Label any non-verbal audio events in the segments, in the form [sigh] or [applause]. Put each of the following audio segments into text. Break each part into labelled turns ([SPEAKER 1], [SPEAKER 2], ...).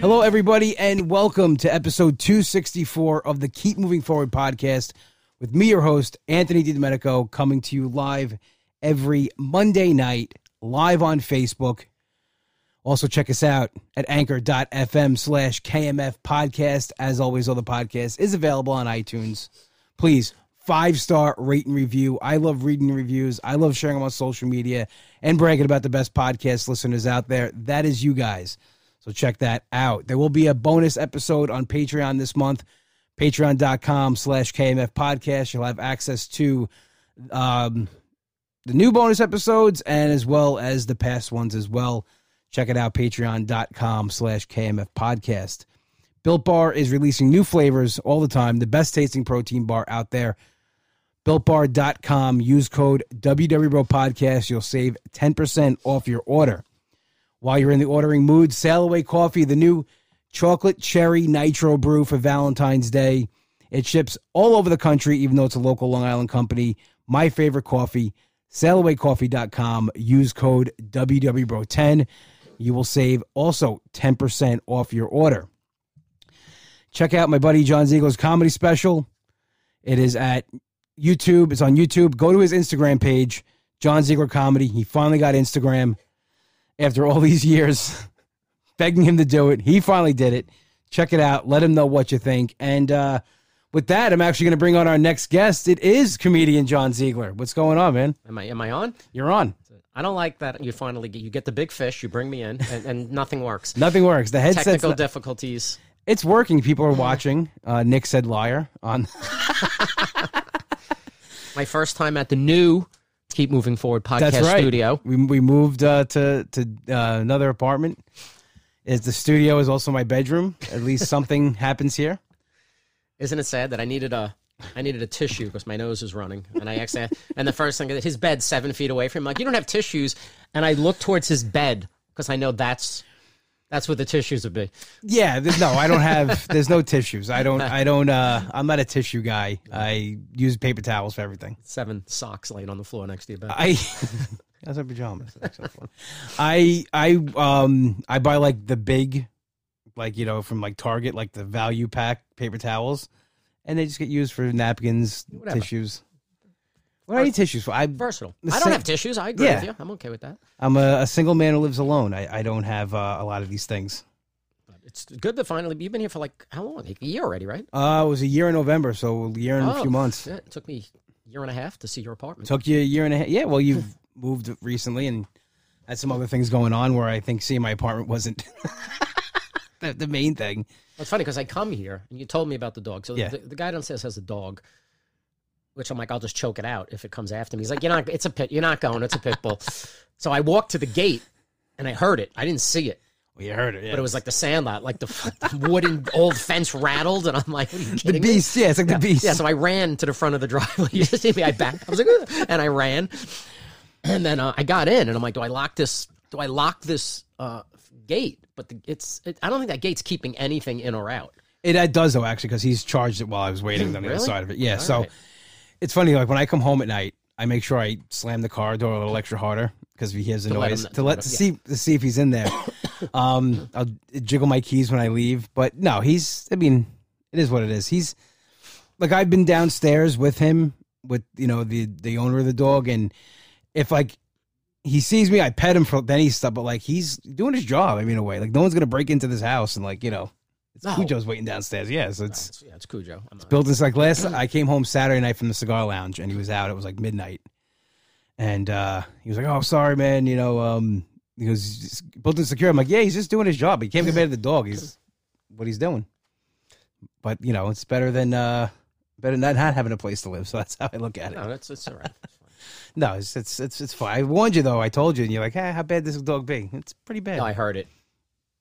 [SPEAKER 1] Hello, everybody, and welcome to episode 264 of the Keep Moving Forward podcast with me, your host, Anthony DiDomenico, coming to you live every Monday night, live on Facebook. Also, check us out at anchor.fm slash KMF podcast. As always, all the podcast is available on iTunes. Please, five star rate and review. I love reading reviews, I love sharing them on social media and bragging about the best podcast listeners out there. That is you guys. So check that out. There will be a bonus episode on Patreon this month. Patreon.com slash KMF podcast. You'll have access to um, the new bonus episodes and as well as the past ones as well. Check it out, patreon.com slash KMF podcast. Built Bar is releasing new flavors all the time, the best tasting protein bar out there. BuiltBar.com. Use code WWBRO podcast. You'll save 10% off your order. While you're in the ordering mood, Sail Away Coffee, the new chocolate cherry nitro brew for Valentine's Day. It ships all over the country, even though it's a local Long Island company. My favorite coffee, sailawaycoffee.com. Use code WWBRO10. You will save also 10% off your order. Check out my buddy John Ziegel's comedy special. It is at YouTube. It's on YouTube. Go to his Instagram page, John Ziegler Comedy. He finally got Instagram after all [laughs] these years begging him to do it. He finally did it. Check it out. Let him know what you think. And uh, with that, I'm actually going to bring on our next guest. It is comedian John Ziegler. What's going on, man?
[SPEAKER 2] Am I am I on?
[SPEAKER 1] You're on.
[SPEAKER 2] I don't like that you finally get you get the big fish, you bring me in,
[SPEAKER 1] [laughs]
[SPEAKER 2] and, and nothing works.
[SPEAKER 1] Nothing works. The headset's
[SPEAKER 2] Technical
[SPEAKER 1] not-
[SPEAKER 2] difficulties.
[SPEAKER 1] it's working. People are watching. Uh, Nick said liar on
[SPEAKER 2] My first time at the new Keep Moving Forward podcast studio.
[SPEAKER 1] We, we moved uh, to to uh, another apartment. Is the studio is also my bedroom. At
[SPEAKER 2] [laughs]
[SPEAKER 1] least something happens here.
[SPEAKER 2] Isn't it sad that I needed a I needed a tissue because my nose was running, and I actually [laughs] and the first thing that his bed's seven feet away from him. Like you don't have tissues, and I look towards his bed because I know that's that's where the tissues would be.
[SPEAKER 1] Yeah, th- no, I don't
[SPEAKER 2] [laughs]
[SPEAKER 1] have. There's no tissues. I don't. I don't. Uh, I'm not a tissue guy. I use paper towels for everything.
[SPEAKER 2] Seven socks laying on the floor next to your bed.
[SPEAKER 1] I. [laughs] That's my pajamas. That's so fun. I I um I buy like the big, like you know from like Target, like the value pack paper towels, and they just get used for napkins,
[SPEAKER 2] Whatever.
[SPEAKER 1] tissues. What do I need tissues for? I
[SPEAKER 2] Versatile.
[SPEAKER 1] The
[SPEAKER 2] I
[SPEAKER 1] same-
[SPEAKER 2] don't have tissues. I agree
[SPEAKER 1] Yeah.
[SPEAKER 2] with you. I'm okay with that.
[SPEAKER 1] I'm a, a single man who lives alone. I, I don't have uh, a lot of these things.
[SPEAKER 2] But it's good to finally. You've been here for like how long? Like a year already, right?
[SPEAKER 1] Uh, it was a year in November, so a year and a few
[SPEAKER 2] Oh,
[SPEAKER 1] months.
[SPEAKER 2] yeah, it took me a year and a half to see your apartment.
[SPEAKER 1] Took you a year and a half. Yeah, well, you've
[SPEAKER 2] Hmm.
[SPEAKER 1] moved recently and had some other things going on where I think seeing my apartment wasn't [laughs] the, the main thing.
[SPEAKER 2] it's funny because I come here and you told me about the dog. So
[SPEAKER 1] Yeah.
[SPEAKER 2] the, the guy downstairs has a dog, which I'm like, I'll just choke it out if it comes after me. He's like, you're not. It's a pit. You're not going. It's a pit bull. [laughs] so I walked to the gate and I heard it. I didn't see it,
[SPEAKER 1] Well, you heard it. Yeah.
[SPEAKER 2] but it was like the sandlot, like the, f- [laughs] the wooden old fence rattled, and I'm like, what are you
[SPEAKER 1] the
[SPEAKER 2] kidding me?
[SPEAKER 1] beast. Yeah, it's like the beast.
[SPEAKER 2] Yeah, so I ran to the front of the [laughs] driveway. You just see me. I back. I was like, "Ugh," and I ran, and then uh, I got in, and I'm like, do I lock this? Do I lock this uh, gate? But the, it's. It, I don't think that gate's keeping anything in or out.
[SPEAKER 1] It, it does though, actually, because he's charged it while I was waiting on the other
[SPEAKER 2] Really?
[SPEAKER 1] side of it. Yeah.
[SPEAKER 2] All
[SPEAKER 1] so
[SPEAKER 2] right.
[SPEAKER 1] it's funny. Like when I come home at night, I make sure I slam the car door a little extra harder because if he hears the
[SPEAKER 2] let him-
[SPEAKER 1] noise
[SPEAKER 2] to
[SPEAKER 1] to let
[SPEAKER 2] let
[SPEAKER 1] to
[SPEAKER 2] him-
[SPEAKER 1] see to see if he's in
[SPEAKER 2] [coughs]
[SPEAKER 1] there. um, I'll jiggle my keys when I leave, but no, he's. I mean, it is what it is. He's like I've been downstairs with him with you know the the owner of the dog, and if like. He sees me, I pet him for then he stuff, but like he's doing his job. I mean, in a way, like no one's gonna break into this house and like you know, it's
[SPEAKER 2] No.
[SPEAKER 1] Cujo's waiting downstairs. Yeah, so it's
[SPEAKER 2] Oh, It's, yeah, it's Cujo. I'm not-
[SPEAKER 1] buildings like last i came home saturday night from the cigar lounge and he was out it was like midnight and uh he was like oh sorry man you know um he goes building secure i'm like yeah he's just doing his job he can't get mad at the dog he's what he's doing but you know it's better than uh better than not having a place to live so that's [laughs] how i look at it
[SPEAKER 2] no, that's it's all right.
[SPEAKER 1] [laughs] no it's it's it's, it's fine i warned you though i told you and you're like hey, how bad this dog be it's pretty bad
[SPEAKER 2] No, I heard it.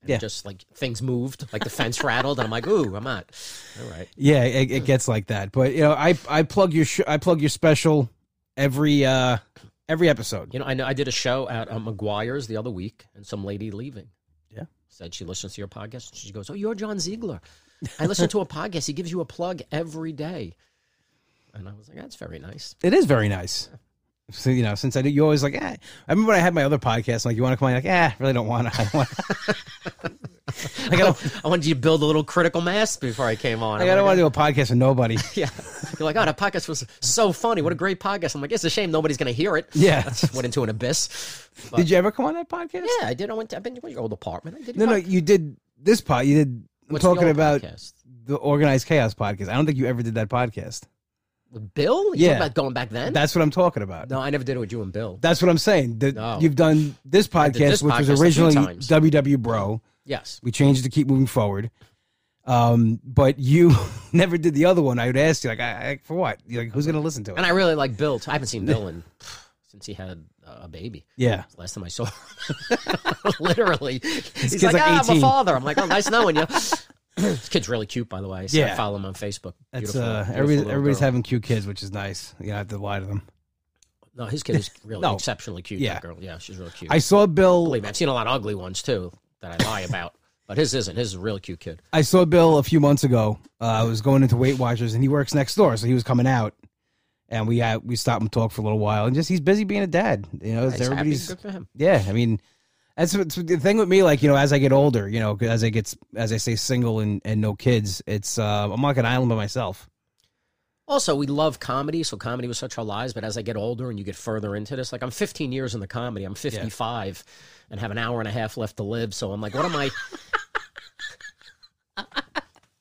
[SPEAKER 2] And
[SPEAKER 1] Yeah.
[SPEAKER 2] Just like things moved, like the fence rattled, and I'm like, ooh, I'm out. All right.
[SPEAKER 1] Yeah, it, it gets like that. But you know, I I plug your sh- I plug your special every uh every episode.
[SPEAKER 2] You know, I know I did a show at um, McGuire's the other week, and some lady leaving.
[SPEAKER 1] Yeah.
[SPEAKER 2] said she listens to your podcast. And she goes, "Oh, you're John Ziegler. I listen to a podcast. He gives you a plug every day." And I was like, "That's very nice." [laughs]
[SPEAKER 1] It is very nice. So you know, since I do, you always like. Eh. "Ah, [laughs] I remember when I had my other podcast. Like, you want to come on? You're Like, eh, really don't want to. I don't want. Like I don't,
[SPEAKER 2] I wanted you to build a little critical mass before I came on.
[SPEAKER 1] like
[SPEAKER 2] I'm
[SPEAKER 1] I don't
[SPEAKER 2] like,
[SPEAKER 1] want to do a podcast with
[SPEAKER 2] [laughs]
[SPEAKER 1] nobody.
[SPEAKER 2] yeah. You're like, oh, that podcast was so funny. What a great podcast. I'm like, it's a shame nobody's going to hear it. [laughs]
[SPEAKER 1] Yeah.
[SPEAKER 2] Went into an abyss. But,
[SPEAKER 1] Did you ever come on that podcast?
[SPEAKER 2] yeah, I did. I went to, I've been to your old apartment. I did
[SPEAKER 1] No,
[SPEAKER 2] your
[SPEAKER 1] no,
[SPEAKER 2] pod-
[SPEAKER 1] you did this pod. You did. I'm
[SPEAKER 2] What's the
[SPEAKER 1] talking
[SPEAKER 2] old
[SPEAKER 1] about
[SPEAKER 2] podcast?
[SPEAKER 1] the organized chaos podcast. I don't think you ever did that podcast.
[SPEAKER 2] With Bill? You
[SPEAKER 1] Yeah.
[SPEAKER 2] talking about going back then?
[SPEAKER 1] That's what I'm talking about.
[SPEAKER 2] no, I never did it with you and Bill.
[SPEAKER 1] That's what I'm saying. The,
[SPEAKER 2] No.
[SPEAKER 1] You've done this podcast,
[SPEAKER 2] did this
[SPEAKER 1] which
[SPEAKER 2] podcast a
[SPEAKER 1] was
[SPEAKER 2] few
[SPEAKER 1] originally
[SPEAKER 2] times.
[SPEAKER 1] WW Bro.
[SPEAKER 2] Yes.
[SPEAKER 1] We changed it to keep moving forward. Um, but you [laughs] never did the other one. I would ask you, like, I, I, for what? You're like, who's going to listen to it?
[SPEAKER 2] And I really like Bill. too. I haven't seen Bill in, [sighs] since he had uh, a baby.
[SPEAKER 1] yeah.
[SPEAKER 2] It's the Last time I saw him. [laughs] Literally. He's
[SPEAKER 1] kid's
[SPEAKER 2] like,
[SPEAKER 1] like
[SPEAKER 2] ah, I'm
[SPEAKER 1] 18."
[SPEAKER 2] a father. I'm like, oh, nice knowing
[SPEAKER 1] [laughs]
[SPEAKER 2] you. this kid's really cute, by the way. So I
[SPEAKER 1] Yeah.
[SPEAKER 2] follow him on Facebook.
[SPEAKER 1] That's
[SPEAKER 2] Beautiful-
[SPEAKER 1] uh,
[SPEAKER 2] beautiful
[SPEAKER 1] everybody,
[SPEAKER 2] little
[SPEAKER 1] everybody's
[SPEAKER 2] girl.
[SPEAKER 1] having cute kids, which is nice. You don't have to lie to them.
[SPEAKER 2] No, his
[SPEAKER 1] [laughs]
[SPEAKER 2] kid is really
[SPEAKER 1] No.
[SPEAKER 2] exceptionally cute.
[SPEAKER 1] Yeah.
[SPEAKER 2] That girl. Yeah, she's really cute.
[SPEAKER 1] I
[SPEAKER 2] I
[SPEAKER 1] saw Bill.
[SPEAKER 2] believe me. I've seen a lot of ugly ones too that I lie about, but his isn't. His is a real cute kid.
[SPEAKER 1] I saw Bill a few months ago. Uh, I was going into Weight Watchers, and he works next door, so he was coming out, and we had, we stopped and talked for a little while, and just he's busy being a dad. You know,
[SPEAKER 2] He's
[SPEAKER 1] everybody's
[SPEAKER 2] happy. Good for him.
[SPEAKER 1] yeah. I mean, that's what, the thing with me. Like you know, as I get older, you know, as I get as I say single and and no kids, it's uh, I'm like an island by myself.
[SPEAKER 2] Also, we love comedy, so comedy was such our lives. But as I get older and you get further into this, like I'm 15 years in the comedy, I'm 55 and have an hour and a half left to live. So I'm like, what
[SPEAKER 1] [laughs]
[SPEAKER 2] am I?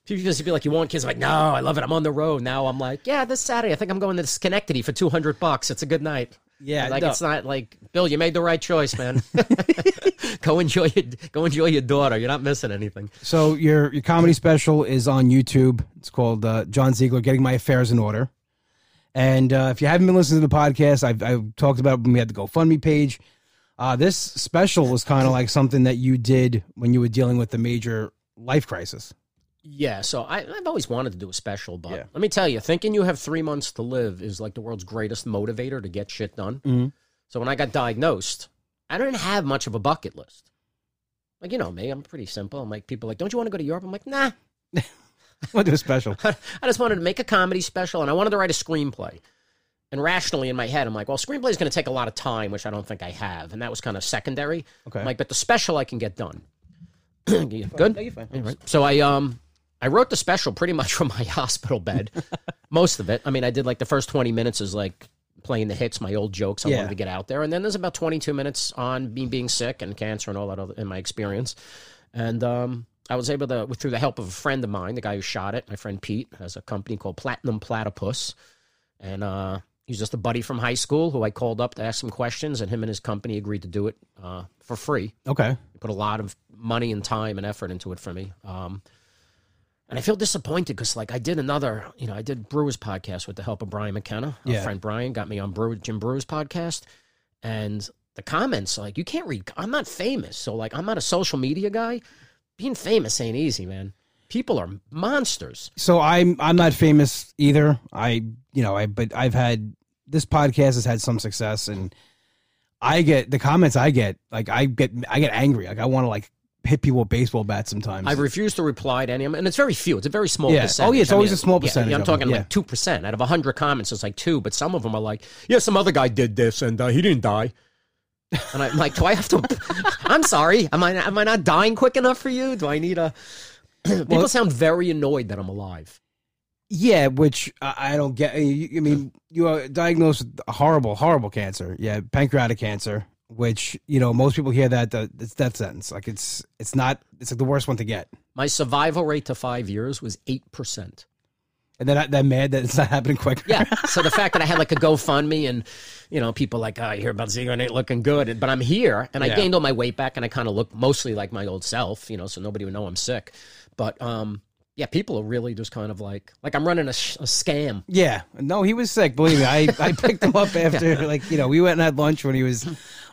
[SPEAKER 2] People used to be like, you want kids? I'm like, no, I love it. I'm on the road. Now I'm like, yeah, this Saturday, I think I'm going to Schenectady for 200 bucks. It's a good night.
[SPEAKER 1] Yeah,
[SPEAKER 2] like
[SPEAKER 1] no.
[SPEAKER 2] it's not like Bill. You made the right choice, man. [laughs] go enjoy your go enjoy your daughter. You're not missing anything.
[SPEAKER 1] So your your comedy special is on YouTube. It's called uh, John Ziegler Getting My Affairs in Order. And uh, if you haven't been listening to the podcast, I've, I've talked about it when we had the GoFundMe page. Uh, this special was kind of like something that you did when you were dealing with the major life crisis. [laughs]
[SPEAKER 2] Yeah, so I, I've always wanted to do a special, but
[SPEAKER 1] Yeah.
[SPEAKER 2] let me tell you, thinking you have three months to live is like the world's greatest motivator to get shit done.
[SPEAKER 1] Mhm.
[SPEAKER 2] So when I got diagnosed, I didn't have much of a bucket list. Like you know me, I'm pretty simple. I'm like people are like, don't you want to go to Europe? I'm like, nah. [laughs]
[SPEAKER 1] What do a special?
[SPEAKER 2] I just wanted to make a comedy special, and I wanted to write a screenplay. And rationally in my head, I'm like, well, screenplay is going to take a lot of time, which I don't think I have, and that was kind of secondary.
[SPEAKER 1] Okay.
[SPEAKER 2] I'm like, but the special I can get done. [clears throat] You Good.
[SPEAKER 1] you're fine.
[SPEAKER 2] All right. So I um I wrote the special pretty much [laughs] from my
[SPEAKER 1] [laughs]
[SPEAKER 2] hospital bed. Most of it. I mean, I did like the first 20 minutes is like playing the hits, my old jokes I
[SPEAKER 1] Yeah.
[SPEAKER 2] wanted to get out there. And then there's about 22 minutes on me being sick and cancer and all that other in my experience. And um I was able to, through the help of a friend of mine, the guy who shot it, my friend Pete, has a company called Platinum Platypus and uh, he's just a buddy from high school who I called up to ask some questions, and him and his company agreed to do it uh, for free.
[SPEAKER 1] Okay.
[SPEAKER 2] They put a lot of money and time and effort into it for me. Um, and I feel disappointed because, like, I did another, you know, I did Brewers podcast with the help of Brian McKenna. Our
[SPEAKER 1] Yeah.
[SPEAKER 2] friend Brian got me on Brew, Jim Brewer's podcast, and the comments like, "You can't read. I'm not famous, so like, I'm not a social media guy. Being famous ain't easy, man. People are monsters."
[SPEAKER 1] So I'm I'm not famous either. I you know I but I've had this podcast has had some success, and I get the comments I get like I get I get angry. Like I want to like hit people with baseball bats sometimes.
[SPEAKER 2] I refuse to reply to any of them, and it's very few. It's a very small
[SPEAKER 1] Yeah.
[SPEAKER 2] percentage.
[SPEAKER 1] Oh, yeah, it's
[SPEAKER 2] I
[SPEAKER 1] always a small
[SPEAKER 2] yeah,
[SPEAKER 1] percentage
[SPEAKER 2] I'm
[SPEAKER 1] of them,
[SPEAKER 2] talking
[SPEAKER 1] yeah.
[SPEAKER 2] like two percent out of hundred comments. It's like two, but some of them are like, "Yeah, some other guy did this, and uh, he didn't die." And I'm like, "Do I have to? [laughs] I'm sorry. Am I am I not dying quick enough for you? Do I need a?" [clears throat] People sound very annoyed that I'm alive.
[SPEAKER 1] Yeah, which I I don't get. I I mean, you are diagnosed with a horrible, horrible cancer. Yeah, pancreatic cancer, which you know most people hear that that- it's death sentence. Like it's it's not. It's like the worst one to get.
[SPEAKER 2] My survival rate to five years was eight percent.
[SPEAKER 1] And then I- they're mad that it's not happening quicker.
[SPEAKER 2] Yeah. So the fact that I had like a GoFundMe and, you know, people like, oh, you hear about Ziegler and ain't looking good, but I'm here and I
[SPEAKER 1] Yeah.
[SPEAKER 2] gained all my weight back and I kind of look mostly like my old self, you know, so nobody would know I'm sick. But um, yeah, people are really just kind of like, like I'm running a, sh- a scam.
[SPEAKER 1] Yeah. No, he was sick. Believe me,
[SPEAKER 2] [laughs]
[SPEAKER 1] I, I picked him up after like you know we went and had lunch when he was uh,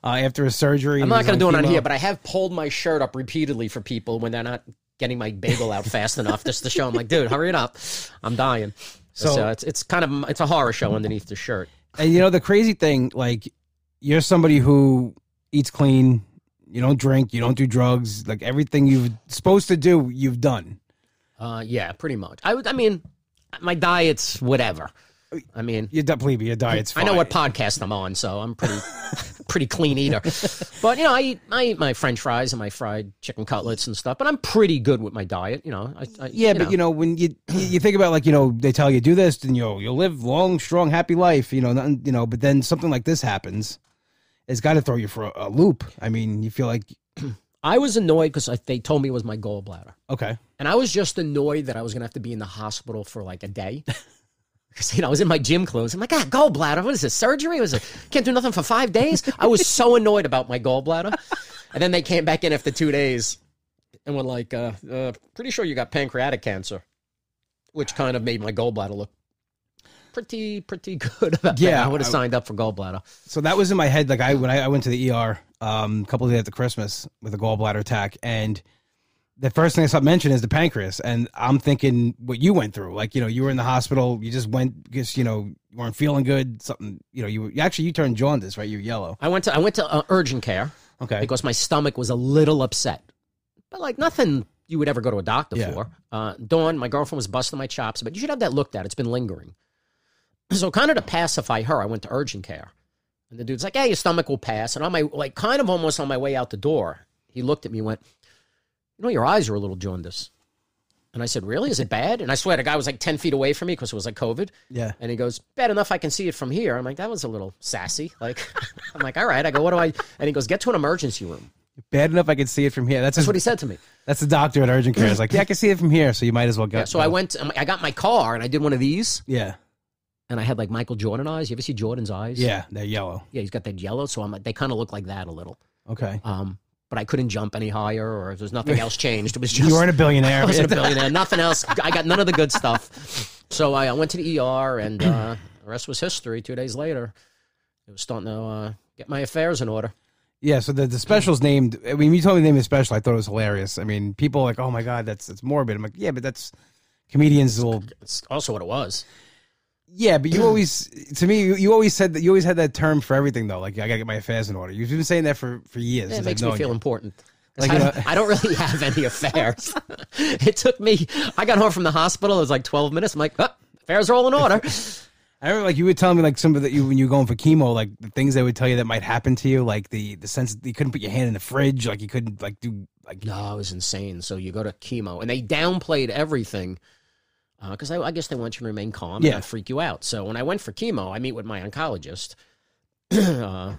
[SPEAKER 1] after his surgery.
[SPEAKER 2] I'm not going to do it on here, but I have pulled my shirt up repeatedly for people when they're not getting my bagel out fast enough just to show them like, dude, hurry it up. I'm dying. So,
[SPEAKER 1] So-
[SPEAKER 2] it's, it's kind of, it's a horror show underneath the shirt.
[SPEAKER 1] and you know the crazy thing, like you're somebody who eats clean. You don't drink. You don't do drugs. Like everything you've supposed to do, you've done.
[SPEAKER 2] Uh, yeah, pretty much. I would, I mean, my diet's whatever. I mean,
[SPEAKER 1] You definitely be a diet's
[SPEAKER 2] I know
[SPEAKER 1] fine.
[SPEAKER 2] what podcast I'm on, so I'm pretty [laughs] pretty clean eater. But you know, I eat I eat my French fries and my fried chicken cutlets and stuff. But I'm pretty good with my diet. You know, I, I,
[SPEAKER 1] Yeah, but you know when you you you think about like you know they tell you do this and you'll you'll live long, strong, happy life. You know, nothing, you know, but then something like this happens, it's got to throw you for a, a loop. I mean, you feel like
[SPEAKER 2] I was annoyed because they told me it was my gallbladder,
[SPEAKER 1] okay,
[SPEAKER 2] and I was just annoyed that I was gonna have to be in the hospital for like a day. [laughs] Because you know, I was in my gym clothes. I'm like, ah, gallbladder. What is this surgery? Was it can't do nothing for five days? I was so annoyed about my gallbladder, and then they came back in after two days, and were like, uh, uh, pretty sure you got pancreatic cancer, which kind of made my gallbladder look pretty pretty good. [laughs] About yeah,
[SPEAKER 1] Yeah,
[SPEAKER 2] I would have
[SPEAKER 1] I-
[SPEAKER 2] signed up for gallbladder.
[SPEAKER 1] so that was in my head. Like I when I, I went to the ER um, a couple of days after Christmas with a gallbladder attack, and the first thing I saw mentioned is the pancreas, and I'm thinking what you went through. Like you know, you were in the hospital, you just went because you know you weren't feeling good. Something you know, you were- actually you turned jaundice, right? You're yellow.
[SPEAKER 2] I went to I went to uh, urgent care
[SPEAKER 1] Okay,
[SPEAKER 2] because my stomach was a little upset, but like nothing you would ever go to a doctor
[SPEAKER 1] Yeah.
[SPEAKER 2] for. Uh, Dawn, my girlfriend, was busting my chops, but you should have that looked at. It's been lingering. So kind of to pacify her, I went to urgent care, and the dude's like, "Hey, your stomach will pass." And on my like, kind of almost on my way out the door, he looked at me, and went, "You know, your eyes are a little jaundiced." And I said, "Really? Is it bad?" And I swear, the guy was like ten feet away from me because it was like COVID.
[SPEAKER 1] yeah.
[SPEAKER 2] And he goes, bad enough I can see it from here. I'm like, that was a little sassy. Like, [laughs] I'm like, all right. I go, what do I? And he goes, get to an emergency room.
[SPEAKER 1] Bad enough I could see it from here. That's,
[SPEAKER 2] That's
[SPEAKER 1] his,
[SPEAKER 2] what he said to me.
[SPEAKER 1] That's the doctor at urgent care. It's like, yeah, I can see it from here, so you might as well go.
[SPEAKER 2] Yeah, so I went, um, I got my car and I did one of these
[SPEAKER 1] yeah,
[SPEAKER 2] and I had like Michael Jordan eyes. You ever see Jordan's eyes?
[SPEAKER 1] yeah, they're yellow.
[SPEAKER 2] Yeah, he's got that yellow. So I'm like, they kind of look like that a little.
[SPEAKER 1] Okay,
[SPEAKER 2] Um, but I couldn't jump any higher or there's nothing else changed. It was just.
[SPEAKER 1] [laughs] you weren't a billionaire.
[SPEAKER 2] I [laughs] wasn't a billionaire. Nothing else. I got none of the good stuff. So I, I went to the ER, and uh, the rest was history. Two days later, it was starting to uh, get my affairs in order.
[SPEAKER 1] yeah, so the, the special's named. I mean, you told me the name of the special. I thought it was hilarious. I mean, people are like, oh my god, that's that's morbid. I'm like, yeah, but that's comedians will.
[SPEAKER 2] It's also what it was.
[SPEAKER 1] Yeah,
[SPEAKER 2] [clears throat]
[SPEAKER 1] but you always, to me, you, you always said that you always had that term for everything though. Like, I gotta get my affairs in order. You've been saying that for for years.
[SPEAKER 2] Yeah, it
[SPEAKER 1] since
[SPEAKER 2] makes
[SPEAKER 1] I've
[SPEAKER 2] me
[SPEAKER 1] known
[SPEAKER 2] feel
[SPEAKER 1] you.
[SPEAKER 2] important.
[SPEAKER 1] Like,
[SPEAKER 2] 'Cause I,
[SPEAKER 1] you
[SPEAKER 2] don't,
[SPEAKER 1] know-
[SPEAKER 2] I don't really [laughs] have any affairs. [laughs] it took me. I got home from the hospital. It was like twelve minutes. I'm like, oh, affairs are all
[SPEAKER 1] [laughs]
[SPEAKER 2] in order.
[SPEAKER 1] I remember, like, you would tell me like some of the you when you were going for chemo, like the things they would tell you that might happen to you, like the the sense that you couldn't put your hand in the fridge, like you couldn't like do like
[SPEAKER 2] no, it was insane. So you go to chemo, and they downplayed everything because I, I guess they want you to remain calm
[SPEAKER 1] Yeah.
[SPEAKER 2] and not freak you out. So when I went for chemo, I meet with my oncologist, [clears throat] uh,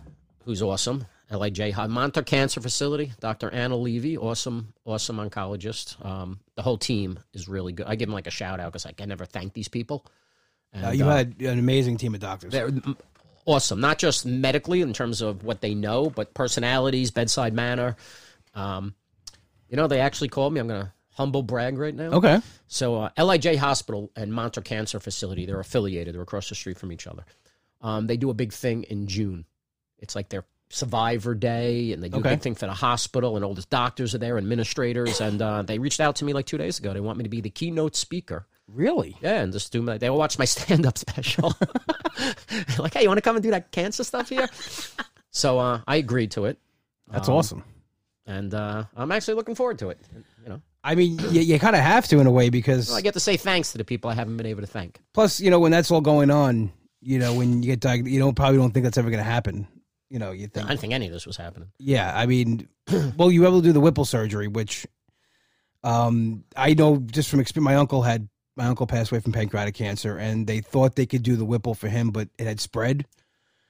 [SPEAKER 2] who's awesome. LAJ Ho- Monter uh, Cancer Facility, Dr. Anna Levy, awesome, awesome oncologist. Um, the whole team is really good. I give them like a shout out because I can never thank these people.
[SPEAKER 1] Uh,
[SPEAKER 2] And,
[SPEAKER 1] you
[SPEAKER 2] uh,
[SPEAKER 1] had an amazing team of doctors.
[SPEAKER 2] they're m- awesome, not just medically in terms of what they know, but personalities, bedside manner. Um, you know, they actually called me. I'm going to humble brag right now.
[SPEAKER 1] Okay.
[SPEAKER 2] So, uh, LIJ Hospital and Monter Cancer Facility, they're affiliated, they're across the street from each other. Um, they do a big thing in June. It's like their Survivor Day, and they do
[SPEAKER 1] Okay.
[SPEAKER 2] a big thing for the hospital, and all the doctors are there, administrators. And uh, they reached out to me like two days ago. They want me to be the keynote speaker.
[SPEAKER 1] Really?
[SPEAKER 2] Yeah, and just do my. They all watch my [laughs] stand up special. [laughs] They're like, hey, you want to come and do that cancer stuff here? so uh, I agreed to it,
[SPEAKER 1] That's
[SPEAKER 2] Um,
[SPEAKER 1] awesome.
[SPEAKER 2] and uh, I'm actually looking forward to it. You know,
[SPEAKER 1] I mean, you, you kind of have to in a way because
[SPEAKER 2] I get to say thanks to the people I haven't been able to thank.
[SPEAKER 1] plus, you know, when that's all going on, you know, when you get diagnosed, you don't probably don't think that's ever going to happen. You know, you
[SPEAKER 2] I
[SPEAKER 1] think,
[SPEAKER 2] didn't think any of this was happening.
[SPEAKER 1] yeah. I mean, well, you were able to do the Whipple surgery, which, um, I know just from experience. My uncle had my uncle passed away from pancreatic cancer, and they thought they could do the Whipple for him, but it had spread.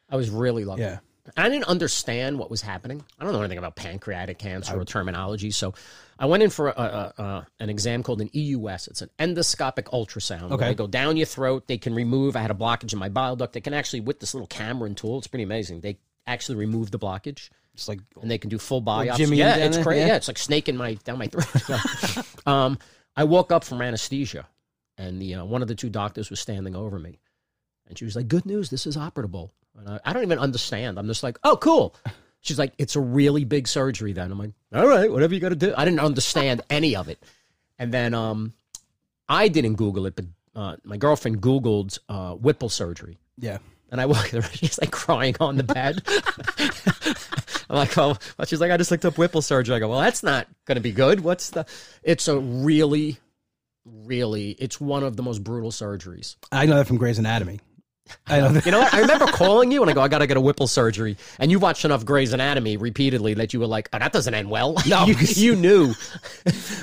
[SPEAKER 2] I was really lucky.
[SPEAKER 1] Yeah.
[SPEAKER 2] I didn't understand what was happening. I don't know anything about pancreatic cancer or terminology, so I went in for a, a, a, an exam called an EUS. It's an endoscopic ultrasound.
[SPEAKER 1] Okay.
[SPEAKER 2] They go down your throat. They can remove. I had a blockage in my bile duct. They can actually, with this little camera and tool, it's pretty amazing. They actually remove the blockage
[SPEAKER 1] It's like
[SPEAKER 2] and they can do full biopsy.
[SPEAKER 1] Jimmy
[SPEAKER 2] yeah,
[SPEAKER 1] down
[SPEAKER 2] it's
[SPEAKER 1] there,
[SPEAKER 2] crazy.
[SPEAKER 1] yeah.
[SPEAKER 2] Yeah. it's like snaking my down my throat. [laughs] um, I woke up from anesthesia, and the uh, one of the two doctors was standing over me, and she was like, "Good news, this is operable." And I, I don't even understand. I'm just like, "Oh, cool." She's like, "It's a really big surgery." Then I'm like, "All right, whatever you got to do." I didn't understand any of it, and then um, I didn't Google it, but uh, my girlfriend Googled uh, Whipple surgery.
[SPEAKER 1] yeah.
[SPEAKER 2] And I walk in the room, [laughs] she's like crying on the bed. [laughs] I'm like, oh, well, she's like, I just looked up Whipple surgery. I go, well, that's not going to be good. What's the, it's a really, really, it's one of the most brutal surgeries.
[SPEAKER 1] I know that from Grey's Anatomy. I
[SPEAKER 2] [laughs]
[SPEAKER 1] know.
[SPEAKER 2] You know what? I remember calling you and I go, I gotta get a Whipple surgery. And you watched enough Grey's Anatomy repeatedly that you were like, oh, that doesn't end well. [laughs]
[SPEAKER 1] No.
[SPEAKER 2] you, you knew.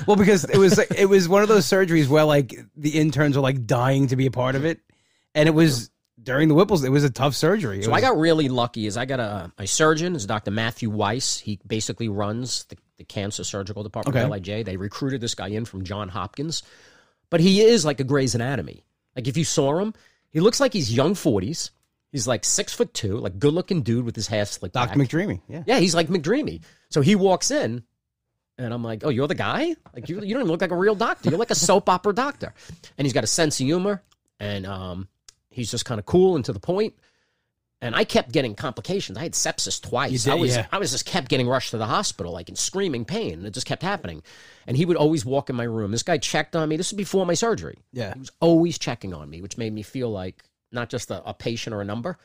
[SPEAKER 1] Well, because it was it was one of those surgeries where like the interns were like dying to be a part of it, and it was during the Whipples. It was a tough surgery. It
[SPEAKER 2] So I
[SPEAKER 1] was-
[SPEAKER 2] got really lucky. Is I got a my surgeon is Dr. Matthew Weiss. He basically runs the, the cancer surgical department
[SPEAKER 1] Okay.
[SPEAKER 2] of LIJ. They recruited this guy in from John Hopkins, but he is like a Grey's Anatomy. Like if you saw him, he looks like he's young forties. He's like six foot two, like good looking dude with his hair slicked back.
[SPEAKER 1] Dr. McDreamy. Yeah.
[SPEAKER 2] [laughs] Yeah, he's like McDreamy. So he walks in, and I'm like, "Oh, you're the guy? Like you, you don't even look like a real doctor. You're like a soap opera doctor." And he's got a sense of humor, and um, he's just kind of cool and to the point. And I kept getting complications. I had sepsis twice.
[SPEAKER 1] did,
[SPEAKER 2] I was
[SPEAKER 1] yeah.
[SPEAKER 2] I was just kept getting rushed to the hospital, like in screaming pain. and It just kept happening. And he would always walk in my room. This guy checked on me. This was before my surgery.
[SPEAKER 1] Yeah.
[SPEAKER 2] He was always checking on me, which made me feel like not just a, a patient or a number.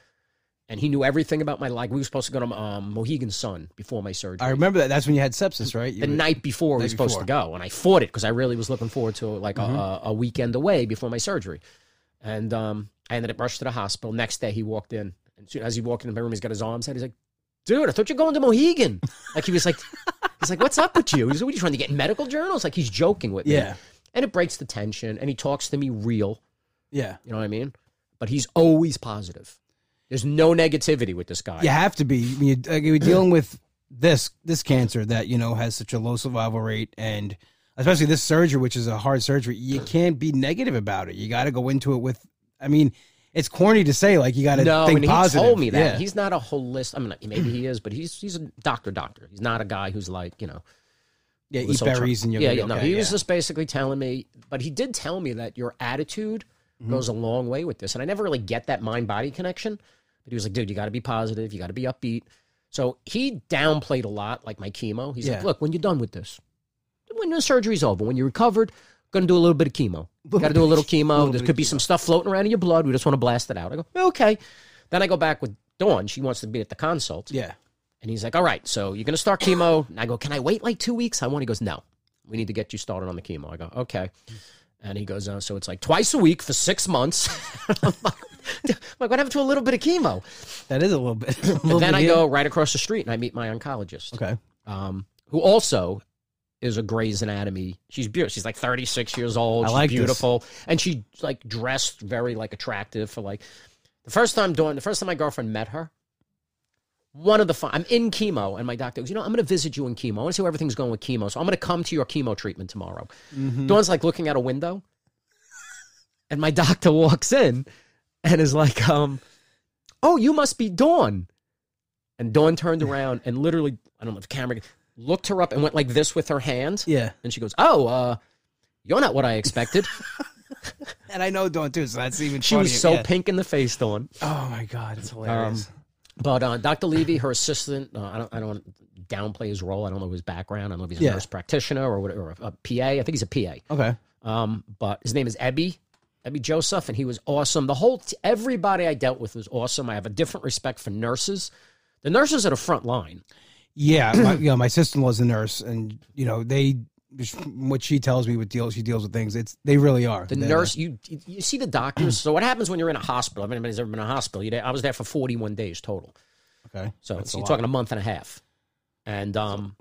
[SPEAKER 2] And he knew everything about my life. We were supposed to go to um, Mohegan Sun before my surgery.
[SPEAKER 1] I remember that. That's when you had sepsis, right? You
[SPEAKER 2] the
[SPEAKER 1] were-
[SPEAKER 2] night before we were supposed to go, and I fought it because I really was looking forward to like
[SPEAKER 1] Mm-hmm.
[SPEAKER 2] a- a, a weekend away before my surgery. And um, I ended up rushed to the hospital. Next day, he walked in, and soon as he walked into my room, he's got his arms out. He's like, "Dude, I thought you're going
[SPEAKER 1] [laughs]
[SPEAKER 2] to Mohegan." Like he was like, "He's like, what's up with you?" He's like, "What are you trying to get in medical journals?" Like he's joking with me.
[SPEAKER 1] Yeah.
[SPEAKER 2] And it breaks the tension, and he talks to me real.
[SPEAKER 1] Yeah.
[SPEAKER 2] You know what I mean? But he's always positive. There's no negativity with this guy.
[SPEAKER 1] You have to be when you like, you're dealing with this this cancer that you know has such a low survival rate, and especially this surgery, which is a hard surgery. You can't be negative about it. You got to go into it with. I mean, it's corny to say like you got to
[SPEAKER 2] No,
[SPEAKER 1] think
[SPEAKER 2] and
[SPEAKER 1] positive.
[SPEAKER 2] he told me that
[SPEAKER 1] Yeah.
[SPEAKER 2] he's not a holistic. I mean, maybe he is, but he's he's a doctor. Doctor. He's not a guy who's like you know.
[SPEAKER 1] yeah,
[SPEAKER 2] this
[SPEAKER 1] eat
[SPEAKER 2] whole tr-
[SPEAKER 1] berries and you're
[SPEAKER 2] yeah,
[SPEAKER 1] gonna
[SPEAKER 2] yeah.
[SPEAKER 1] be
[SPEAKER 2] No,
[SPEAKER 1] okay,
[SPEAKER 2] he
[SPEAKER 1] yeah.
[SPEAKER 2] was just basically telling me, but he did tell me that your attitude
[SPEAKER 1] Mm-hmm.
[SPEAKER 2] goes a long way with this, and I never really get that mind body connection. But he was like, dude, you got to be positive. You got to be upbeat. So he downplayed a lot, like my chemo. He's
[SPEAKER 1] Yeah.
[SPEAKER 2] like, look, when you're done with this, when the surgery's over, when you're recovered, gonna do a little bit
[SPEAKER 1] [laughs]
[SPEAKER 2] of chemo. Got to do a little chemo. there could be some stuff floating around in your blood. We just want to blast it out. I go, okay. Then I go back with Dawn. She wants to be at the consult.
[SPEAKER 1] yeah.
[SPEAKER 2] And he's like, all right, so you're going to start chemo. And I go, can I wait like two weeks? I want, he goes, no, we need to get you started on the chemo. I go, okay. And he goes, uh, so it's like twice a week for six months. [laughs] I'm like, I'm like, what happened to a little bit of chemo?
[SPEAKER 1] That is a little bit. [laughs] a little
[SPEAKER 2] And then
[SPEAKER 1] bit
[SPEAKER 2] I
[SPEAKER 1] here.
[SPEAKER 2] go right across the street and I meet my oncologist,
[SPEAKER 1] Okay.
[SPEAKER 2] um, who also is a Grey's Anatomy. She's beautiful. She's like 36 years old.
[SPEAKER 1] I
[SPEAKER 2] She's
[SPEAKER 1] like this.
[SPEAKER 2] beautiful. And she like dressed very like attractive for like the first time doing the first time my girlfriend met her, one of the fun, I'm in chemo, and my doctor goes, you know, I'm going to visit you in chemo. I want to see how everything's going with chemo, so I'm going to come to your chemo treatment tomorrow.
[SPEAKER 1] Mm-hmm.
[SPEAKER 2] Dawn's like looking out a window, and my doctor walks in, and is like, um, oh, you must be Dawn. And Dawn turned around and literally, I don't know if the camera looked her up and went like this with her hand,
[SPEAKER 1] Yeah.
[SPEAKER 2] and she goes, oh, uh, you're not what I
[SPEAKER 1] [laughs]
[SPEAKER 2] expected.
[SPEAKER 1] And I know Dawn too, so that's even.
[SPEAKER 2] she was so pink in the face, Dawn. Um,
[SPEAKER 1] Oh my god,
[SPEAKER 2] Uh,
[SPEAKER 1] it's hilarious.
[SPEAKER 2] But uh, Dr. Levy, her assistant, uh, I don't, I don't want to downplay his role. I don't know his background. I don't know if he's a
[SPEAKER 1] Yeah.
[SPEAKER 2] nurse practitioner or whatever, or a, a PA. I think he's a PA.
[SPEAKER 1] okay.
[SPEAKER 2] Um, but his name is Ebby, Ebby Joseph, and he was awesome. The whole t- everybody I dealt with was awesome. I have a different respect for nurses. The nurses are the front line.
[SPEAKER 1] Yeah, [clears throat] my, you know, my sister in law's a nurse, and you know they. What she tells me with deals, she deals with things. It's they really are
[SPEAKER 2] The
[SPEAKER 1] They're-
[SPEAKER 2] nurse, you you see the doctors. so what happens when you're in a hospital? If anybody's ever been in a hospital, you, I was there for 41 days total.
[SPEAKER 1] Okay.
[SPEAKER 2] So
[SPEAKER 1] That's a
[SPEAKER 2] you're
[SPEAKER 1] lot.
[SPEAKER 2] talking a month and a half. And um,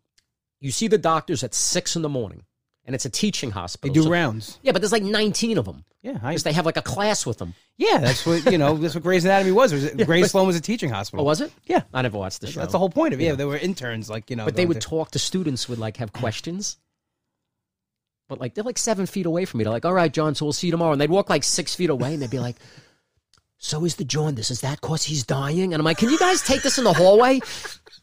[SPEAKER 2] you see the doctors at six in the morning, and it's a teaching
[SPEAKER 1] They
[SPEAKER 2] hospital.
[SPEAKER 1] do
[SPEAKER 2] so-
[SPEAKER 1] rounds.
[SPEAKER 2] yeah, but there's like 19 of them.
[SPEAKER 1] Yeah, I,
[SPEAKER 2] Because they have like a class with them.
[SPEAKER 1] yeah. That's what you know. That's what Grey's Anatomy was. It
[SPEAKER 2] [laughs]
[SPEAKER 1] was Grey's Sloan was a teaching hospital.
[SPEAKER 2] Oh, was it?
[SPEAKER 1] Yeah.
[SPEAKER 2] I never watched the show.
[SPEAKER 1] That's the whole point of it. Yeah, they were interns, like you know.
[SPEAKER 2] But they
[SPEAKER 1] going
[SPEAKER 2] would
[SPEAKER 1] to-
[SPEAKER 2] talk to students, would like have questions. But like they're like seven feet away from me. They're like, all right, John, so we'll see you tomorrow. And they'd walk like six feet away and they'd be like, so is the jaundice. Is that cause he's dying? And I'm like, can you guys take this in the hallway?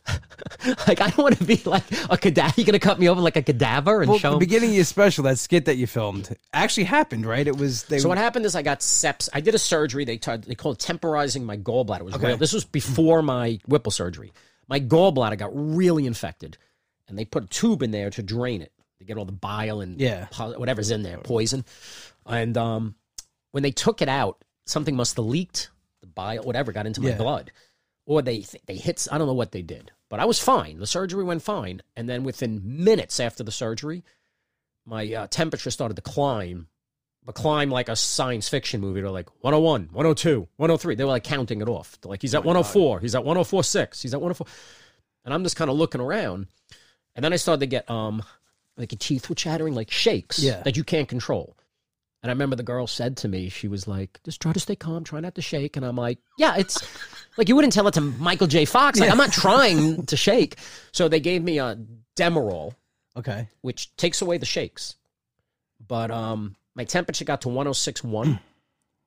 [SPEAKER 2] [laughs] like, I don't want to be like a cadaver. You're going to cut me over like a cadaver and
[SPEAKER 1] Well,
[SPEAKER 2] show
[SPEAKER 1] the
[SPEAKER 2] him.
[SPEAKER 1] beginning of your special, that skit that you filmed, actually happened, right? It was they.
[SPEAKER 2] So what happened is I got seps. I did a surgery. They t- they called it temporizing my gallbladder. It was real. This was before my Whipple surgery. My gallbladder got really infected, and they put a tube in there to drain it to get all the bile and
[SPEAKER 1] Yeah.
[SPEAKER 2] po- whatever's in there, poison. And um, when they took it out, something must have leaked. The bile, whatever, got into my
[SPEAKER 1] Yeah.
[SPEAKER 2] blood, or they th- they hit. I don't know what they did, but I was fine. The surgery went fine, and then within minutes after the surgery, my uh, temperature started to climb the climb like a science fiction movie. They're like 101, 102, 103. They were like counting it off. They're like, he's at 104, he's at 1046, he's at 104. And I'm just kind of looking around. And then I started to get um like your teeth were chattering, like shakes
[SPEAKER 1] Yeah.
[SPEAKER 2] that you can't control. And I remember the girl said to me, she was like, just try to stay calm, try not to shake. And I'm like, yeah, it's like you wouldn't tell it to Michael J. Fox. Like, I'm not trying to shake. So they gave me a Demerol,
[SPEAKER 1] Okay.
[SPEAKER 2] which takes away the shakes. But um, my temperature got to 106.1.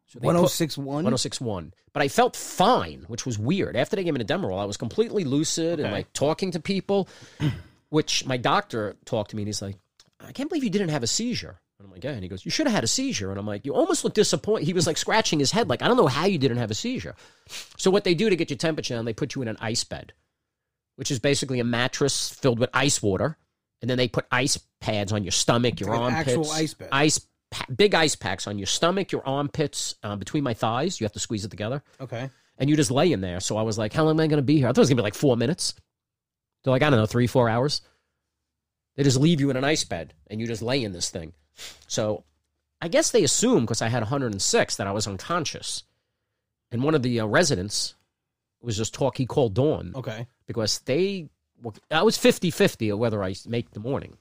[SPEAKER 2] So they put-
[SPEAKER 1] 1061.
[SPEAKER 2] 106.1. But I felt fine, which was weird. After they gave me the Demerol, I was completely lucid and like talking to people, [clears throat] which my doctor talked to me and he's like, I can't believe you didn't have a seizure. And I'm like, yeah. And he goes, You should have had a seizure. And I'm like, You almost look disappointed. He was like scratching his head, like, I don't know how you didn't have a seizure. So, what they do to get your temperature down, they put you in an ice bed, which is basically a mattress filled with ice water. And then they put ice pads on your stomach, your
[SPEAKER 1] Like an
[SPEAKER 2] armpits.
[SPEAKER 1] actual ice bed.
[SPEAKER 2] Ice, pa- big ice packs on your stomach, your armpits, uh, between my thighs. You have to squeeze it together.
[SPEAKER 1] Okay.
[SPEAKER 2] And you just lay in there. So I was like, How long am I going to be here? I thought it was going to be like four minutes. They're like, I don't know, three, four hours. They just leave you in an ice bed and you just lay in this thing. So I guess they assume because I had 106 that I was unconscious. And one of the uh, residents was just talk. He called Dawn
[SPEAKER 1] Okay.
[SPEAKER 2] because they, were- I was 50 50 of whether I make the morning,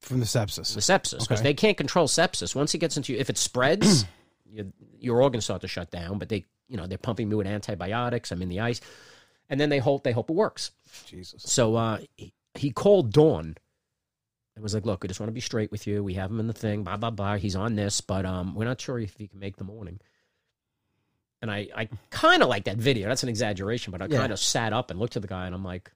[SPEAKER 1] From the sepsis.
[SPEAKER 2] the sepsis, because
[SPEAKER 1] Okay.
[SPEAKER 2] they can't control sepsis. Once it gets into you, if
[SPEAKER 1] [clears throat]
[SPEAKER 2] it spreads, your, your organs start to shut down, but they, you know, they're pumping me with antibiotics. I'm in the ice. And then they hope, they hope it works.
[SPEAKER 1] Jesus.
[SPEAKER 2] So uh, he, he called Dawn and was like, "Look, we just want to be straight with you. We have him in the thing. Blah blah blah. He's on this, but um, we're not sure if he can make the morning." And I, I kind of like that video. That's an exaggeration, but I
[SPEAKER 1] Yeah.
[SPEAKER 2] kind of sat up and looked at the guy, and I'm like,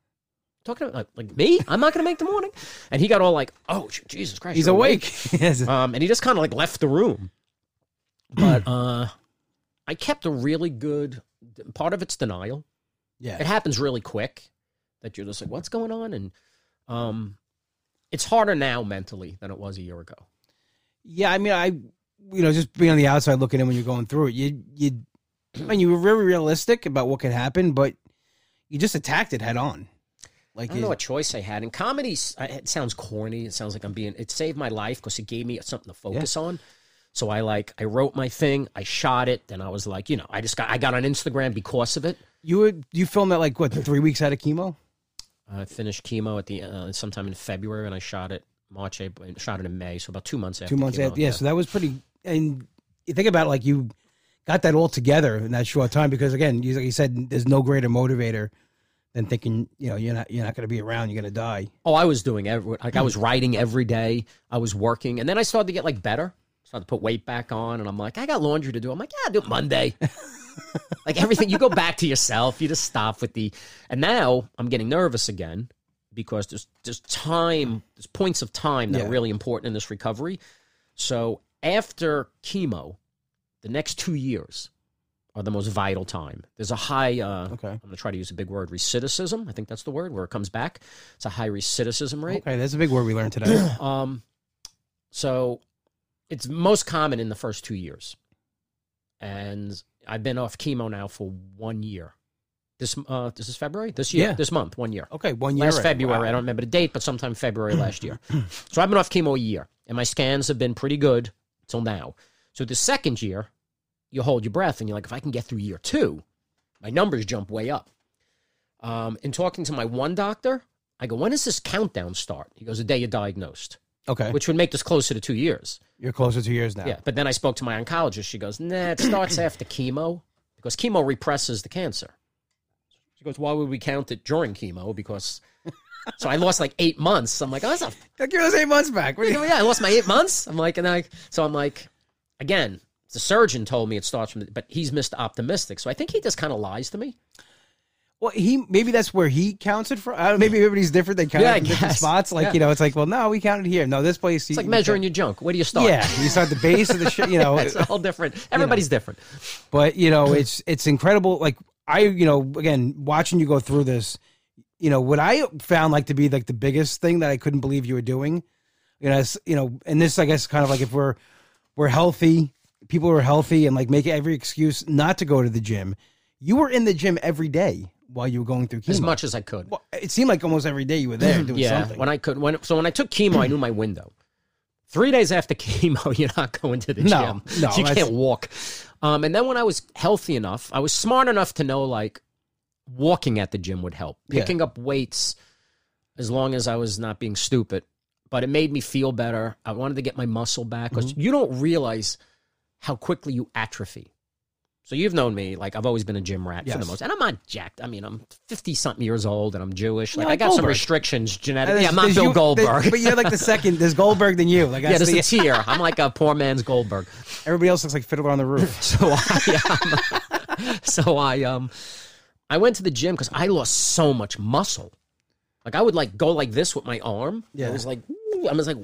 [SPEAKER 2] "Talking about like, like me? I'm not going to make the morning." And he got all like, "Oh, j- Jesus Christ,
[SPEAKER 1] He's
[SPEAKER 2] you're
[SPEAKER 1] awake. [laughs] Yes.
[SPEAKER 2] [laughs] um, and he just kind of like left the room. But uh, I kept a really good part of it's denial
[SPEAKER 1] yeah.
[SPEAKER 2] it happens really quick that you're just like what's going on and um it's harder now mentally than it was a year ago
[SPEAKER 1] Yeah, I mean, I, you know, just being on the outside looking in when you're going through it, you, you, I mean, you were very realistic about what could happen, but you just attacked it head on.
[SPEAKER 2] i
[SPEAKER 1] Like,
[SPEAKER 2] don't know what choice i had in comedy s- I- it sounds corny it sounds like i'm being it saved my life because it gave me something to focus on so i like i wrote my thing i shot it then i was like you know i just got i got on instagram because of it
[SPEAKER 1] you would, you filmed that like what three weeks out of chemo?
[SPEAKER 2] i finished chemo at the uh, sometime in february and i shot it march april shot it in may so about two months after
[SPEAKER 1] Two months
[SPEAKER 2] chemo,
[SPEAKER 1] after, yeah, So that was pretty. And you think about it, like you got that all together in that short time because again, you, like you said, there's no greater motivator than thinking, you know, you're not you're not going to be around, you're going to die.
[SPEAKER 2] Oh, I was doing every like I was writing every day. I was working, and then I started to get like better. Started to put weight back on, and I'm like, I got laundry to do. I'm like, yeah, I'll do it Monday. like everything, you go back to yourself. You just stop with the, and now I'm getting nervous again because there's there's time, there's points of time that
[SPEAKER 1] Yeah.
[SPEAKER 2] are really important in this recovery. So after chemo, the next two years are the most vital time. There's a high. Uh,
[SPEAKER 1] Okay.
[SPEAKER 2] I'm going to try to use a big word, recidivism. I think that's the word where it comes back. It's a high recidivism rate.
[SPEAKER 1] Okay, that's a big word we learned
[SPEAKER 2] [clears throat]
[SPEAKER 1] today.
[SPEAKER 2] Um, so it's most common in the first two years, and I've been off chemo now for one year. This uh, this is February this year
[SPEAKER 1] Yeah.
[SPEAKER 2] this month one year
[SPEAKER 1] okay, one year
[SPEAKER 2] last
[SPEAKER 1] in.
[SPEAKER 2] February.
[SPEAKER 1] Wow.
[SPEAKER 2] I don't remember the date, but sometime February
[SPEAKER 1] [clears throat]
[SPEAKER 2] last year. so I've been off chemo a year, and my scans have been pretty good till now. So the second year, you hold your breath, and you're like, if I can get through year two, my numbers jump way up. Um, in talking to my one doctor, I go, when does this countdown start? He goes, the day you're diagnosed,
[SPEAKER 1] Okay,
[SPEAKER 2] which would make this closer to two years.
[SPEAKER 1] you're closer to years now.
[SPEAKER 2] Yeah. But then I spoke to my oncologist. She goes, nah, it
[SPEAKER 1] [clears throat]
[SPEAKER 2] starts after chemo because chemo represses the cancer. She goes, why would we count it during chemo?
[SPEAKER 1] [laughs]
[SPEAKER 2] Because so I lost like eight months. I'm like, oh, that's a,
[SPEAKER 1] Like, Give us eight months back. What do you-
[SPEAKER 2] yeah, I lost my eight months. I'm like, and I, so I'm like, again, the surgeon told me it starts from, the, but he's Mr. Optimistic. So I think he just kind of lies to me.
[SPEAKER 1] [laughs] Well, he maybe that's where he counts it from. I don't, maybe everybody's different. They count
[SPEAKER 2] Yeah,
[SPEAKER 1] it
[SPEAKER 2] I
[SPEAKER 1] from different
[SPEAKER 2] guess.
[SPEAKER 1] spots. Like
[SPEAKER 2] Yeah.
[SPEAKER 1] you know, it's like, well, no, we counted here. No, this place.
[SPEAKER 2] It's like measuring your junk. Where do you start? [laughs]
[SPEAKER 1] Yeah, you start the base of the shit. You know,
[SPEAKER 2] It's all different. Everybody's different.
[SPEAKER 1] but you know, it's it's incredible. Like I, you know, again, watching you go through this, you know, what I found like to be like the biggest thing that I couldn't believe you were doing. You know, it's- you know, and this I guess kind of like if we're we're healthy, people who are healthy, and like make every excuse not to go to the gym. You were in the gym every day while you were going through chemo.
[SPEAKER 2] As much as I could.
[SPEAKER 1] Well, it seemed like almost every day you were there doing
[SPEAKER 2] Mm-hmm. yeah,
[SPEAKER 1] something.
[SPEAKER 2] when I could, when so when I took chemo, I knew my window. Three days after [laughs] chemo, you're not going to the
[SPEAKER 1] No,
[SPEAKER 2] gym.
[SPEAKER 1] no,
[SPEAKER 2] you
[SPEAKER 1] that's-
[SPEAKER 2] can't walk. Um, and then when I was healthy enough, I was smart enough to know like walking at the gym would help,
[SPEAKER 1] Yeah.
[SPEAKER 2] picking up weights, as long as I was not being stupid. But it made me feel better. I wanted to get my muscle back because
[SPEAKER 1] Mm-hmm.
[SPEAKER 2] you don't realize how quickly you atrophy. So you've known me, like I've always been a gym rat for the
[SPEAKER 1] Yes.
[SPEAKER 2] most, and I'm not jacked. I mean, I'm fifty something years old, and I'm Jewish. Like
[SPEAKER 1] like
[SPEAKER 2] I got some
[SPEAKER 1] Goldberg.
[SPEAKER 2] restrictions
[SPEAKER 1] And
[SPEAKER 2] genetically.
[SPEAKER 1] there's-
[SPEAKER 2] Yeah, I'm not
[SPEAKER 1] there's
[SPEAKER 2] Bill
[SPEAKER 1] you-
[SPEAKER 2] Goldberg.
[SPEAKER 1] there- [laughs] but you're like the second. There's Goldberg than you. Like
[SPEAKER 2] [laughs] yeah,
[SPEAKER 1] that's
[SPEAKER 2] there's
[SPEAKER 1] the-
[SPEAKER 2] a tier. I'm like a poor man's Goldberg. [laughs]
[SPEAKER 1] everybody else looks like Fiddler on the Roof.
[SPEAKER 2] So I, um, [laughs] so I, um, I went to the gym because I lost so much muscle. Like I would like go like this with my arm. Yeah,
[SPEAKER 1] Yeah.
[SPEAKER 2] I was like, ooh, I was like,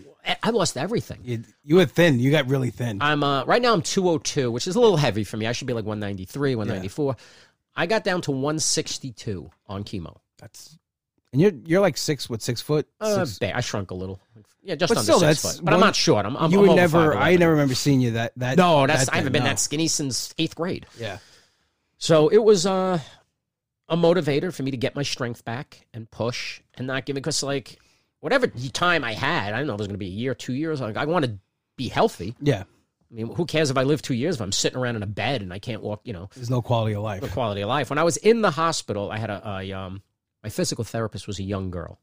[SPEAKER 2] I lost everything.
[SPEAKER 1] You, you were thin. You got really thin.
[SPEAKER 2] I'm uh, right now I'm 202, which is a little heavy for me. I should be like 193, 194. I got down to 162 on chemo.
[SPEAKER 1] That's and you're you're like six what six foot.
[SPEAKER 2] Uh,
[SPEAKER 1] Six-
[SPEAKER 2] ba- I shrunk a little. Yeah, just
[SPEAKER 1] But
[SPEAKER 2] under
[SPEAKER 1] still,
[SPEAKER 2] six
[SPEAKER 1] that's
[SPEAKER 2] foot. But I'm
[SPEAKER 1] one-
[SPEAKER 2] not short. I'm, I'm
[SPEAKER 1] you
[SPEAKER 2] I'm
[SPEAKER 1] would
[SPEAKER 2] over
[SPEAKER 1] never.
[SPEAKER 2] 5'11".
[SPEAKER 1] I never remember seeing you that that.
[SPEAKER 2] No, that's
[SPEAKER 1] that
[SPEAKER 2] I haven't
[SPEAKER 1] thin,
[SPEAKER 2] been
[SPEAKER 1] no.
[SPEAKER 2] that skinny since eighth grade.
[SPEAKER 1] Yeah,
[SPEAKER 2] So it was uh, a motivator for me to get my strength back and push and not give it because like whatever time I had, I don't know if it was going to be a year, two years. Like I want to be healthy.
[SPEAKER 1] yeah.
[SPEAKER 2] I mean, who cares if I live two years if I'm sitting around in a bed and I can't walk? You know.
[SPEAKER 1] There's no quality of life.
[SPEAKER 2] [laughs] the quality of life. When I was in the hospital, I had a, a um, my physical therapist was a young girl,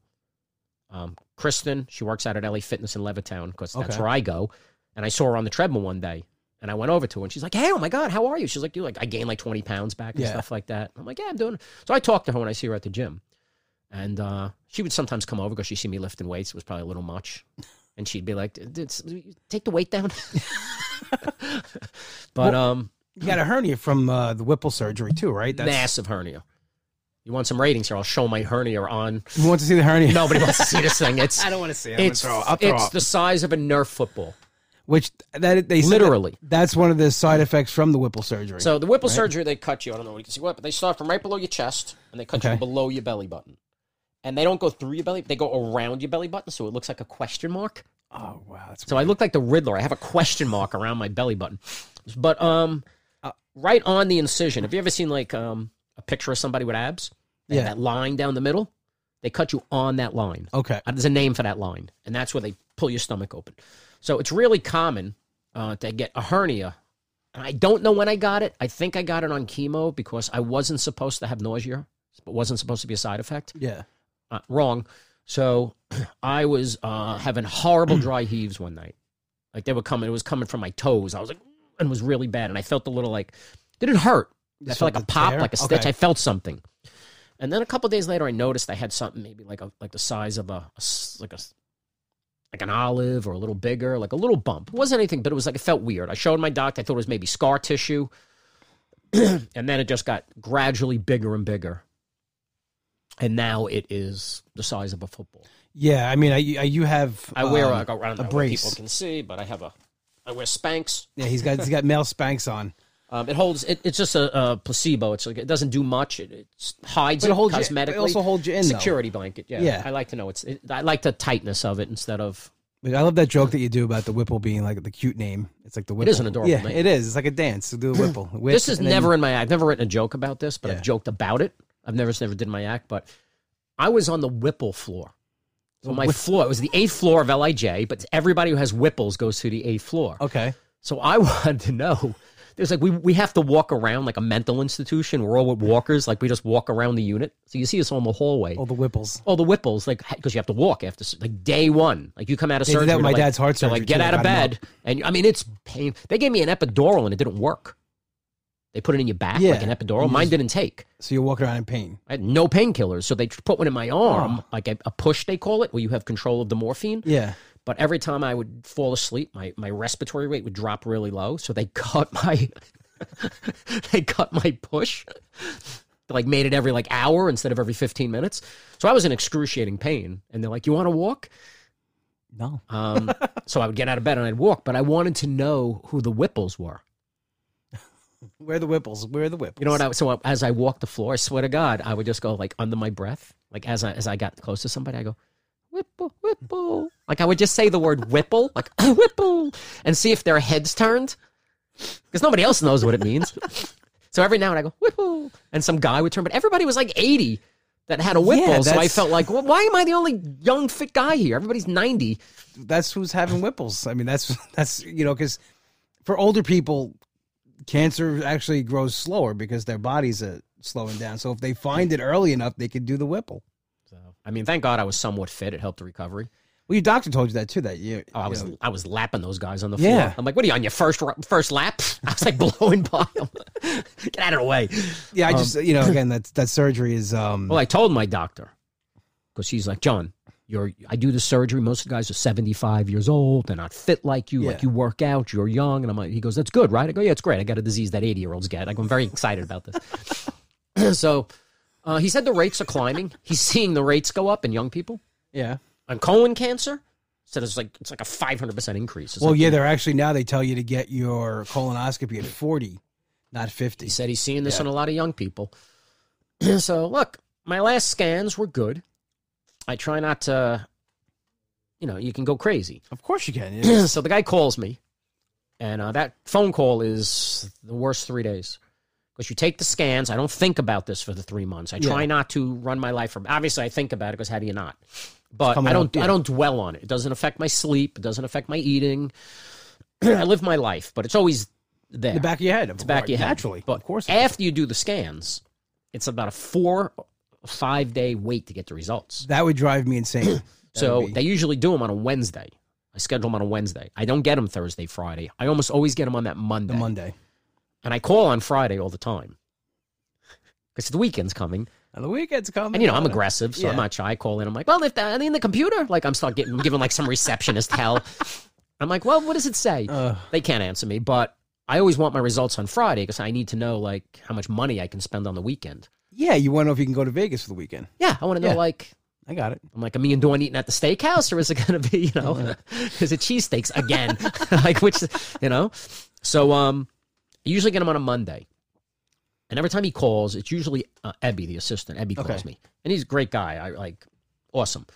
[SPEAKER 2] um, Kristen. She works out at LA Fitness in Levittown because that's
[SPEAKER 1] Okay.
[SPEAKER 2] where I go. And I saw her on the treadmill one day, and I went over to her, and she's like, "Hey, oh my god, how are you?" She's like, "You like I gained like twenty pounds back and
[SPEAKER 1] Yeah.
[SPEAKER 2] stuff like that." I'm like, "Yeah, I'm doing." it." So I talk to her when I see her at the gym, and uh, she would sometimes come over because she see me lifting weights. It was probably a little much. And she'd be like, "Did- did- "Take the weight down." [laughs] but um,
[SPEAKER 1] You got a hernia from uh, the Whipple surgery too, right?
[SPEAKER 2] massive hernia. You want some ratings here? I'll show my hernia on.
[SPEAKER 1] You want to see the hernia? [laughs]
[SPEAKER 2] Nobody wants to see this thing. It's
[SPEAKER 1] don't want to see. it.
[SPEAKER 2] it's it's the size of a Nerf football.
[SPEAKER 1] Which that they said
[SPEAKER 2] Literally.
[SPEAKER 1] that- that's one of the side effects from the Whipple surgery.
[SPEAKER 2] So the Whipple surgery, they cut you. I don't know what you can see what, but they start from right below your chest and they cut
[SPEAKER 1] Okay.
[SPEAKER 2] you below your belly button. And they don't go through your belly; they go around your belly button, so it looks like a question mark.
[SPEAKER 1] oh wow, that's
[SPEAKER 2] So I look like the Riddler. I have a question mark around my belly button. But um,
[SPEAKER 1] Uh,
[SPEAKER 2] right on the incision. Have you ever seen like um a picture of somebody with abs? They have
[SPEAKER 1] Yeah.
[SPEAKER 2] That line down the middle. They cut you on that line.
[SPEAKER 1] okay.
[SPEAKER 2] Uh, There's a name for that line, and that's where they pull your stomach open. So it's really common uh, to get a hernia. And I don't know when I got it. I think I got it on chemo because I wasn't supposed to have nausea, but wasn't supposed to be a side effect.
[SPEAKER 1] Yeah.
[SPEAKER 2] Uh, wrong. So [clears throat] I was uh, having horrible dry heaves one night. Like they were coming, it was coming from my toes. I was like, [clears throat] and it was really bad. And I felt a little like, did it hurt? I felt like a
[SPEAKER 1] felt the
[SPEAKER 2] pop,
[SPEAKER 1] tear?
[SPEAKER 2] like a stitch.
[SPEAKER 1] Okay.
[SPEAKER 2] I felt something. And then a couple days later, I noticed I had something maybe like a like the size of a, a s- like a s- like an olive or a little bigger, like a little bump. It wasn't anything, but it was like it felt weird. I showed my doctor. I thought it was maybe scar tissue, [clears throat] and then it just got gradually bigger and bigger. And now it is the size of a football.
[SPEAKER 1] Yeah. I mean, I, I you have.
[SPEAKER 2] I wear
[SPEAKER 1] um,
[SPEAKER 2] like a, I don't know what
[SPEAKER 1] brace.
[SPEAKER 2] people can see, but I have a I wear Spanx.
[SPEAKER 1] yeah, he's got he's got male spanks on.
[SPEAKER 2] Um, it holds. It, it's just a, a placebo. It's like it doesn't do much. It, it hides
[SPEAKER 1] But
[SPEAKER 2] it,
[SPEAKER 1] it holds you- but
[SPEAKER 2] cosmetically.
[SPEAKER 1] it also holds you in, though.
[SPEAKER 2] Security blanket. Yeah.
[SPEAKER 1] Yeah.
[SPEAKER 2] I like to know it's. It, I like the tightness of it instead of.
[SPEAKER 1] But I love that joke that you do about the Whipple being like the cute name. It's like the Whipple.
[SPEAKER 2] is an adorable
[SPEAKER 1] yeah,
[SPEAKER 2] name.
[SPEAKER 1] it is. It's like a dance. to do the
[SPEAKER 2] [clears throat]
[SPEAKER 1] Whipple. Whip,
[SPEAKER 2] This is
[SPEAKER 1] and then-
[SPEAKER 2] never in my. I've never written a joke about this, but
[SPEAKER 1] Yeah.
[SPEAKER 2] I've joked about it. I've never it's never did in my act, but I was on the Whipple floor. So my floor. It was the eighth floor of Lij, but everybody who has Whipples goes to the eighth floor.
[SPEAKER 1] Okay.
[SPEAKER 2] So I [laughs] wanted to know. There's like we we have to walk around like a mental institution. We're all with walkers. Like we just walk around the unit. So you see us all in the hallway.
[SPEAKER 1] All
[SPEAKER 2] All,
[SPEAKER 1] the Whipples.
[SPEAKER 2] the whipples, like because you have to walk after s- like day one. Like you come out of
[SPEAKER 1] did
[SPEAKER 2] surgery.
[SPEAKER 1] that with my
[SPEAKER 2] they're like-
[SPEAKER 1] dad's heart
[SPEAKER 2] they're
[SPEAKER 1] surgery,
[SPEAKER 2] Like get
[SPEAKER 1] too. I
[SPEAKER 2] out of
[SPEAKER 1] got 'em
[SPEAKER 2] bed, and I mean it's pain. They gave me an epidural and it didn't work. They put it in your back
[SPEAKER 1] Yeah.
[SPEAKER 2] like an epidural.
[SPEAKER 1] You
[SPEAKER 2] Mine
[SPEAKER 1] just-
[SPEAKER 2] didn't take.
[SPEAKER 1] So you're walking around in pain.
[SPEAKER 2] I had no painkillers, so they tr- put one in my arm, like a, a push they call it, where you have control of the morphine.
[SPEAKER 1] Ah. Yeah.
[SPEAKER 2] But every time I would fall asleep, my, my respiratory rate would drop really low. So they [laughs] cut my they cut my push. They, like made it every like hour instead of every 15 minutes. So I was in excruciating pain. And they're like, You want to walk?
[SPEAKER 1] No.
[SPEAKER 2] Um, [laughs] so I would get out of bed and I'd walk, but I wanted to know who the Whipples were.
[SPEAKER 1] Where are the Whipples? Where are the Whipples?
[SPEAKER 2] You know what? I, so as I walked the floor, I swear to God, I would just go like under my breath, like as I as I got close to somebody, I go whipple whipple, like I would just say the word whipple, like [laughs] whipple, and see if their heads turned, because nobody else [laughs] knows what it means. so every now and I go whipple, and some guy would turn, but everybody was like eighty. that had a Whipple. so I
[SPEAKER 1] that's-
[SPEAKER 2] felt like, well, why am I the only young fit guy here? Everybody's ninety.
[SPEAKER 1] that's who's having whipples. I mean, that's [laughs] that's you know, because for older people, cancer actually grows slower because their bodies are slowing down. So if they find it early enough, they could do the whipple.
[SPEAKER 2] So I mean, thank God I was somewhat fit. It helped the recovery.
[SPEAKER 1] Well, your doctor told you that too. That you,
[SPEAKER 2] Oh, I
[SPEAKER 1] you
[SPEAKER 2] was
[SPEAKER 1] know,
[SPEAKER 2] I was lapping those guys on the floor.
[SPEAKER 1] Yeah.
[SPEAKER 2] I'm like, what are you on your first ru- first lap? [laughs] I was like blowing by them. [laughs] Get out of the way.
[SPEAKER 1] yeah. I just
[SPEAKER 2] [laughs]
[SPEAKER 1] you know, again, that that surgery is um,
[SPEAKER 2] Um, Well, I told my doctor because she's like, John, you're I do the surgery. Most of the guys are 75 years old. They're not fit like you. Like
[SPEAKER 1] Yeah.
[SPEAKER 2] you work out, you're young. And I'm like, he goes, that's good, right? I go, yeah, it's great. I got a disease that 80 year olds get. Like I'm very excited about this. [laughs] so uh, he said the rates are climbing. He's seeing the rates go up in young people
[SPEAKER 1] yeah.
[SPEAKER 2] on colon cancer. Said it's like it's like a 500 percent increase. It's
[SPEAKER 1] Well,
[SPEAKER 2] like-
[SPEAKER 1] yeah, they're actually now they tell you to get your colonoscopy at forty, not fifty.
[SPEAKER 2] He said he's seeing this on a lot of young people. [clears throat] so look, my last scans were good. I try not to, you know, you can go crazy.
[SPEAKER 1] Of course you can. yeah.
[SPEAKER 2] [clears throat] so the guy calls me, and uh, that phone call is the worst three days because you take the scans. I don't think about this for the three months. I try
[SPEAKER 1] Yeah.
[SPEAKER 2] not to run my life from. Obviously, I think about it because how do you not? But
[SPEAKER 1] coming
[SPEAKER 2] I don't.
[SPEAKER 1] up, yeah.
[SPEAKER 2] I don't dwell on it. It doesn't affect my sleep. It doesn't affect my eating. [clears throat] I live my life, but it's always there
[SPEAKER 1] In the back of your head. Of
[SPEAKER 2] the back of
[SPEAKER 1] course,
[SPEAKER 2] your head.
[SPEAKER 1] Naturally,
[SPEAKER 2] But eh,
[SPEAKER 1] of course.
[SPEAKER 2] after you do the scans, it's about a four, five day wait to get the results.
[SPEAKER 1] that would drive me
[SPEAKER 2] [coughs]
[SPEAKER 1] insane.
[SPEAKER 2] so they usually do them on a Wednesday. I schedule them on a Wednesday. I don't get them Thursday, Friday. I almost always get them on that Monday.
[SPEAKER 1] The Monday
[SPEAKER 2] and I call on Friday all the time because the weekend's coming.
[SPEAKER 1] and the weekend's coming.
[SPEAKER 2] And you know, I'm aggressive, so I'm
[SPEAKER 1] Yeah.
[SPEAKER 2] not shy. I call in. I'm like, well, if that in the computer, like I'm start getting giving like some receptionist hell. [laughs] I'm like, well, what does it say?
[SPEAKER 1] Ugh.
[SPEAKER 2] they can't answer me, but I always want my results on Friday because I need to know like how much money I can spend on the weekend.
[SPEAKER 1] Yeah, you want to know if you can go to Vegas for the weekend.
[SPEAKER 2] Yeah, I want to know
[SPEAKER 1] Yeah.
[SPEAKER 2] like
[SPEAKER 1] I got it.
[SPEAKER 2] I'm like, are me and Dawn eating at the steakhouse or is it going to be [laughs] you know is it cheesesteaks again? [laughs] like which you know, so um, I usually get him on a Monday, and every time he calls, it's usually uh, Ebby the assistant. Ebby calls
[SPEAKER 1] Okay.
[SPEAKER 2] me, and he's a great guy. I like awesome,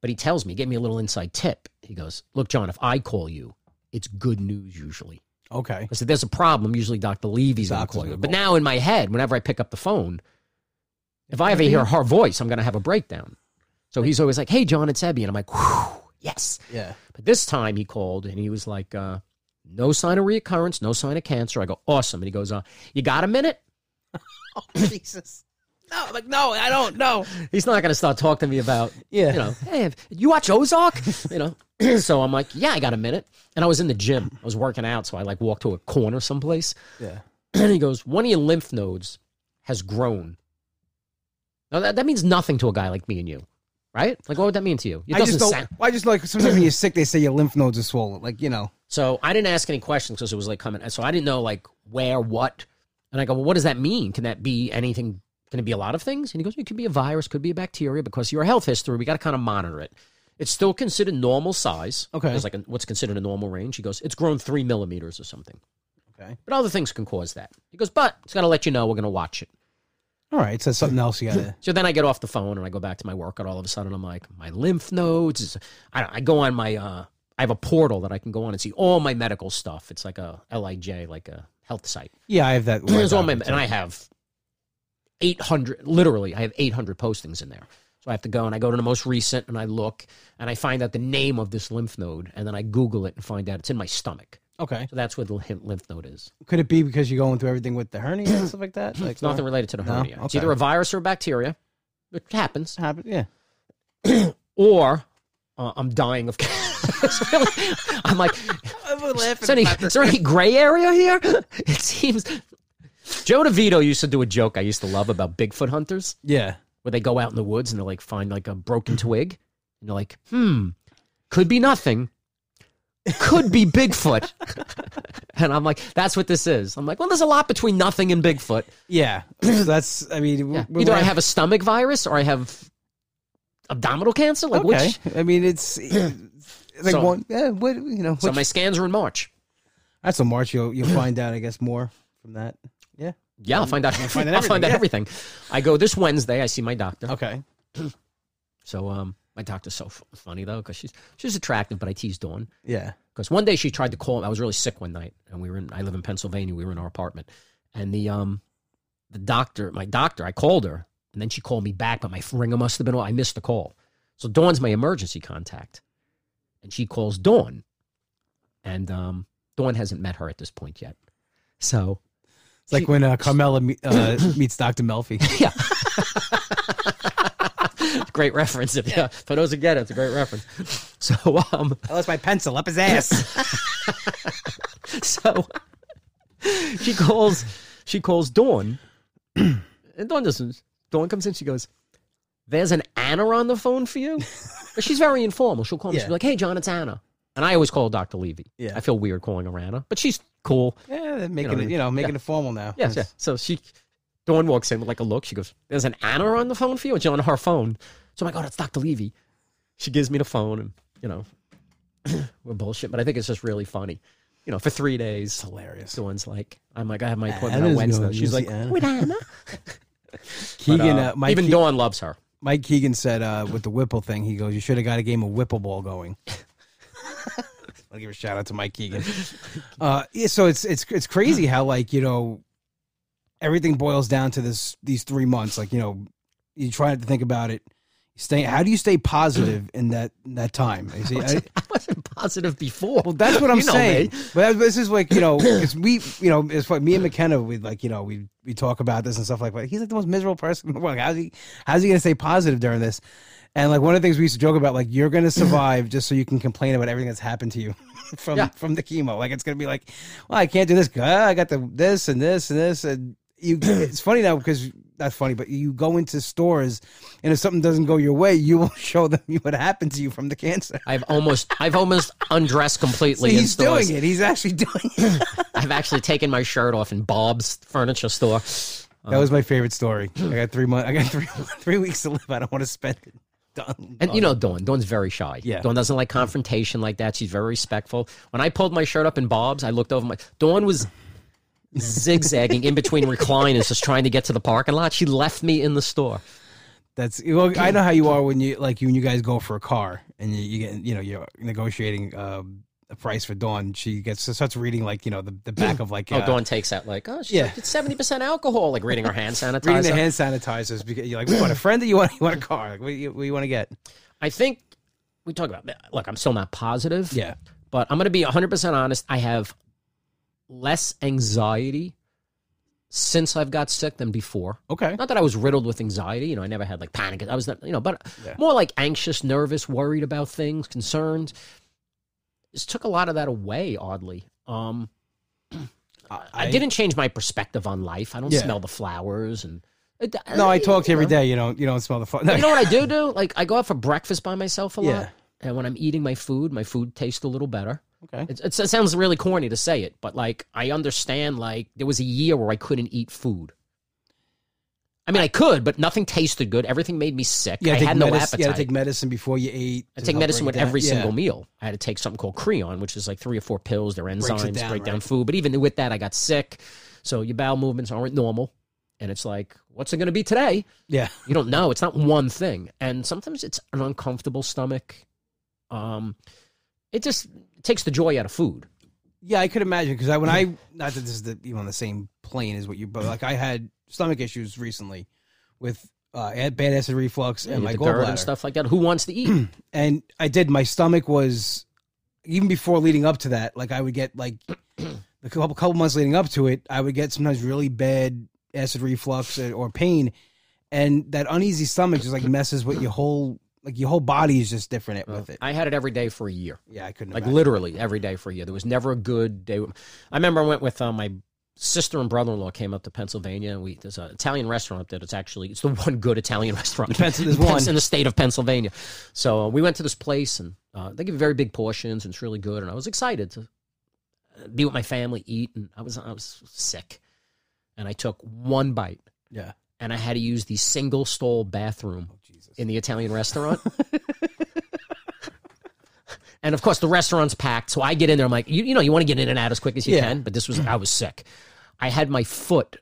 [SPEAKER 2] but he tells me, gave me a little inside tip. He goes, look, John, if I call you, it's good news usually.
[SPEAKER 1] Okay.
[SPEAKER 2] Because if there's a problem, usually Dr. Levy's going to
[SPEAKER 1] Doctor's
[SPEAKER 2] call you.
[SPEAKER 1] gonna
[SPEAKER 2] But
[SPEAKER 1] call.
[SPEAKER 2] now in my head, whenever I pick up the phone, if I ever hear her voice, I'm going to have a breakdown. So he's always like, hey, John, it's Ebby. And I'm like, whew, yes.
[SPEAKER 1] Yeah.
[SPEAKER 2] But this time he called and he was like, uh, no sign of reoccurrence, no sign of cancer. I go, awesome. And he goes, uh, you got a minute?
[SPEAKER 1] Jesus. No, I'm like, no, I don't. No.
[SPEAKER 2] He's not going to start talking to me about,
[SPEAKER 1] Yeah.
[SPEAKER 2] you know, hey, you watch Ozark? you know, [clears throat] so I'm like, yeah, I got a minute. And I was in the gym. I was working out. So I like walked to a corner someplace.
[SPEAKER 1] Yeah.
[SPEAKER 2] [clears throat] and he goes, one of your lymph nodes has grown. Now that, that means nothing to a guy like me and you, right? Like, what would that mean to you? It
[SPEAKER 1] I
[SPEAKER 2] doesn't
[SPEAKER 1] just don't.
[SPEAKER 2] sound.
[SPEAKER 1] I just like sometimes when you're sick, they say your lymph nodes are swollen. Like you know.
[SPEAKER 2] So I didn't ask any questions because it was like coming. So I didn't know like where, what, and I go, well, what does that mean? Can that be anything? Can it be a lot of things? And he goes, it could be a virus, could be a bacteria. Because your health history, we got to kind of monitor it. It's still considered normal size.
[SPEAKER 1] Okay.
[SPEAKER 2] it's like a, what's considered a normal range. He goes, it's grown three millimeters or something.
[SPEAKER 1] Okay.
[SPEAKER 2] But other things can cause that. He goes, but it's got to let you know. We're going to watch it.
[SPEAKER 1] All right. So something else you
[SPEAKER 2] [coughs]
[SPEAKER 1] gotta.
[SPEAKER 2] So then I get off the phone and I go back to my work, and all of a sudden I'm like, my lymph nodes. Is, I, I go on my, uh, I have a portal that I can go on and see all my medical stuff. It's like a LIJ, like a health site.
[SPEAKER 1] Yeah, I have that.
[SPEAKER 2] There's all my, and I have 800, literally, I have 800 postings in there. So I have to go and I go to the most recent and I look and I find out the name of this lymph node and then I Google it and find out it's in my stomach.
[SPEAKER 1] Okay.
[SPEAKER 2] So that's where the lymph- lymph node is.
[SPEAKER 1] Could it be because you're going through everything with the hernia and stuff like
[SPEAKER 2] [coughs]
[SPEAKER 1] that? Like
[SPEAKER 2] It's nothing related to the
[SPEAKER 1] No?
[SPEAKER 2] hernia. It's
[SPEAKER 1] Okay.
[SPEAKER 2] either a virus or a bacteria, which happens.
[SPEAKER 1] happened. Yeah.
[SPEAKER 2] or uh, I'm dying of [laughs] It's really- I'm like,
[SPEAKER 1] I've been laughing
[SPEAKER 2] is there, any, is there any gray area here? [laughs] It seems. Joe DeVito used to do a joke I used to love about Bigfoot hunters
[SPEAKER 1] Yeah.
[SPEAKER 2] where they go out in the woods and they like find like a broken twig and they're like, hmm, could be nothing, could be Bigfoot. [laughs] and I'm like, that's what this is. I'm like, well, there's a lot between nothing and Bigfoot. [clears throat]
[SPEAKER 1] Yeah. So that's. I mean,
[SPEAKER 2] Yeah.
[SPEAKER 1] we're
[SPEAKER 2] Either I
[SPEAKER 1] laugh-
[SPEAKER 2] have a stomach virus or I have abdominal cancer. Like,
[SPEAKER 1] Okay.
[SPEAKER 2] which?
[SPEAKER 1] I mean,
[SPEAKER 2] [clears throat]
[SPEAKER 1] it's it's like
[SPEAKER 2] So-
[SPEAKER 1] one. Yeah. What you know?
[SPEAKER 2] So
[SPEAKER 1] which-
[SPEAKER 2] my scans are in March.
[SPEAKER 1] that's a March. You'll [clears throat] you'll find out. I guess more from that. Yeah.
[SPEAKER 2] Yeah, I'll find out. [laughs]
[SPEAKER 1] find out
[SPEAKER 2] I'll find out
[SPEAKER 1] everything,
[SPEAKER 2] everything. I go this Wednesday. I see my doctor.
[SPEAKER 1] Okay.
[SPEAKER 2] So um, my doctor's so f- funny though because she's she's attractive, but I tease Dawn
[SPEAKER 1] Yeah.
[SPEAKER 2] because one day she tried to call. I was really sick one night, and we were in. I live in Pennsylvania. We were in our apartment, and the um, the doctor, my doctor, I called her And then she called me back, but my ringer must have been off. I missed the call. So Dawn's my emergency contact. And she calls Dawn. And um, Dawn hasn't met her at this point yet. So
[SPEAKER 1] It's like when uh, Carmela me- [clears throat] uh, meets Dr. Melfi.
[SPEAKER 2] yeah. great reference. [laughs] If, yeah. For those who get it, it's a great reference. [laughs] So, um, [laughs]
[SPEAKER 1] I lost Oh, my pencil up his ass.
[SPEAKER 2] so [laughs] she calls, she calls Dawn. [clears throat] And Dawn doesn't, Dawn comes in, she goes, There's an Anna on the phone
[SPEAKER 1] [laughs]
[SPEAKER 2] for you? But she's very informal. She'll call me, she'll
[SPEAKER 1] Yeah.
[SPEAKER 2] be like, Hey, John, it's Anna. And I always call her Dr. Levy.
[SPEAKER 1] Yeah.
[SPEAKER 2] I feel weird calling her Anna, but she's cool.
[SPEAKER 1] [laughs] yeah, they're making it, you know, making it formal now.
[SPEAKER 2] Yes, yeah. So she, Dawn walks in with like a look. She goes, "There's an Anna on the phone for you." It's on her phone. So I'm like, "Oh, that's Dr. Levy." She gives me the phone, and you know, [clears throat] we're bullshit. But I think it's just really funny. You know, for three days,
[SPEAKER 1] Hilarious.
[SPEAKER 2] Dawn's like, "I'm like, I have my appointment on
[SPEAKER 1] Anna's
[SPEAKER 2] Wednesday."
[SPEAKER 1] going,
[SPEAKER 2] She's
[SPEAKER 1] "You
[SPEAKER 2] like,
[SPEAKER 1] see Anna?" [laughs]
[SPEAKER 2] "With Anna."
[SPEAKER 1] Keegan,
[SPEAKER 2] But,
[SPEAKER 1] uh,
[SPEAKER 2] uh,
[SPEAKER 1] Mike,
[SPEAKER 2] even
[SPEAKER 1] Ke-
[SPEAKER 2] Dawn loves her. [laughs]
[SPEAKER 1] Mike Keegan said uh, with the Whipple thing, he goes, "You should have got a game of Whipple ball going." [laughs] I'll give a shout out to Mike Keegan. Uh, yeah, so it's it's it's crazy how like you know everything boils down to this these three months. Like you know, you try not to think about it. You stay. How do you stay positive in that in that time? You see, I-
[SPEAKER 2] I wasn't positive before.
[SPEAKER 1] well, that's
[SPEAKER 2] [laughs]
[SPEAKER 1] what I'm
[SPEAKER 2] You know
[SPEAKER 1] saying.
[SPEAKER 2] me.
[SPEAKER 1] But that- this is like you know, because we, you know, it's like me and McKenna, we like you know, we we talk about this and stuff like. that. He's like the most miserable person in the world. How's he? How's he gonna stay positive during this? And like one of the things we used to joke about, like you're gonna survive just so you can complain about everything that's happened to you [laughs] from
[SPEAKER 2] Yeah.
[SPEAKER 1] from the chemo. Like it's gonna be like, well, I can't do this. Ah, I got the this and this and this and
[SPEAKER 2] [clears throat]
[SPEAKER 1] you. It's funny now because not funny, but you go into stores and if something doesn't go your way, you will [laughs] show them what happened to you from the cancer.
[SPEAKER 2] I've almost,
[SPEAKER 1] [laughs]
[SPEAKER 2] I've almost undressed completely. in
[SPEAKER 1] He's
[SPEAKER 2] stores.
[SPEAKER 1] doing it. He's actually [laughs] doing it.
[SPEAKER 2] I've actually taken my shirt off in Bob's furniture store.
[SPEAKER 1] That was my
[SPEAKER 2] Uh-huh.
[SPEAKER 1] favorite story. I got three months. I got [laughs] three three weeks to live. I don't want to spend it. Done.
[SPEAKER 2] And you know Dawn. Dawn's very shy.
[SPEAKER 1] Oh, Yeah.
[SPEAKER 2] Dawn doesn't like confrontation like that. She's very respectful. When I pulled my shirt up in Bob's, I looked over my Dawn was zigzagging in between recliners, just trying to get to the parking lot. She left me in the store.
[SPEAKER 1] That's well, I know how you are when you like you when you guys go for a car and you, you get you know you're negotiating um, a price for Dawn. She gets starts reading like you know the, the back of like
[SPEAKER 2] Oh,
[SPEAKER 1] uh,
[SPEAKER 2] Dawn takes out like, oh, she's
[SPEAKER 1] Yeah.
[SPEAKER 2] like, it's seventy percent alcohol. Like reading her hand sanitizer.
[SPEAKER 1] reading the hand sanitizers because you're like, we want a friend or you want you want a car? Like, what do you, what do you want to get?
[SPEAKER 2] I think we talk about. Look, I'm still not positive.
[SPEAKER 1] Yeah,
[SPEAKER 2] but I'm going to be 100% honest. I have less anxiety since I've got sick than before.
[SPEAKER 1] okay,
[SPEAKER 2] Not that I was riddled with anxiety, you know, I never had like panic. I was not, you know, but
[SPEAKER 1] Yeah.
[SPEAKER 2] more like anxious, nervous, worried about things, concerned. Just took a lot of that away, oddly. Um,
[SPEAKER 1] I,
[SPEAKER 2] I, didn't change my perspective on life. I don't
[SPEAKER 1] Yeah.
[SPEAKER 2] smell the flowers and. uh,
[SPEAKER 1] No, I talk to you every
[SPEAKER 2] know.
[SPEAKER 1] day. You don't [laughs] you don't smell the fun.
[SPEAKER 2] You know what I do do? Like I go out for breakfast by myself a lot,
[SPEAKER 1] Yeah.
[SPEAKER 2] and when I'm eating my food, my food tastes a little better.
[SPEAKER 1] okay,
[SPEAKER 2] It's, it's, it sounds really corny to say it, but like I understand, like there was a year where I couldn't eat food. I mean, I could, but nothing tasted good. Everything made me sick.
[SPEAKER 1] you
[SPEAKER 2] I
[SPEAKER 1] gotta take
[SPEAKER 2] had no
[SPEAKER 1] medicine- You
[SPEAKER 2] appetite.
[SPEAKER 1] gotta take medicine before you eat.
[SPEAKER 2] I
[SPEAKER 1] to
[SPEAKER 2] take
[SPEAKER 1] help
[SPEAKER 2] medicine
[SPEAKER 1] break
[SPEAKER 2] with
[SPEAKER 1] it down.
[SPEAKER 2] every
[SPEAKER 1] Yeah.
[SPEAKER 2] single meal. I had to take something called Creon, which is like three or four pills. They're
[SPEAKER 1] Breaks it
[SPEAKER 2] enzymes,
[SPEAKER 1] down,
[SPEAKER 2] break down
[SPEAKER 1] right.
[SPEAKER 2] food. But even with that, I got sick. So your bowel movements aren't normal. And it's like, what's it going to be today?
[SPEAKER 1] Yeah,
[SPEAKER 2] You don't know. It's not one thing. And sometimes it's an uncomfortable stomach. Um, it just takes the joy out of food.
[SPEAKER 1] Yeah, I could imagine because I when I not that this is the, even on the same plane as what you, but like I had stomach issues recently with uh, ad- bad acid reflux and
[SPEAKER 2] and
[SPEAKER 1] my
[SPEAKER 2] the dirt
[SPEAKER 1] gallbladder,
[SPEAKER 2] and
[SPEAKER 1] and,
[SPEAKER 2] stuff like that. Who wants to eat?
[SPEAKER 1] I did. My stomach was even before leading up to that. Like I would get like a couple couple months leading up to it, I would get sometimes really bad acid reflux or- or pain, and that uneasy stomach just like messes with your whole like your whole body is just different it- with it.
[SPEAKER 2] I had it every day for a year,
[SPEAKER 1] Yeah, I couldn't
[SPEAKER 2] Oh. like
[SPEAKER 1] imagine.
[SPEAKER 2] literally every day for a year. There was never a good day. I remember I went with uh, my sister and brother-in-law came up to Pennsylvania, and we there's an Italian restaurant up there. That's actually it's the one good Italian [laughs] restaurant
[SPEAKER 1] Pens- there's one.
[SPEAKER 2] in the state of Pennsylvania. So uh, we went to this place, and uh, they give very big portions, and it's really good. And I was excited to be with my family, eat, and I was I was sick, and I took one bite,
[SPEAKER 1] yeah.
[SPEAKER 2] and I had to use the single stall bathroom
[SPEAKER 1] Oh, Jesus.
[SPEAKER 2] in the
[SPEAKER 1] [laughs]
[SPEAKER 2] Italian restaurant. and of course, the restaurant's packed. So I get in there. I'm like, you, you know, you want to get in and out as quick as you
[SPEAKER 1] Yeah.
[SPEAKER 2] can. But this
[SPEAKER 1] [clears throat]
[SPEAKER 2] was, I was sick. I had my foot.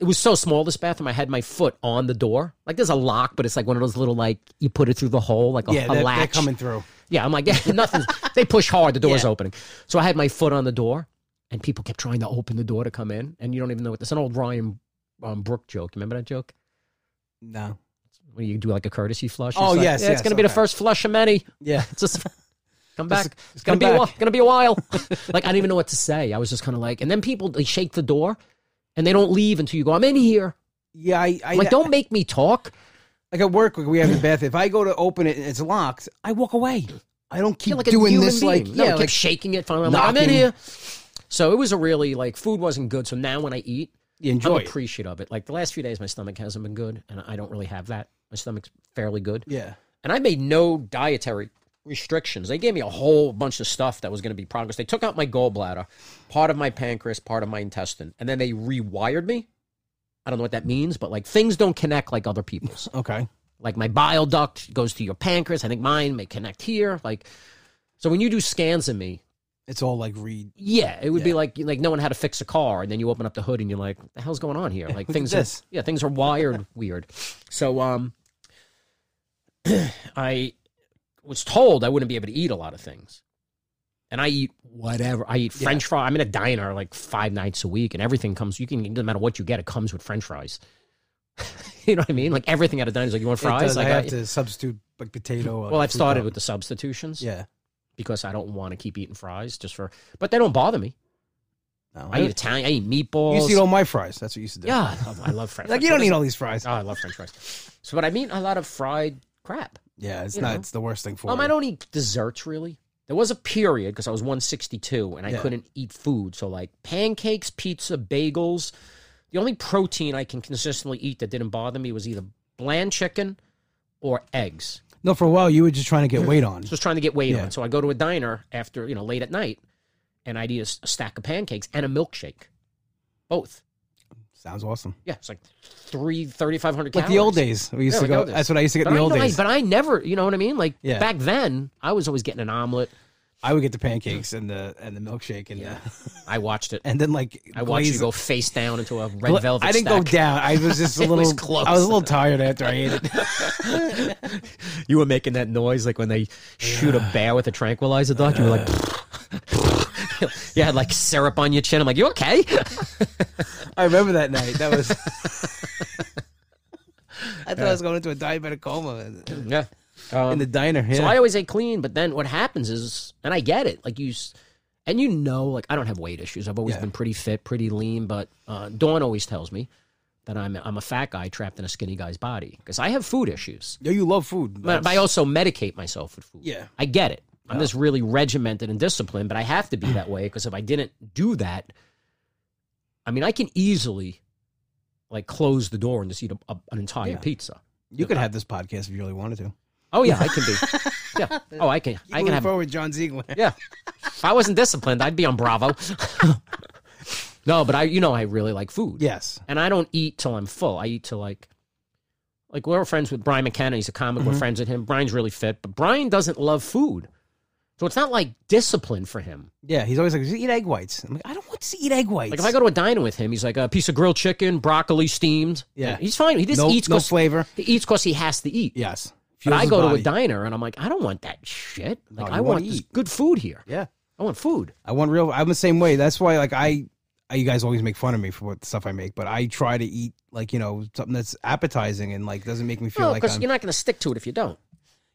[SPEAKER 2] It was so small, this bathroom. I had my foot on the door. Like there's a lock, but it's like one of those little, like, you put it through the hole, like a,
[SPEAKER 1] Yeah,
[SPEAKER 2] a
[SPEAKER 1] they're, they're
[SPEAKER 2] latch.
[SPEAKER 1] coming through.
[SPEAKER 2] Yeah, I'm like, yeah, nothing. they push hard, the door's
[SPEAKER 1] Yeah.
[SPEAKER 2] opening. So I had my foot on the door, and people kept trying to open the door to come in, and you don't even know what. It's an old Ryan um, Brook joke. You remember that joke?
[SPEAKER 1] No.
[SPEAKER 2] When you do like a courtesy flush.
[SPEAKER 1] Oh,
[SPEAKER 2] it's
[SPEAKER 1] yes,
[SPEAKER 2] like, yeah, it's
[SPEAKER 1] yes,
[SPEAKER 2] going to be the
[SPEAKER 1] okay.
[SPEAKER 2] first flush of many.
[SPEAKER 1] Yeah.
[SPEAKER 2] It's just come back.
[SPEAKER 1] just
[SPEAKER 2] it's
[SPEAKER 1] come
[SPEAKER 2] gonna be a
[SPEAKER 1] back.
[SPEAKER 2] while. gonna be a while. [laughs] like I didn't even know what to say. I was just kind of like, and then people they shake the door, and they don't leave until you go. I'm in here.
[SPEAKER 1] Yeah, I, I
[SPEAKER 2] I'm like, don't make me talk.
[SPEAKER 1] like at work. Like we have the bathroom. If I go to open it and it's locked, I walk away. I don't keep
[SPEAKER 2] You're like a
[SPEAKER 1] doing
[SPEAKER 2] human
[SPEAKER 1] this.
[SPEAKER 2] being.
[SPEAKER 1] Like
[SPEAKER 2] no, I
[SPEAKER 1] yeah,
[SPEAKER 2] kept
[SPEAKER 1] like
[SPEAKER 2] shaking it. Finally, I'm like, I'm in
[SPEAKER 1] knocking.
[SPEAKER 2] here. So it was a really like food wasn't good. So now when I eat,
[SPEAKER 1] you enjoy
[SPEAKER 2] I'm
[SPEAKER 1] it.
[SPEAKER 2] appreciative of it. Like the last few days, my stomach hasn't been good, and I don't really have that. My stomach's fairly good.
[SPEAKER 1] Yeah.
[SPEAKER 2] and I made no dietary restrictions. They gave me a whole bunch of stuff that was going to be progress. They took out my gallbladder, part of my pancreas, part of my intestine, and then they rewired me. I don't know what that means, but like things don't connect like other people's.
[SPEAKER 1] Okay.
[SPEAKER 2] Like my bile duct goes to your pancreas. I think mine may connect here. Like, so when you do scans of me,
[SPEAKER 1] It's all like read.
[SPEAKER 2] yeah, it would be like like knowing how to fix a car, and then you open up the hood and you're like, "What the hell's going on
[SPEAKER 1] [laughs]
[SPEAKER 2] here?" Like
[SPEAKER 1] look at
[SPEAKER 2] things,
[SPEAKER 1] this.
[SPEAKER 2] Are, yeah, things are
[SPEAKER 1] [laughs]
[SPEAKER 2] wired weird. So, um, [clears throat] I was told I wouldn't be able to eat a lot of things, and I eat whatever. I eat French fries. I'm in a diner like five nights a week, and everything comes. You can it doesn't matter what you get, it comes with French fries. [laughs] you know what I mean? Like everything at a diner is like you want
[SPEAKER 1] It
[SPEAKER 2] fries.
[SPEAKER 1] does,
[SPEAKER 2] like
[SPEAKER 1] I have to substitute like potato. or
[SPEAKER 2] well, I've
[SPEAKER 1] fruit
[SPEAKER 2] started
[SPEAKER 1] salad.
[SPEAKER 2] with the substitutions
[SPEAKER 1] Yeah.
[SPEAKER 2] because I don't want to keep eating fries just for, but they don't bother me.
[SPEAKER 1] No,
[SPEAKER 2] I eat Italian. I eat meatballs.
[SPEAKER 1] used to eat all my fries. That's what you used to do.
[SPEAKER 2] [laughs] Yeah, [laughs] I love, I love French.
[SPEAKER 1] Like you
[SPEAKER 2] fries.
[SPEAKER 1] don't eat all these fries.
[SPEAKER 2] Oh, I love French fries. So, but I mean, a lot of fried crap.
[SPEAKER 1] Yeah, it's
[SPEAKER 2] you
[SPEAKER 1] not.
[SPEAKER 2] know.
[SPEAKER 1] It's the worst thing for
[SPEAKER 2] Um,
[SPEAKER 1] you.
[SPEAKER 2] I don't eat desserts really. There was a period because I was 162 and I
[SPEAKER 1] Yeah.
[SPEAKER 2] couldn't eat food. So like pancakes, pizza, bagels. The only protein I can consistently eat that didn't bother me was either bland chicken or eggs.
[SPEAKER 1] No, for a while you were just trying to get weight on.
[SPEAKER 2] So I was trying to get weight
[SPEAKER 1] Yeah.
[SPEAKER 2] on. So I go to a diner after you know late at night, and I'd eat a s a a stack of pancakes and a milkshake, both.
[SPEAKER 1] Sounds awesome.
[SPEAKER 2] Yeah, it's like three thirty five hundred.
[SPEAKER 1] Like the old days, we used
[SPEAKER 2] Yeah,
[SPEAKER 1] to
[SPEAKER 2] like the
[SPEAKER 1] go.
[SPEAKER 2] old days.
[SPEAKER 1] That's what I used to get
[SPEAKER 2] But
[SPEAKER 1] in the
[SPEAKER 2] I,
[SPEAKER 1] old
[SPEAKER 2] know- I-
[SPEAKER 1] days.
[SPEAKER 2] but I never, you know what I mean? Like
[SPEAKER 1] Yeah.
[SPEAKER 2] back then, I was always getting an omelet.
[SPEAKER 1] I would get the pancakes and the and the milkshake and the, [laughs]
[SPEAKER 2] I watched it.
[SPEAKER 1] and then like
[SPEAKER 2] I watched you
[SPEAKER 1] glaze-
[SPEAKER 2] go face down into a red velvet.
[SPEAKER 1] I didn't
[SPEAKER 2] stack.
[SPEAKER 1] go down. I was just a
[SPEAKER 2] [laughs] It
[SPEAKER 1] little.
[SPEAKER 2] was close.
[SPEAKER 1] I was a little tired after I ate it.
[SPEAKER 2] You were making that noise like when they shoot a bear with a tranquilizer dart. You were like, [laughs] you had like syrup on your chin. I'm like, you okay?
[SPEAKER 1] I remember that night. That
[SPEAKER 2] [laughs]
[SPEAKER 1] was. [laughs] I thought I was going into a diabetic coma in-
[SPEAKER 2] yeah.
[SPEAKER 1] in the diner. Yeah.
[SPEAKER 2] Um, So I always ate clean, but then what happens is, and I get it, like you, s- and you know, like I don't have weight issues. I've always
[SPEAKER 1] Yeah.
[SPEAKER 2] been pretty fit, pretty lean, but uh, Dawn always tells me that I'm I'm a fat guy trapped in a skinny guy's body because I have food issues,
[SPEAKER 1] Yo, you love food.
[SPEAKER 2] but, but I also medicate myself with food.
[SPEAKER 1] Yeah.
[SPEAKER 2] I get it. I'm just really regimented and disciplined, but I have to be that way because if I didn't do that, I mean, I can easily like close the door and just eat a, a- an entire
[SPEAKER 1] Yeah.
[SPEAKER 2] pizza.
[SPEAKER 1] you could have this podcast if you really wanted to.
[SPEAKER 2] Oh yeah, I can
[SPEAKER 1] [laughs]
[SPEAKER 2] be. yeah. Oh, I can. I can have
[SPEAKER 1] forward, John Ziegler.
[SPEAKER 2] Yeah. If I wasn't disciplined, I'd be on Bravo. [laughs] no, but I, you know, I really like food.
[SPEAKER 1] Yes.
[SPEAKER 2] And I don't eat till I'm full. I eat till like, like we're friends with Brian McKenna. He's a comic.
[SPEAKER 1] Mm-hmm.
[SPEAKER 2] We're friends with him. Brian's really fit, but Brian doesn't love food. So it's not like discipline for him.
[SPEAKER 1] Yeah. He's always like, just eat egg whites. I'm like, I don't want to eat egg whites.
[SPEAKER 2] Like if I go to a diner with him, he's like a piece of grilled chicken, broccoli steamed.
[SPEAKER 1] Yeah.
[SPEAKER 2] And he's fine. He just
[SPEAKER 1] no,
[SPEAKER 2] eats
[SPEAKER 1] no
[SPEAKER 2] because
[SPEAKER 1] flavor.
[SPEAKER 2] he eats 'cause he has to eat.
[SPEAKER 1] Yes.
[SPEAKER 2] But I
[SPEAKER 1] Fuels
[SPEAKER 2] go
[SPEAKER 1] his
[SPEAKER 2] to a
[SPEAKER 1] body.
[SPEAKER 2] diner and I'm like, I don't want that shit. Like
[SPEAKER 1] you
[SPEAKER 2] I
[SPEAKER 1] wanna
[SPEAKER 2] want this
[SPEAKER 1] eat.
[SPEAKER 2] good food here.
[SPEAKER 1] Yeah.
[SPEAKER 2] I want food.
[SPEAKER 1] I want real. I'm the same way. That's why, like, I, I you guys always make fun of me for what stuff I make, but I try to eat like you know something that's appetizing and like doesn't make me feel
[SPEAKER 2] No,
[SPEAKER 1] like
[SPEAKER 2] because
[SPEAKER 1] I'm.
[SPEAKER 2] you're not going to stick to it if Oh, you don't.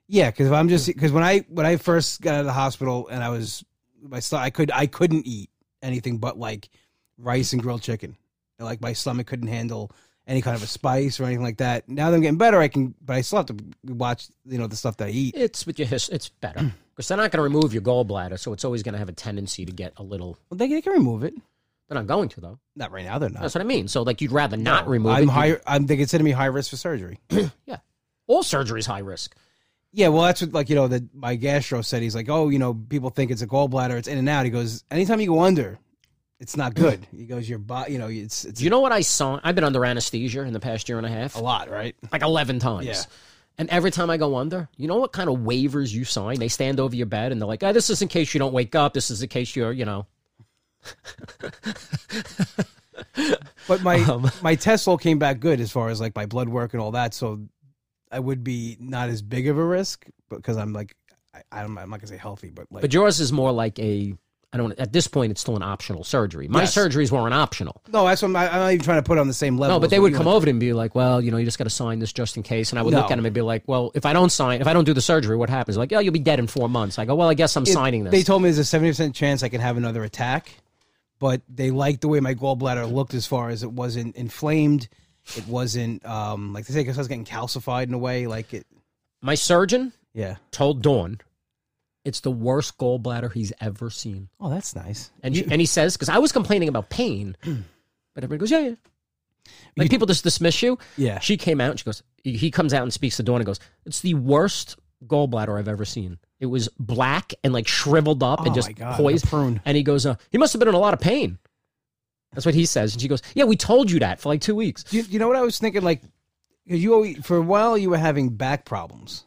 [SPEAKER 1] Yeah, because I'm just because when I when I first got out of the hospital and I was my stomach I could I couldn't eat anything but like rice and grilled chicken. And, like my stomach couldn't handle any kind of a spice or anything like that. Now that I'm getting better, I can, but I still have to watch you know the stuff that I eat.
[SPEAKER 2] It's with your his,
[SPEAKER 1] [clears throat]
[SPEAKER 2] it's better because they're not going to remove your gallbladder, so it's always going to have a tendency to get a little.
[SPEAKER 1] Well, they, they can remove it.
[SPEAKER 2] They're not going to though.
[SPEAKER 1] Not right now. They're not.
[SPEAKER 2] That's what I mean. So like you'd rather not remove
[SPEAKER 1] I'm
[SPEAKER 2] it.
[SPEAKER 1] high. I'm they consider me high risk for surgery.
[SPEAKER 2] Yeah, all surgery is high risk.
[SPEAKER 1] Yeah, well, that's what like you know that my gastro said. He's like, oh, you know, people think it's a gallbladder. It's in and out. He goes, anytime you go under, it's not good.
[SPEAKER 2] Mm.
[SPEAKER 1] He goes, your body, you know, it's it's
[SPEAKER 2] Do you know what I saw? I've been under anesthesia in the past year and a half,
[SPEAKER 1] a lot, right?
[SPEAKER 2] like eleven times.
[SPEAKER 1] Oh. Yeah.
[SPEAKER 2] And every time I go under, you know what kind of waivers you sign? They stand over your bed and they're like, oh, "This is in case you don't wake up. This is in case you're, you know."
[SPEAKER 1] But my
[SPEAKER 2] Um. [laughs]
[SPEAKER 1] my test all came back good as far as like my blood work and all that. So I would be not as big of a risk because I'm like I, I'm, I'm not gonna say healthy, but like
[SPEAKER 2] But yours is more like a I don't. At this point, it's still an optional surgery. My
[SPEAKER 1] Yes.
[SPEAKER 2] surgeries weren't optional.
[SPEAKER 1] No, that's what I'm, I'm not even trying to put it on the same level.
[SPEAKER 2] No, but
[SPEAKER 1] as
[SPEAKER 2] they
[SPEAKER 1] what
[SPEAKER 2] would
[SPEAKER 1] you
[SPEAKER 2] come
[SPEAKER 1] went
[SPEAKER 2] over to me and be like, "Well, you know, you just got to sign this just in case." And I would
[SPEAKER 1] No.
[SPEAKER 2] look at them and be like, "Well, if I don't sign, if I don't do the surgery, what happens?" Like, "Oh, you'll be dead in four months." I go, "Well, I guess I'm
[SPEAKER 1] through. It-
[SPEAKER 2] signing this."
[SPEAKER 1] They told me there's a 70 percent chance I can have another attack, but they liked the way my gallbladder looked as far as it wasn't inflamed. It wasn't um, like they say because I was getting calcified in a way. Like it,
[SPEAKER 2] My surgeon
[SPEAKER 1] yeah.
[SPEAKER 2] told Dawn, "It's the worst gallbladder he's ever seen."
[SPEAKER 1] Oh, that's nice.
[SPEAKER 2] And she, and he says, because I was complaining about pain,
[SPEAKER 1] Hmm.
[SPEAKER 2] but everybody goes, yeah, yeah. Like people just dismiss you.
[SPEAKER 1] Yeah.
[SPEAKER 2] She came out and she goes, he he comes out and speaks to Dawn and goes, it's the worst gallbladder I've ever seen. It was black and like shriveled up
[SPEAKER 1] Oh
[SPEAKER 2] and just
[SPEAKER 1] my God,
[SPEAKER 2] poised.
[SPEAKER 1] a prune.
[SPEAKER 2] And he goes, uh, he must have been in a lot of pain. That's what he says. And she goes, yeah, we told you that for like two weeks.
[SPEAKER 1] You, you know what I was thinking? Like 'cause you always, for a while you were having back problems,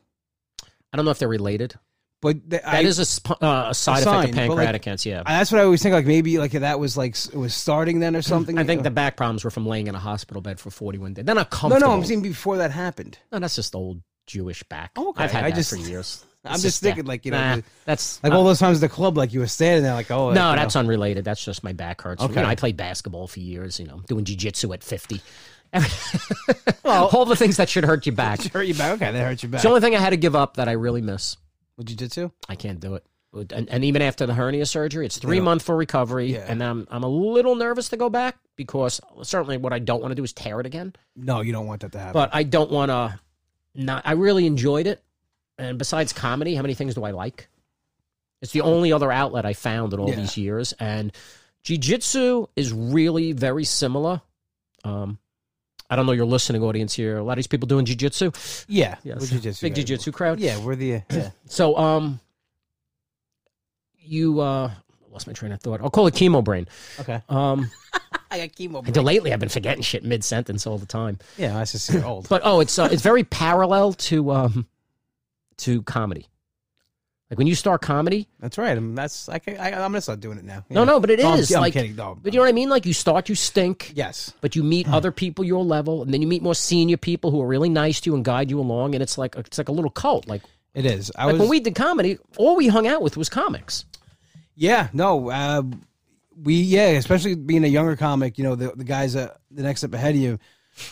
[SPEAKER 2] I don't know if they're related.
[SPEAKER 1] but th- I,
[SPEAKER 2] That is a sp uh, a side effect
[SPEAKER 1] sign, but, like,
[SPEAKER 2] of pancreatic cancer. Yeah.
[SPEAKER 1] I- that's what I always think. Like maybe like that was like s- it was starting then or something.
[SPEAKER 2] I think the back problems were from laying in a hospital bed for 41 days. They're not
[SPEAKER 1] no,
[SPEAKER 2] comfortable.
[SPEAKER 1] no. I'm saying before that happened.
[SPEAKER 2] No, that's just old Jewish back.
[SPEAKER 1] Oh, okay.
[SPEAKER 2] I've had
[SPEAKER 1] I
[SPEAKER 2] that
[SPEAKER 1] just-
[SPEAKER 2] for years.
[SPEAKER 1] [laughs] I'm
[SPEAKER 2] It's
[SPEAKER 1] just thinking, like, you know,
[SPEAKER 2] nah, that's
[SPEAKER 1] Like
[SPEAKER 2] uh,
[SPEAKER 1] all those times at the club, like you were standing there, like oh
[SPEAKER 2] no,
[SPEAKER 1] you
[SPEAKER 2] that's
[SPEAKER 1] know.
[SPEAKER 2] unrelated. That's just my back hurts. You
[SPEAKER 1] Okay.
[SPEAKER 2] know, I played basketball for years. You know, doing jujitsu
[SPEAKER 1] [laughs]
[SPEAKER 2] at fifty. [laughs] well, all the things that should [laughs] hurt
[SPEAKER 1] [laughs]
[SPEAKER 2] your back. It's
[SPEAKER 1] hurt your back. Okay, that hurt your back.
[SPEAKER 2] the only thing I had to give up that I really miss.
[SPEAKER 1] What jiu-jitsu?
[SPEAKER 2] I can't do it. And, and even after the hernia surgery, it's three months for recovery,
[SPEAKER 1] Yeah.
[SPEAKER 2] and I'm I'm a little nervous to go back because certainly what I don't want to do is tear it again.
[SPEAKER 1] No, you don't want that to happen.
[SPEAKER 2] but I don't want to not. I really enjoyed it, and besides comedy, how many things do I like? It's the only other outlet I found in all
[SPEAKER 1] Yeah.
[SPEAKER 2] these years, and jujitsu is really very similar. Um, I don't know your listening audience here. A lot of these people doing jujitsu,
[SPEAKER 1] yeah,
[SPEAKER 2] Yes.
[SPEAKER 1] with jiu-jitsu,
[SPEAKER 2] big
[SPEAKER 1] yeah.
[SPEAKER 2] jujitsu crowd.
[SPEAKER 1] Yeah, we're
[SPEAKER 2] [laughs]
[SPEAKER 1] the yeah.
[SPEAKER 2] So, um, you uh, lost my train of thought. I'll call it chemo brain.
[SPEAKER 1] okay.
[SPEAKER 2] Um,
[SPEAKER 1] I got chemo.
[SPEAKER 2] and lately I've been forgetting shit mid sentence all the time.
[SPEAKER 1] Yeah, I just you're old.
[SPEAKER 2] But oh, it's uh, it's very parallel to um to comedy. Like when you start comedy,
[SPEAKER 1] That's right. I'm, that's I can, I, I'm gonna start doing it now.
[SPEAKER 2] no, no, but it is
[SPEAKER 1] I'm- I'm
[SPEAKER 2] like,
[SPEAKER 1] kidding. No,
[SPEAKER 2] but you know what I mean. Like you start, you stink,
[SPEAKER 1] Yes.
[SPEAKER 2] but you meet other people your level, and then you meet more senior people who are really nice to you and guide you along, and it's like it's like a little cult. Like,
[SPEAKER 1] It is. I
[SPEAKER 2] like
[SPEAKER 1] was.
[SPEAKER 2] when we did comedy, all we hung out with was comics.
[SPEAKER 1] yeah. No. Uh, we yeah. Especially being a younger comic, you know, the the guys uh, the next step ahead of you,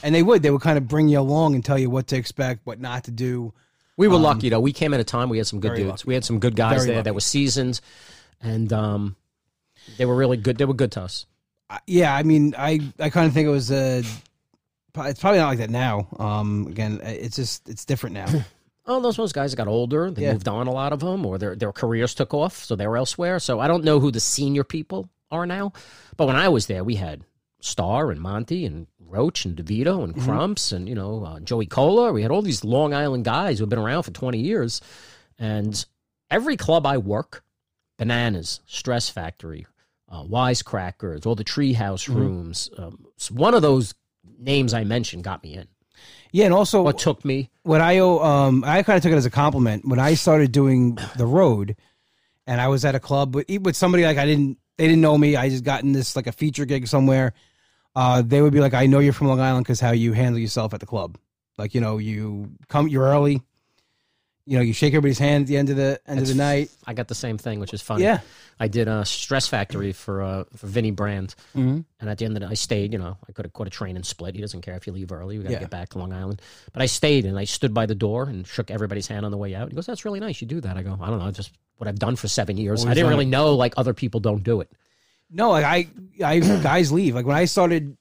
[SPEAKER 1] and they would they would kind of bring you along and tell you what to expect, what not to do.
[SPEAKER 2] We were lucky though. We came at a time we had some good dudes. We had some good guys
[SPEAKER 1] Um, Very
[SPEAKER 2] there
[SPEAKER 1] lucky.
[SPEAKER 2] that were seasoned, and um, they were really good. They were good to us.
[SPEAKER 1] I- yeah, I mean, I, I kind of think it was uh pro- It's probably not like that now. Um, again, it's just it's different now.
[SPEAKER 2] Oh, those those guys got older. They
[SPEAKER 1] Yeah.
[SPEAKER 2] moved on. A lot of them, or their their careers took off, so they were elsewhere. So I don't know who the senior people are now. But when I was there, we had Starr and Monty and Roach and DeVito
[SPEAKER 1] Mm-hmm.
[SPEAKER 2] and Crumps and you know uh, Joey Cola. We had all these Long Island guys who have been around for twenty years. And every club I work, bananas, Stress Factory, uh, Wisecrackers, all the Treehouse
[SPEAKER 1] Mm-hmm.
[SPEAKER 2] rooms. Um, s- one of those names I mentioned got me in.
[SPEAKER 1] yeah, and also
[SPEAKER 2] What took me?
[SPEAKER 1] what I owe, um, I kind of took it as a compliment when I started doing the road, and I was at a club with, with somebody like I didn't, they didn't know me. I just gotten this like a feature gig somewhere. Uh, they would be like, "I know you're from Long Island because how you handle yourself at the club, like you know, you come, you're early, you know, you shake everybody's hand at the end of the end of the night."
[SPEAKER 2] I got the same thing, which is funny.
[SPEAKER 1] Yeah,
[SPEAKER 2] I did a stress factory for uh, for Vinny Brand,
[SPEAKER 1] Mhm.
[SPEAKER 2] and at the end of the I stayed. You know, I could have caught a train and split. He doesn't care if you leave early. We got to
[SPEAKER 1] Yeah.
[SPEAKER 2] get back to Long Island, but I stayed and I stood by the door and shook everybody's hand on the way out. He goes, "That's really nice. You do that." I go, "I don't know, just what I've done for seven years. I
[SPEAKER 1] Always
[SPEAKER 2] didn't
[SPEAKER 1] done
[SPEAKER 2] really know like other people don't do it."
[SPEAKER 1] No, like I,
[SPEAKER 2] [clears throat]
[SPEAKER 1] I guys leave. Like when I started,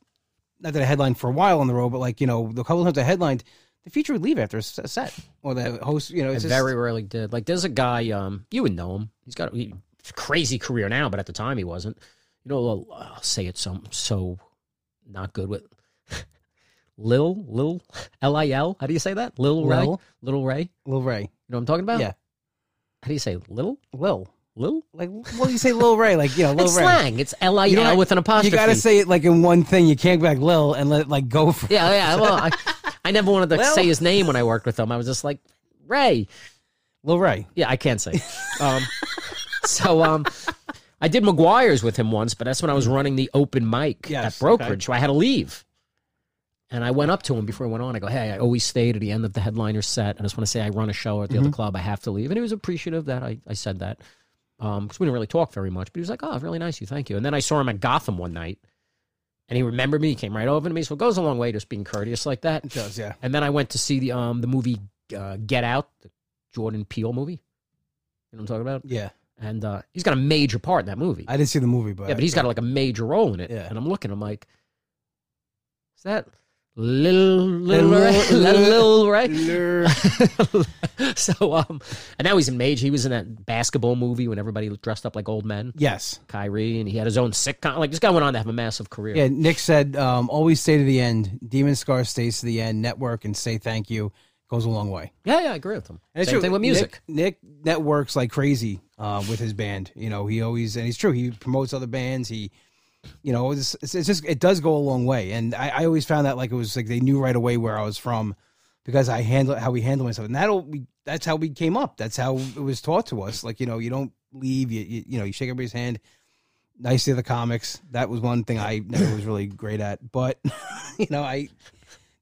[SPEAKER 1] not that I headlined for a while on the road, but like you know, the couple times I headlined, the feature would leave after a s- set, or the host, you know,
[SPEAKER 2] I
[SPEAKER 1] it's just,
[SPEAKER 2] very rarely did. Like, there's a guy, um, you would know him. He's got a he- crazy career now, but at the time he wasn't. You know, I'll, I'll say it so so not good with [laughs] Lil Lil L I L. How do you say that? Lil Ray.
[SPEAKER 1] Lil?
[SPEAKER 2] Little Ray. You
[SPEAKER 1] Lil Ray,
[SPEAKER 2] know what I'm talking about?
[SPEAKER 1] Yeah.
[SPEAKER 2] How do you say it? Lil
[SPEAKER 1] Lil,
[SPEAKER 2] Lil?
[SPEAKER 1] like well, you say Lil Ray, like you know, Lil
[SPEAKER 2] it's
[SPEAKER 1] Ray.
[SPEAKER 2] slang. It's L I
[SPEAKER 1] You don't-
[SPEAKER 2] L with an apostrophe.
[SPEAKER 1] You gotta say it like in one thing. You can't be like Lil and let it like go for. [laughs]
[SPEAKER 2] Yeah, yeah. Well, I, I never wanted to
[SPEAKER 1] Lil.
[SPEAKER 2] say his name when I worked with him. I was just like Ray.
[SPEAKER 1] Lil Ray.
[SPEAKER 2] Yeah, I can't say. Um, so um, I did McGuire's with him once, but that's when I was running the open mic
[SPEAKER 1] Yes,
[SPEAKER 2] at brokerage, so I had to leave. And I went up to him before I went on. I go, "Hey, I always stayed at the end of the headliner set. I just want to say I run a show at the other club. I have to leave." And he was appreciative that I, I said that. because we didn't really talk very much. But he was like, "Oh, really nice of you, thank you." And then I saw him at Gotham one night, and he remembered me. He came right over to me, so it goes a long way just being courteous like that.
[SPEAKER 1] It does, yeah.
[SPEAKER 2] And then I went to see the um the movie uh, Get Out, the Jordan Peele movie. You know what I'm talking about?
[SPEAKER 1] Yeah.
[SPEAKER 2] And uh, he's got a major part in that movie.
[SPEAKER 1] I didn't see the movie, but
[SPEAKER 2] yeah, but he's got like a major role in it.
[SPEAKER 1] Yeah.
[SPEAKER 2] And I'm looking, I'm like, is that little little
[SPEAKER 1] Lil-
[SPEAKER 2] little right?
[SPEAKER 1] Lur-
[SPEAKER 2] [laughs] so um, and now he's in major. He was in that basketball movie when everybody dressed up like old men,
[SPEAKER 1] yes.
[SPEAKER 2] Kyrie, and he had his own sitcom. Like this guy went on to have a massive career.
[SPEAKER 1] Yeah, Nick said, um, always stay to the end. Demon Scar stays to the end. Network and say thank you goes a long way.
[SPEAKER 2] yeah, yeah, I agree with him.
[SPEAKER 1] And it's
[SPEAKER 2] Same
[SPEAKER 1] true,
[SPEAKER 2] thing with music.
[SPEAKER 1] Nick, Nick networks like crazy uh, with his band. You know, he always and he's true. He promotes other bands. He, you know, it's, it's it's just it does go a long way. And I, I always found that like it was like they knew right away where I was from because I handle how we handle myself, and that'll be that's how we came up. That's how it was taught to us. Like you know, you don't leave. You you, you know, you shake everybody's hand. Nice to the comics. That was one thing I never was really great at, but [laughs] you know, I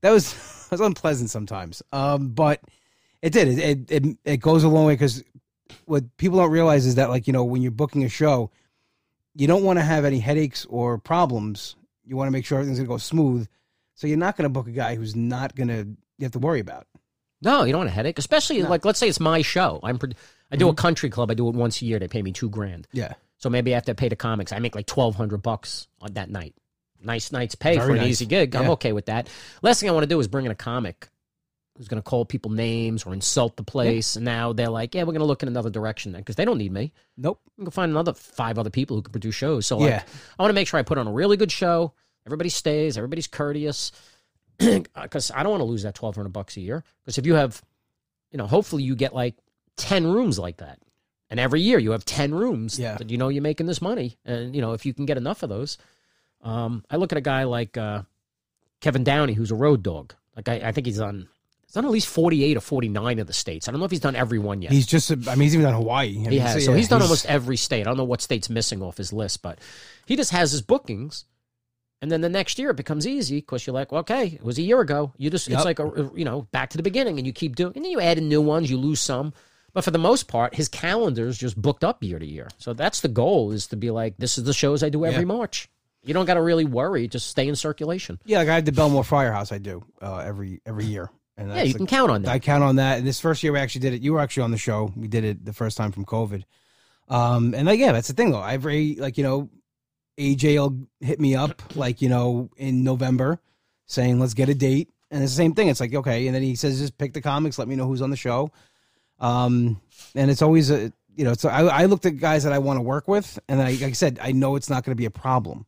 [SPEAKER 1] that was [laughs] that was unpleasant sometimes. Um, but it did. It it, it, it goes a long way because what people don't realize is that like you know when you're booking a show, you don't want to have any headaches or problems. You want to make sure everything's gonna go smooth. So you're not gonna book a guy who's not gonna you have to worry about.
[SPEAKER 2] No, you don't want a headache, especially like let's say it's my show. I'm pro- I
[SPEAKER 1] Mm-hmm.
[SPEAKER 2] do a country club. I do it once a year. They pay me two grand.
[SPEAKER 1] Yeah,
[SPEAKER 2] So maybe after I pay the comics, I make like twelve hundred bucks on that night. Nice night's pay
[SPEAKER 1] Very
[SPEAKER 2] for an
[SPEAKER 1] nice.
[SPEAKER 2] easy gig. I'm
[SPEAKER 1] Yeah.
[SPEAKER 2] okay with that. Last thing I want to do is bring in a comic who's going to call people names or insult the place. And now they're like, yeah, we're going to look in another direction then because they don't need me.
[SPEAKER 1] nope.
[SPEAKER 2] We can find another five other people who can produce shows. So like,
[SPEAKER 1] Yeah.
[SPEAKER 2] I want to make sure I put on a really good show. Everybody stays. Everybody's courteous [clears throat] because I don't want to lose that twelve hundred bucks a year. Because if you have, you know, hopefully you get like ten rooms like that, and every year you have ten rooms
[SPEAKER 1] Yeah.
[SPEAKER 2] that you know you're making this money, and you know if you can get enough of those. Um, I look at a guy like uh, Kevin Downey, who's a road dog. Like I, I think he's on. He's done at least forty eight or forty nine of the states. I don't know if he's done every one yet.
[SPEAKER 1] He's just. I mean, he's even on Hawaii. I mean,
[SPEAKER 2] He has.
[SPEAKER 1] so,
[SPEAKER 2] so
[SPEAKER 1] yeah,
[SPEAKER 2] he's done almost every state. I don't know what state's missing off his list, but he just has his bookings. And then the next year it becomes easy because you're like, well, okay, it was a year ago. You just
[SPEAKER 1] Yep.
[SPEAKER 2] it's like a uh, you know back to the beginning, and you keep doing, and then you add in new ones, you lose some, but for the most part, his calendar is just booked up year to year. So that's the goal is to be like, this is the shows I do every
[SPEAKER 1] Yeah.
[SPEAKER 2] March. You don't got to really worry; just stay in circulation.
[SPEAKER 1] Yeah, like I have the Belmore Firehouse. I do uh, every every year. And
[SPEAKER 2] yeah, you
[SPEAKER 1] like,
[SPEAKER 2] can count on that.
[SPEAKER 1] I count on that. And this first year we actually did it. You were actually on the show. We did it the first time from COVID. Um, and like, yeah, that's the thing though. Every like you know, AJ will hit me up like you know in November, saying let's get a date. And it's the same thing. It's like okay, and then he says just pick the comics. Let me know who's on the show. Um, and it's always a you know. So I, I looked at guys that I want to work with, and I, like I said, I know it's not going to be a problem.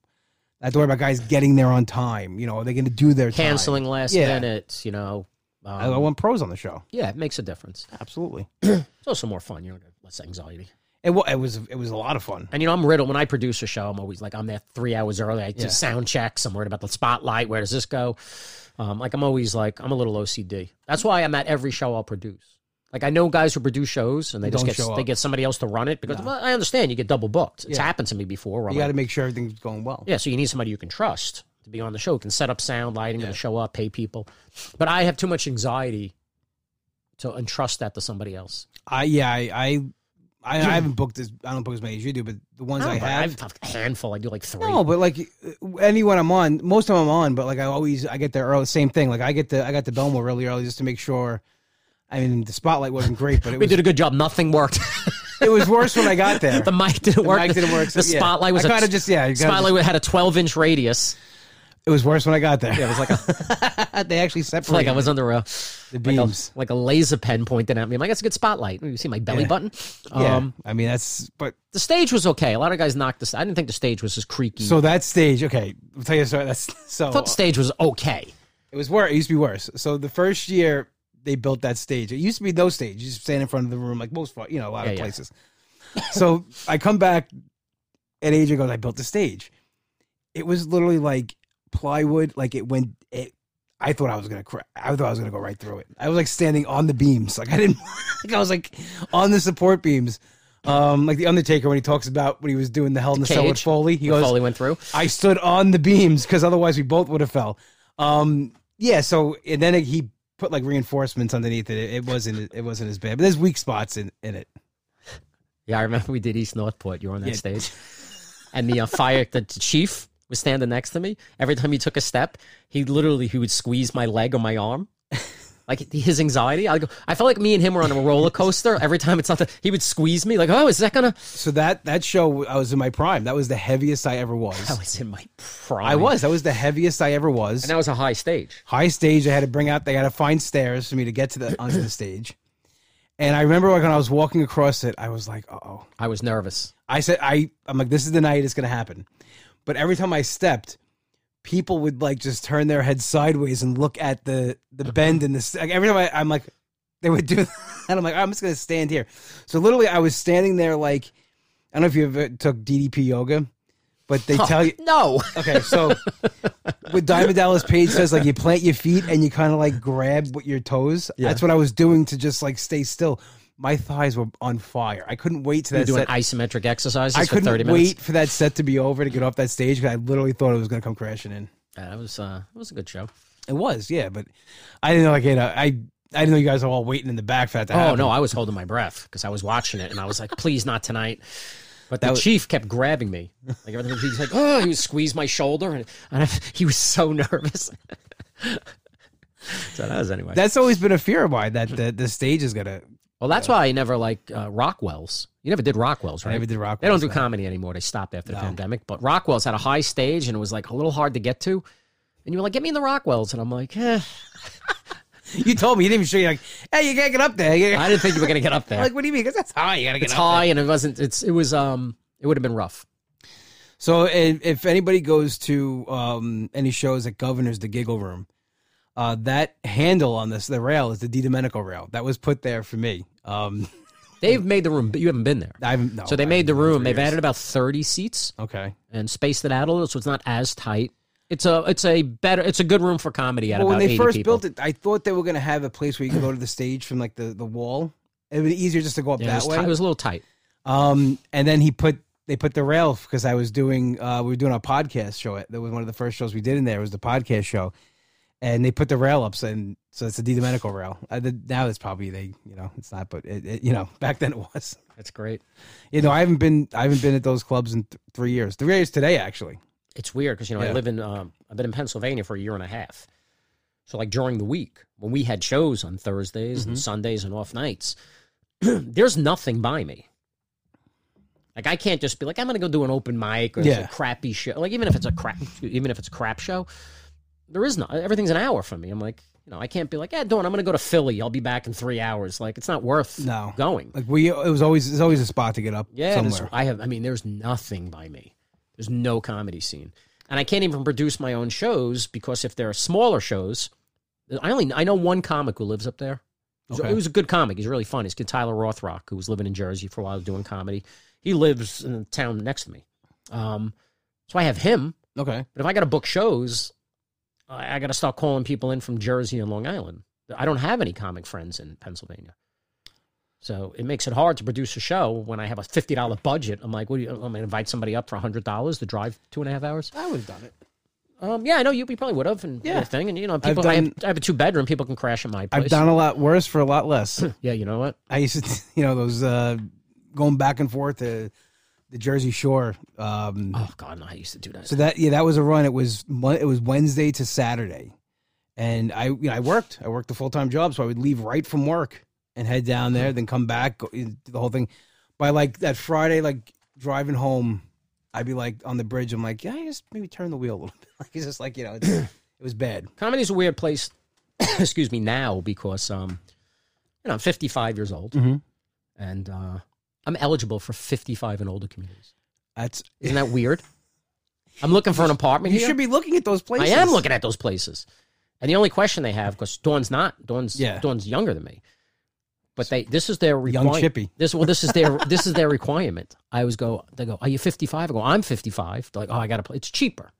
[SPEAKER 1] I have to worry about guys getting there on time. You know, are they going to do their time?
[SPEAKER 2] Canceling last
[SPEAKER 1] Yeah.
[SPEAKER 2] minute, you know.
[SPEAKER 1] I,
[SPEAKER 2] Um,
[SPEAKER 1] I want pros on the show.
[SPEAKER 2] yeah, it makes a difference.
[SPEAKER 1] Absolutely.
[SPEAKER 2] It's also more fun. You know, less anxiety.
[SPEAKER 1] It, wa- it was it was a lot of fun.
[SPEAKER 2] And you know, I'm riddled when I produce a show. I'm always like, I'm there three hours early. I do
[SPEAKER 1] Yeah.
[SPEAKER 2] sound checks. I'm worried about the spotlight. Where does this go? Um, like I'm always like, I'm a little OCD. That's why I'm at every show I'll produce. Like I know guys who produce shows and they just
[SPEAKER 1] don't
[SPEAKER 2] get
[SPEAKER 1] show
[SPEAKER 2] they
[SPEAKER 1] up.
[SPEAKER 2] get somebody else to run it because well, I understand you get double booked. It's
[SPEAKER 1] Yeah.
[SPEAKER 2] happened to me before. where I'm
[SPEAKER 1] You got to
[SPEAKER 2] like,
[SPEAKER 1] make sure everything's going well.
[SPEAKER 2] yeah, so you need somebody you can trust to be on the show, who can set up sound, lighting, and show up, pay people. But I have too much anxiety to entrust that to somebody else.
[SPEAKER 1] I yeah I I, I, I haven't booked as I don't book as many as you do, but the ones I,
[SPEAKER 2] I, don't know, I
[SPEAKER 1] have.
[SPEAKER 2] have a handful. I do like three.
[SPEAKER 1] no, but like uh, anyone I'm on, most of them I'm on, but like I always I get there early. Same thing. Like I get the I got the Belmore really early just to make sure. I mean, the spotlight wasn't great, [laughs] but it
[SPEAKER 2] we
[SPEAKER 1] was
[SPEAKER 2] did a good job. Nothing worked. [laughs]
[SPEAKER 1] it was worse when I got there. [laughs]
[SPEAKER 2] The mic didn't work.
[SPEAKER 1] mic didn't work,
[SPEAKER 2] The
[SPEAKER 1] so, yeah.
[SPEAKER 2] spotlight was
[SPEAKER 1] I
[SPEAKER 2] a
[SPEAKER 1] kinda just- yeah, you kinda
[SPEAKER 2] spotlight had a 12 inch radius.
[SPEAKER 1] it was worse when I got there.
[SPEAKER 2] Yeah, it was like
[SPEAKER 1] [laughs]
[SPEAKER 2] a,
[SPEAKER 1] they actually separated
[SPEAKER 2] like I was under a
[SPEAKER 1] the
[SPEAKER 2] like a,
[SPEAKER 1] beams.
[SPEAKER 2] like a laser pen pointing at me. I'm like, that's a good spotlight. You see my belly
[SPEAKER 1] Yeah.
[SPEAKER 2] button.
[SPEAKER 1] yeah,
[SPEAKER 2] Um,
[SPEAKER 1] I mean that's but
[SPEAKER 2] the stage was okay. A lot of guys knocked this. I didn't think the stage was as creaky.
[SPEAKER 1] so that stage. Okay, I'll tell you a story. That's [laughs] so
[SPEAKER 2] I thought the stage was okay.
[SPEAKER 1] It was worse. It used to be worse. So the first year they built that stage, it used to be no stage. You just stand in front of the room, like most, you know, a lot
[SPEAKER 2] Yeah,
[SPEAKER 1] of
[SPEAKER 2] yeah.
[SPEAKER 1] places. so I come back, and AJ goes, "I built the stage." It was literally like plywood. Like it went. It. I thought I was gonna cry. I thought I was gonna go right through it. I was like standing on the beams. Like I didn't. [laughs] like I was like on the support beams. Um, like the Undertaker when he talks about when he was doing the Hell in the Cell with
[SPEAKER 2] cage,
[SPEAKER 1] Foley. He
[SPEAKER 2] The
[SPEAKER 1] goes,
[SPEAKER 2] Foley went through.
[SPEAKER 1] I stood on the beams because otherwise we both would have fell. Um, yeah. So and then he put like reinforcements underneath it. It, it wasn't it wasn't as bad, but there's weak spots in, in it.
[SPEAKER 2] Yeah, I remember we did East Northport. You were on that
[SPEAKER 1] Yeah.
[SPEAKER 2] stage, and the uh, fire the chief was standing next to me. Every time he took a step, he literally he would squeeze my leg or my arm. Like his anxiety, I go. I felt like me and him were on a roller coaster. Every time it's something, he would squeeze me. Like, oh, is that gonna?
[SPEAKER 1] So that that show, I was in my prime. That was the heaviest I ever
[SPEAKER 2] I
[SPEAKER 1] was.
[SPEAKER 2] was in my prime.
[SPEAKER 1] I was. That was the heaviest I ever was.
[SPEAKER 2] and that was a high stage.
[SPEAKER 1] high stage. I had to bring out. They had to find stairs for me to get to the onto the stage. And I remember like when I was walking across it, I was like, "Uh oh."
[SPEAKER 2] I was nervous.
[SPEAKER 1] I said, "I." I'm like, "This is the night it's gonna happen." But every time I stepped, people would like just turn their head sideways and look at the the bend in this. Like, every time I, I'm like, they would do, [laughs] that. and I'm like, "I'm just gonna stand here." So literally, I was standing there like, I don't know if you ever took DDP yoga, but they tell you
[SPEAKER 2] No,
[SPEAKER 1] Okay, so with Diamond Dallas Page says like you plant your feet and you kind of like grab with your toes. That's what I was doing to just like stay still. My thighs were on fire. I couldn't wait to
[SPEAKER 2] you're
[SPEAKER 1] that set.
[SPEAKER 2] doing isometric exercises
[SPEAKER 1] I
[SPEAKER 2] for thirty
[SPEAKER 1] couldn't
[SPEAKER 2] minutes.
[SPEAKER 1] wait for that set to be over to get off that stage because I literally thought it was going to come crashing in.
[SPEAKER 2] Yeah, that was uh, that was a good show.
[SPEAKER 1] It was, yeah, but I didn't know like you know, I I didn't know you guys were all waiting in the back for that to
[SPEAKER 2] Oh
[SPEAKER 1] happen.
[SPEAKER 2] no, I was holding my breath because I was watching it and I was like, please not tonight. But the
[SPEAKER 1] was-
[SPEAKER 2] chief kept grabbing me. Like everything, he was like, oh, he would squeeze my shoulder, and, and I, [laughs] he was so nervous. so that was anyway.
[SPEAKER 1] that's always been a fear of mine that the, the stage is going to.
[SPEAKER 2] well, that's why I never like uh, Rockwell's. You never did Rockwell's, right?
[SPEAKER 1] never did
[SPEAKER 2] They don't
[SPEAKER 1] Rockwell's,
[SPEAKER 2] do comedy anymore. They stopped after the pandemic. But Rockwell's had a high stage and it was like a little hard to get to. And you were like, get me in the Rockwell's, and I'm like, eh.
[SPEAKER 1] You told me you didn't even show you like, hey, you can't get up there. You-
[SPEAKER 2] I didn't think you were gonna get up there.
[SPEAKER 1] [laughs] like, what do you mean? Because that's high. You got to get
[SPEAKER 2] it's
[SPEAKER 1] up.
[SPEAKER 2] high and it wasn't. It's it was um it would have been rough.
[SPEAKER 1] So if, if anybody goes to um, any shows at Governor's, the Giggle Room, uh, that handle on this the rail is the Di Domenico rail that was put there for me. Um,
[SPEAKER 2] They've made the room, but you haven't been there.
[SPEAKER 1] I've no,
[SPEAKER 2] So they
[SPEAKER 1] Oh, I-
[SPEAKER 2] made the room. They've added about thirty seats
[SPEAKER 1] okay.
[SPEAKER 2] and spaced it out a little, so it's not as tight. It's a it's a better it's a good room for comedy at
[SPEAKER 1] Well, when
[SPEAKER 2] about
[SPEAKER 1] they
[SPEAKER 2] eighty
[SPEAKER 1] first
[SPEAKER 2] people.
[SPEAKER 1] built it, I thought they were going to have a place where you could go to the stage from like the, the wall. It would be easier just to go up
[SPEAKER 2] Yeah, it,
[SPEAKER 1] that
[SPEAKER 2] was
[SPEAKER 1] way.
[SPEAKER 2] tight- it was a little tight.
[SPEAKER 1] Um, and then he put they put the rail because I was doing uh, we were doing our podcast show. It that was one of the first shows we did in there. was the podcast show, and they put the rail up. So and so it's a Di Domenico rail. Uh, the, now it's probably they you know it's not, but it, it, you know [laughs] back then it was.
[SPEAKER 2] That's great.
[SPEAKER 1] You know I haven't been I haven't been at those clubs in th- three years. Three years today actually.
[SPEAKER 2] It's weird because you know I
[SPEAKER 1] Yeah.
[SPEAKER 2] live in um, I've been in Pennsylvania for a year and a half. So like during the week when we had shows on Thursdays
[SPEAKER 1] Mm-hmm.
[SPEAKER 2] and Sundays and off nights, [clears throat] there's nothing by me. Like I can't just be like I'm going to go do an open mic or it's
[SPEAKER 1] Yeah.
[SPEAKER 2] a crappy show. Like even if it's a crap, even if it's a crap show, there is not everything's an hour from me. I'm like you know I can't be like yeah, Dawn, I'm going to go to Philly. I'll be back in three hours. Like it's not worth
[SPEAKER 1] No.
[SPEAKER 2] going.
[SPEAKER 1] Like we it was always there's always a spot to get up
[SPEAKER 2] Yeah, and it's-
[SPEAKER 1] somewhere.
[SPEAKER 2] I have. I mean, there's nothing by me. There's no comedy scene, and I can't even produce my own shows because if they're smaller shows, I only I know one comic who lives up there. He was-
[SPEAKER 1] Okay.
[SPEAKER 2] He was a good comic. He's really funny. He's good Tyler Rothrock, who was living in Jersey for a while doing comedy. He lives in the town next to me, um, so I have him.
[SPEAKER 1] Okay,
[SPEAKER 2] But if I got to book shows, I, I got to start calling people in from Jersey and Long Island. I don't have any comic friends in Pennsylvania. So it makes it hard to produce a show when I have a fifty dollar budget. I'm like, what do you? I'm gonna invite somebody up for hundred dollars to drive two and a half hours.
[SPEAKER 1] I would have done it.
[SPEAKER 2] Um, yeah, I know you, you probably would have, and yeah,
[SPEAKER 1] Yeah.
[SPEAKER 2] thing, and you know, people. I, have,
[SPEAKER 1] done-
[SPEAKER 2] I have a two bedroom. People can crash at my place.
[SPEAKER 1] I've done a lot worse for a lot
[SPEAKER 2] [clears throat]
[SPEAKER 1] less.
[SPEAKER 2] yeah, you know what?
[SPEAKER 1] I used to, [laughs] you know, those uh, going back and forth to the Jersey Shore. Um,
[SPEAKER 2] Oh God, no, I used to do that.
[SPEAKER 1] So that yeah, that was a run. It was Mon- it was Wednesday to Saturday, and I you know I worked. I worked a full time job, so I would leave right from work and head down
[SPEAKER 2] Uh-huh.
[SPEAKER 1] there, then come back, go, do the whole thing. By like that Friday, like driving home, I'd be like on the bridge. I'm like, can I just maybe turn the wheel a little bit? [laughs] Like it's just like you know,
[SPEAKER 2] [clears throat]
[SPEAKER 1] it's, it was bad.
[SPEAKER 2] Comedy's a weird place. [coughs] excuse me now because um, you know, I'm 55 years old,
[SPEAKER 1] Mhm.
[SPEAKER 2] and uh, I'm eligible for 55 and older communities.
[SPEAKER 1] That's
[SPEAKER 2] Isn't that weird? I'm looking for an apartment
[SPEAKER 1] you
[SPEAKER 2] here.
[SPEAKER 1] should be looking at those
[SPEAKER 2] I
[SPEAKER 1] places.
[SPEAKER 2] am looking at those places. And the only question they have, because Dawn's not, Dawn's
[SPEAKER 1] Yeah.
[SPEAKER 2] Dawn's younger than me. But they this is their
[SPEAKER 1] Young
[SPEAKER 2] requirement.
[SPEAKER 1] Chippy.
[SPEAKER 2] This well, this is
[SPEAKER 1] [laughs]
[SPEAKER 2] their this is their requirement. I always go, they go, Are you fifty five? I go, I'm fifty five. They're like, Oh, I gotta play it's cheaper.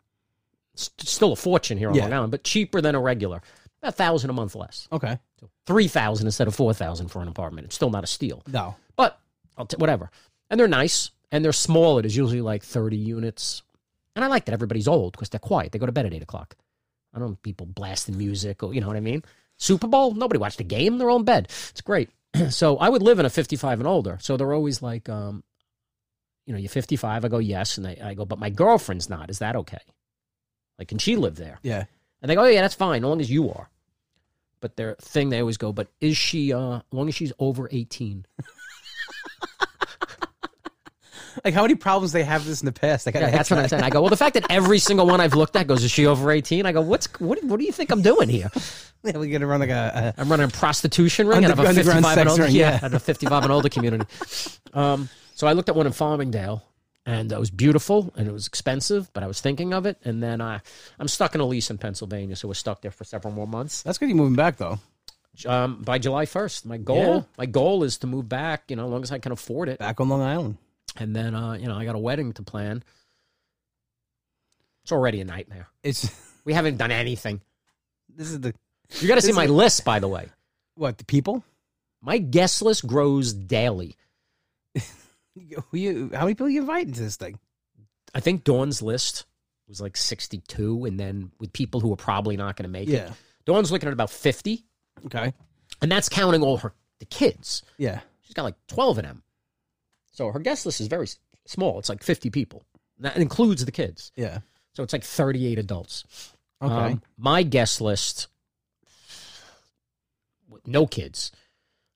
[SPEAKER 2] It's still a fortune here on
[SPEAKER 1] Yeah.
[SPEAKER 2] Long Island, but cheaper than a regular. A thousand a month less.
[SPEAKER 1] Okay,
[SPEAKER 2] Three thousand instead of four thousand for an apartment. It's still not a steal.
[SPEAKER 1] no,
[SPEAKER 2] But I'll t- whatever. And they're nice and they're small. It is usually like 30 units. And I like that everybody's old because they're quiet. They go to bed at 8 o'clock. I don't want people blasting music or, you know what I mean? Super Bowl, nobody watched the game. They're all in bed. It's great. [clears throat] so I would live in a 55 and older. So they're always like, um, you know, you're 55. I go, yes. And they, I go, but my girlfriend's not. Is that okay? Like, can she live there?
[SPEAKER 1] Yeah.
[SPEAKER 2] And they go, oh, yeah, that's fine, as long as you are. But their thing, they always go, but is she, uh, as long as she's over 18?
[SPEAKER 1] Like how many problems they have this in the past? Like,
[SPEAKER 2] [laughs] Yeah, that's what I'm saying. I go, well, the fact that every single one I've looked at goes, is she over 18? I go, what's, what, what do you think I'm doing here?
[SPEAKER 1] We're gonna run like a,
[SPEAKER 2] I'm running a prostitution ring out of
[SPEAKER 1] Under-
[SPEAKER 2] a
[SPEAKER 1] underground
[SPEAKER 2] 55 and
[SPEAKER 1] sex
[SPEAKER 2] older,
[SPEAKER 1] ring,
[SPEAKER 2] yeah,
[SPEAKER 1] yeah.
[SPEAKER 2] out of a 55 and
[SPEAKER 1] [laughs]
[SPEAKER 2] older community. Um, so I looked at one in Farmingdale, and it was beautiful and it was expensive, but I was thinking of it. And then I, I'm stuck in a lease in Pennsylvania, so we're stuck there for several more months.
[SPEAKER 1] a. That's good. You moving back though.
[SPEAKER 2] Um, by July 1st, my goal,
[SPEAKER 1] Yeah.
[SPEAKER 2] my goal is to move back, you know, as long as I can afford it.
[SPEAKER 1] Back on Long Island.
[SPEAKER 2] And then, uh, you know, I got a wedding to plan. It's already a nightmare.
[SPEAKER 1] It's [laughs]
[SPEAKER 2] We haven't done anything.
[SPEAKER 1] this is the
[SPEAKER 2] You got to see
[SPEAKER 1] This
[SPEAKER 2] my
[SPEAKER 1] is-
[SPEAKER 2] list, by the way.
[SPEAKER 1] what the people.
[SPEAKER 2] My guest list grows daily.
[SPEAKER 1] Who you? How many people you inviting to this thing?
[SPEAKER 2] I think Dawn's list was like 62, and then with people who were probably not going to make it.
[SPEAKER 1] Yeah.
[SPEAKER 2] Dawn's looking at about 50,
[SPEAKER 1] Okay.
[SPEAKER 2] and that's counting all her the kids.
[SPEAKER 1] Yeah.
[SPEAKER 2] She's got like 12 of them. So her guest list is very s- small. It's like 50 people. And That includes the kids.
[SPEAKER 1] Yeah.
[SPEAKER 2] So it's like 38 adults.
[SPEAKER 1] Okay.
[SPEAKER 2] Um, my guest list, with no kids,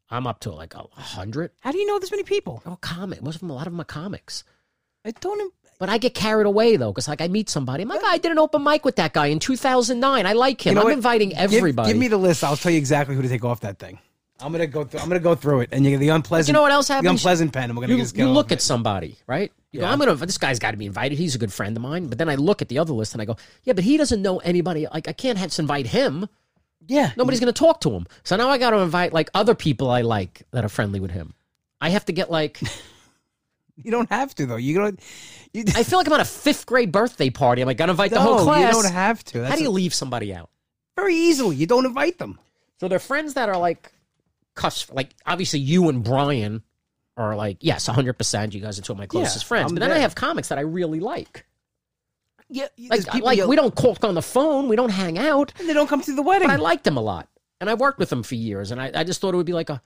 [SPEAKER 2] I'm up to like a 100.
[SPEAKER 1] how do you know this many people?
[SPEAKER 2] Oh, comic. Most of them, a lot of them are comics.
[SPEAKER 1] I don't. im-
[SPEAKER 2] But I get carried away though, because like I meet somebody, I'm like, I did an open mic with that guy in 2009. I like him.
[SPEAKER 1] You know
[SPEAKER 2] I'm
[SPEAKER 1] what?
[SPEAKER 2] inviting
[SPEAKER 1] Give-
[SPEAKER 2] everybody.
[SPEAKER 1] Give, me the list. I'll tell you exactly who to take off that thing. I'm gonna go. Through, I'm gonna go through it, and you get the unpleasant.
[SPEAKER 2] you know what else
[SPEAKER 1] The
[SPEAKER 2] happens?
[SPEAKER 1] unpleasant pen. And we're gonna
[SPEAKER 2] You,
[SPEAKER 1] just get
[SPEAKER 2] you
[SPEAKER 1] off
[SPEAKER 2] look
[SPEAKER 1] it.
[SPEAKER 2] at somebody, right? You go,
[SPEAKER 1] Yeah.
[SPEAKER 2] I'm gonna. This guy's got to be invited. He's a good friend of mine. But then I look at the other list and I go, yeah, but he doesn't know anybody. Like I can't have to invite him.
[SPEAKER 1] Yeah.
[SPEAKER 2] Nobody's gonna talk to him. So now I got to invite like other people I like that are friendly with him. I have to get like.
[SPEAKER 1] You don't have to though. You don't. You, [laughs]
[SPEAKER 2] I feel like I'm at a fifth grade birthday party. I'm like, gotta invite the whole
[SPEAKER 1] No,
[SPEAKER 2] class.
[SPEAKER 1] You don't have to. That's
[SPEAKER 2] How do you leave somebody out?
[SPEAKER 1] very easily. You don't invite them.
[SPEAKER 2] So they're friends that are like cuss, like obviously you and Brian are like yes, hundred percent. You guys are two of my closest
[SPEAKER 1] Yeah,
[SPEAKER 2] friends.
[SPEAKER 1] I'm
[SPEAKER 2] but then I
[SPEAKER 1] there.
[SPEAKER 2] have comics that I really like.
[SPEAKER 1] Yeah,
[SPEAKER 2] Like, like we don't talk on the phone, we don't hang out,
[SPEAKER 1] they don't come to the wedding.
[SPEAKER 2] but I like them a lot, and I worked with them for years, and I, I just thought it would be like a.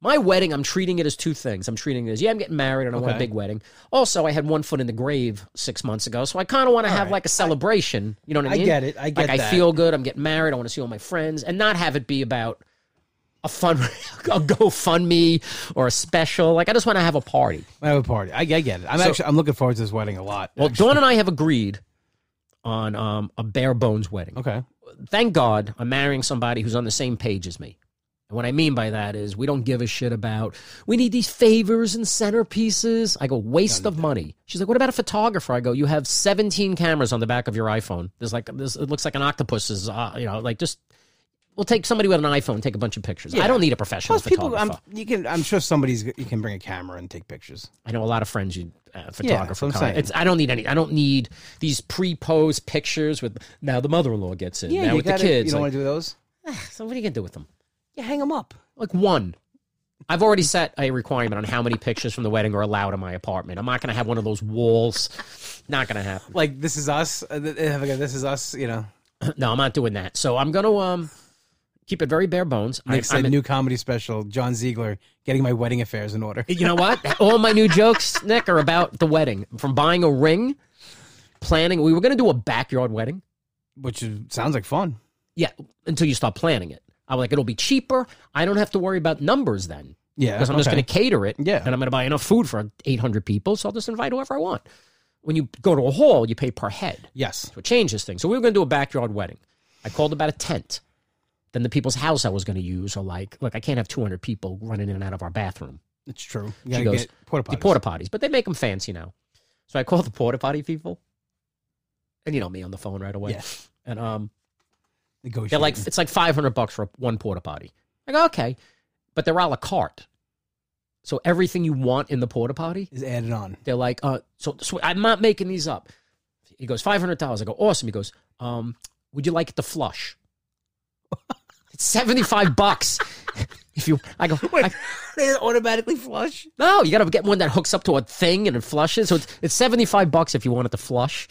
[SPEAKER 2] My wedding, I'm treating it as two things. I'm treating it as, yeah, I'm getting married and I want a
[SPEAKER 1] Okay.
[SPEAKER 2] big wedding. Also, I had one foot in the grave six months ago, so I kind of want to have
[SPEAKER 1] right.
[SPEAKER 2] like a celebration. you know what I
[SPEAKER 1] I
[SPEAKER 2] mean?
[SPEAKER 1] get it. I get
[SPEAKER 2] like I
[SPEAKER 1] that.
[SPEAKER 2] feel good. I'm getting married. I want to see all my friends, and not have it be about a fun, [laughs] a GoFundMe or a special. Like I just want to have a party.
[SPEAKER 1] I have a party. I, I get it. I'm actually I'm looking forward to this wedding a lot.
[SPEAKER 2] Well, Dawn and I have agreed on um, a bare bones wedding.
[SPEAKER 1] okay.
[SPEAKER 2] Thank God I'm marrying somebody who's on the same page as me. And what I mean by that is we don't give a shit about we need these favors and centerpieces. I go waste of money. She's like, "What about a photographer?" I go, "You have 17 cameras on the back of your iPhone. There's like this it looks like an octopus is uh, you know, like just we'll take somebody with an iPhone, take a bunch of pictures. I don't need a professional
[SPEAKER 1] Most people, um,
[SPEAKER 2] photographer.
[SPEAKER 1] I'm you can. I'm sure somebody's you can bring a camera and take pictures.
[SPEAKER 2] I know a lot of friends you uh, photographer.
[SPEAKER 1] that's what I'm
[SPEAKER 2] kind.
[SPEAKER 1] saying.
[SPEAKER 2] It's I don't need any. I don't need these pre-posed pictures with now the mother-in-law gets in. now
[SPEAKER 1] you
[SPEAKER 2] with
[SPEAKER 1] gotta-
[SPEAKER 2] the kids.
[SPEAKER 1] You don't want
[SPEAKER 2] like,
[SPEAKER 1] to do those.
[SPEAKER 2] so what are you gonna do with them?
[SPEAKER 1] You hang them up.
[SPEAKER 2] Like one. I've already set a requirement on how many pictures from the wedding are allowed in my apartment. I'm not gonna have one of those walls. Not gonna happen.
[SPEAKER 1] Like this is us. uh, th- uh, like, This is us. You know,
[SPEAKER 2] No, I'm not doing that. So I'm gonna um keep it very bare bones. I-
[SPEAKER 1] Nick said
[SPEAKER 2] I'm in-
[SPEAKER 1] new comedy special. John Ziegler getting my wedding affairs in order.
[SPEAKER 2] you know what? All my new jokes, Nick, are about the wedding. From buying a ring, planning. We were gonna do a backyard wedding.
[SPEAKER 1] Which is, sounds like fun.
[SPEAKER 2] Yeah, until you stop planning it. I'm like, it'll be cheaper. I don't have to worry about numbers then.
[SPEAKER 1] Yeah,
[SPEAKER 2] Because I'm just
[SPEAKER 1] okay.
[SPEAKER 2] going to cater it.
[SPEAKER 1] Yeah.
[SPEAKER 2] And I'm going to buy enough food for 800 people. So I'll just invite whoever I want. When you go to a hall, you pay per head.
[SPEAKER 1] Yes.
[SPEAKER 2] So it changes things. So we were going to do a backyard wedding. I called about a tent. Then the people's house I was going to use are like, look, I can't have 200 people running in and out of our bathroom.
[SPEAKER 1] It's true. You gotta
[SPEAKER 2] goes,
[SPEAKER 1] get porta
[SPEAKER 2] The
[SPEAKER 1] potties.
[SPEAKER 2] porta potties, but they make them fancy now. So I called the porta potty people. And you know me on the phone right away.
[SPEAKER 1] Yeah.
[SPEAKER 2] And um,
[SPEAKER 1] Negotiate.
[SPEAKER 2] they're like it's like five hundred bucks for one porta potty. I go okay, but they're a la carte. So everything you want in the porta potty,
[SPEAKER 1] is added on.
[SPEAKER 2] they're like, uh, so, so I'm not making these up. He goes five hundred dollars. I go awesome. He goes, um, would you like it to flush? [laughs] it's seventy five bucks. [laughs] If you, I go, I-
[SPEAKER 1] [laughs] they automatically flush.
[SPEAKER 2] no, you got to get one that hooks up to a thing and it flushes. So it's, it's 75 bucks if you want it to flush.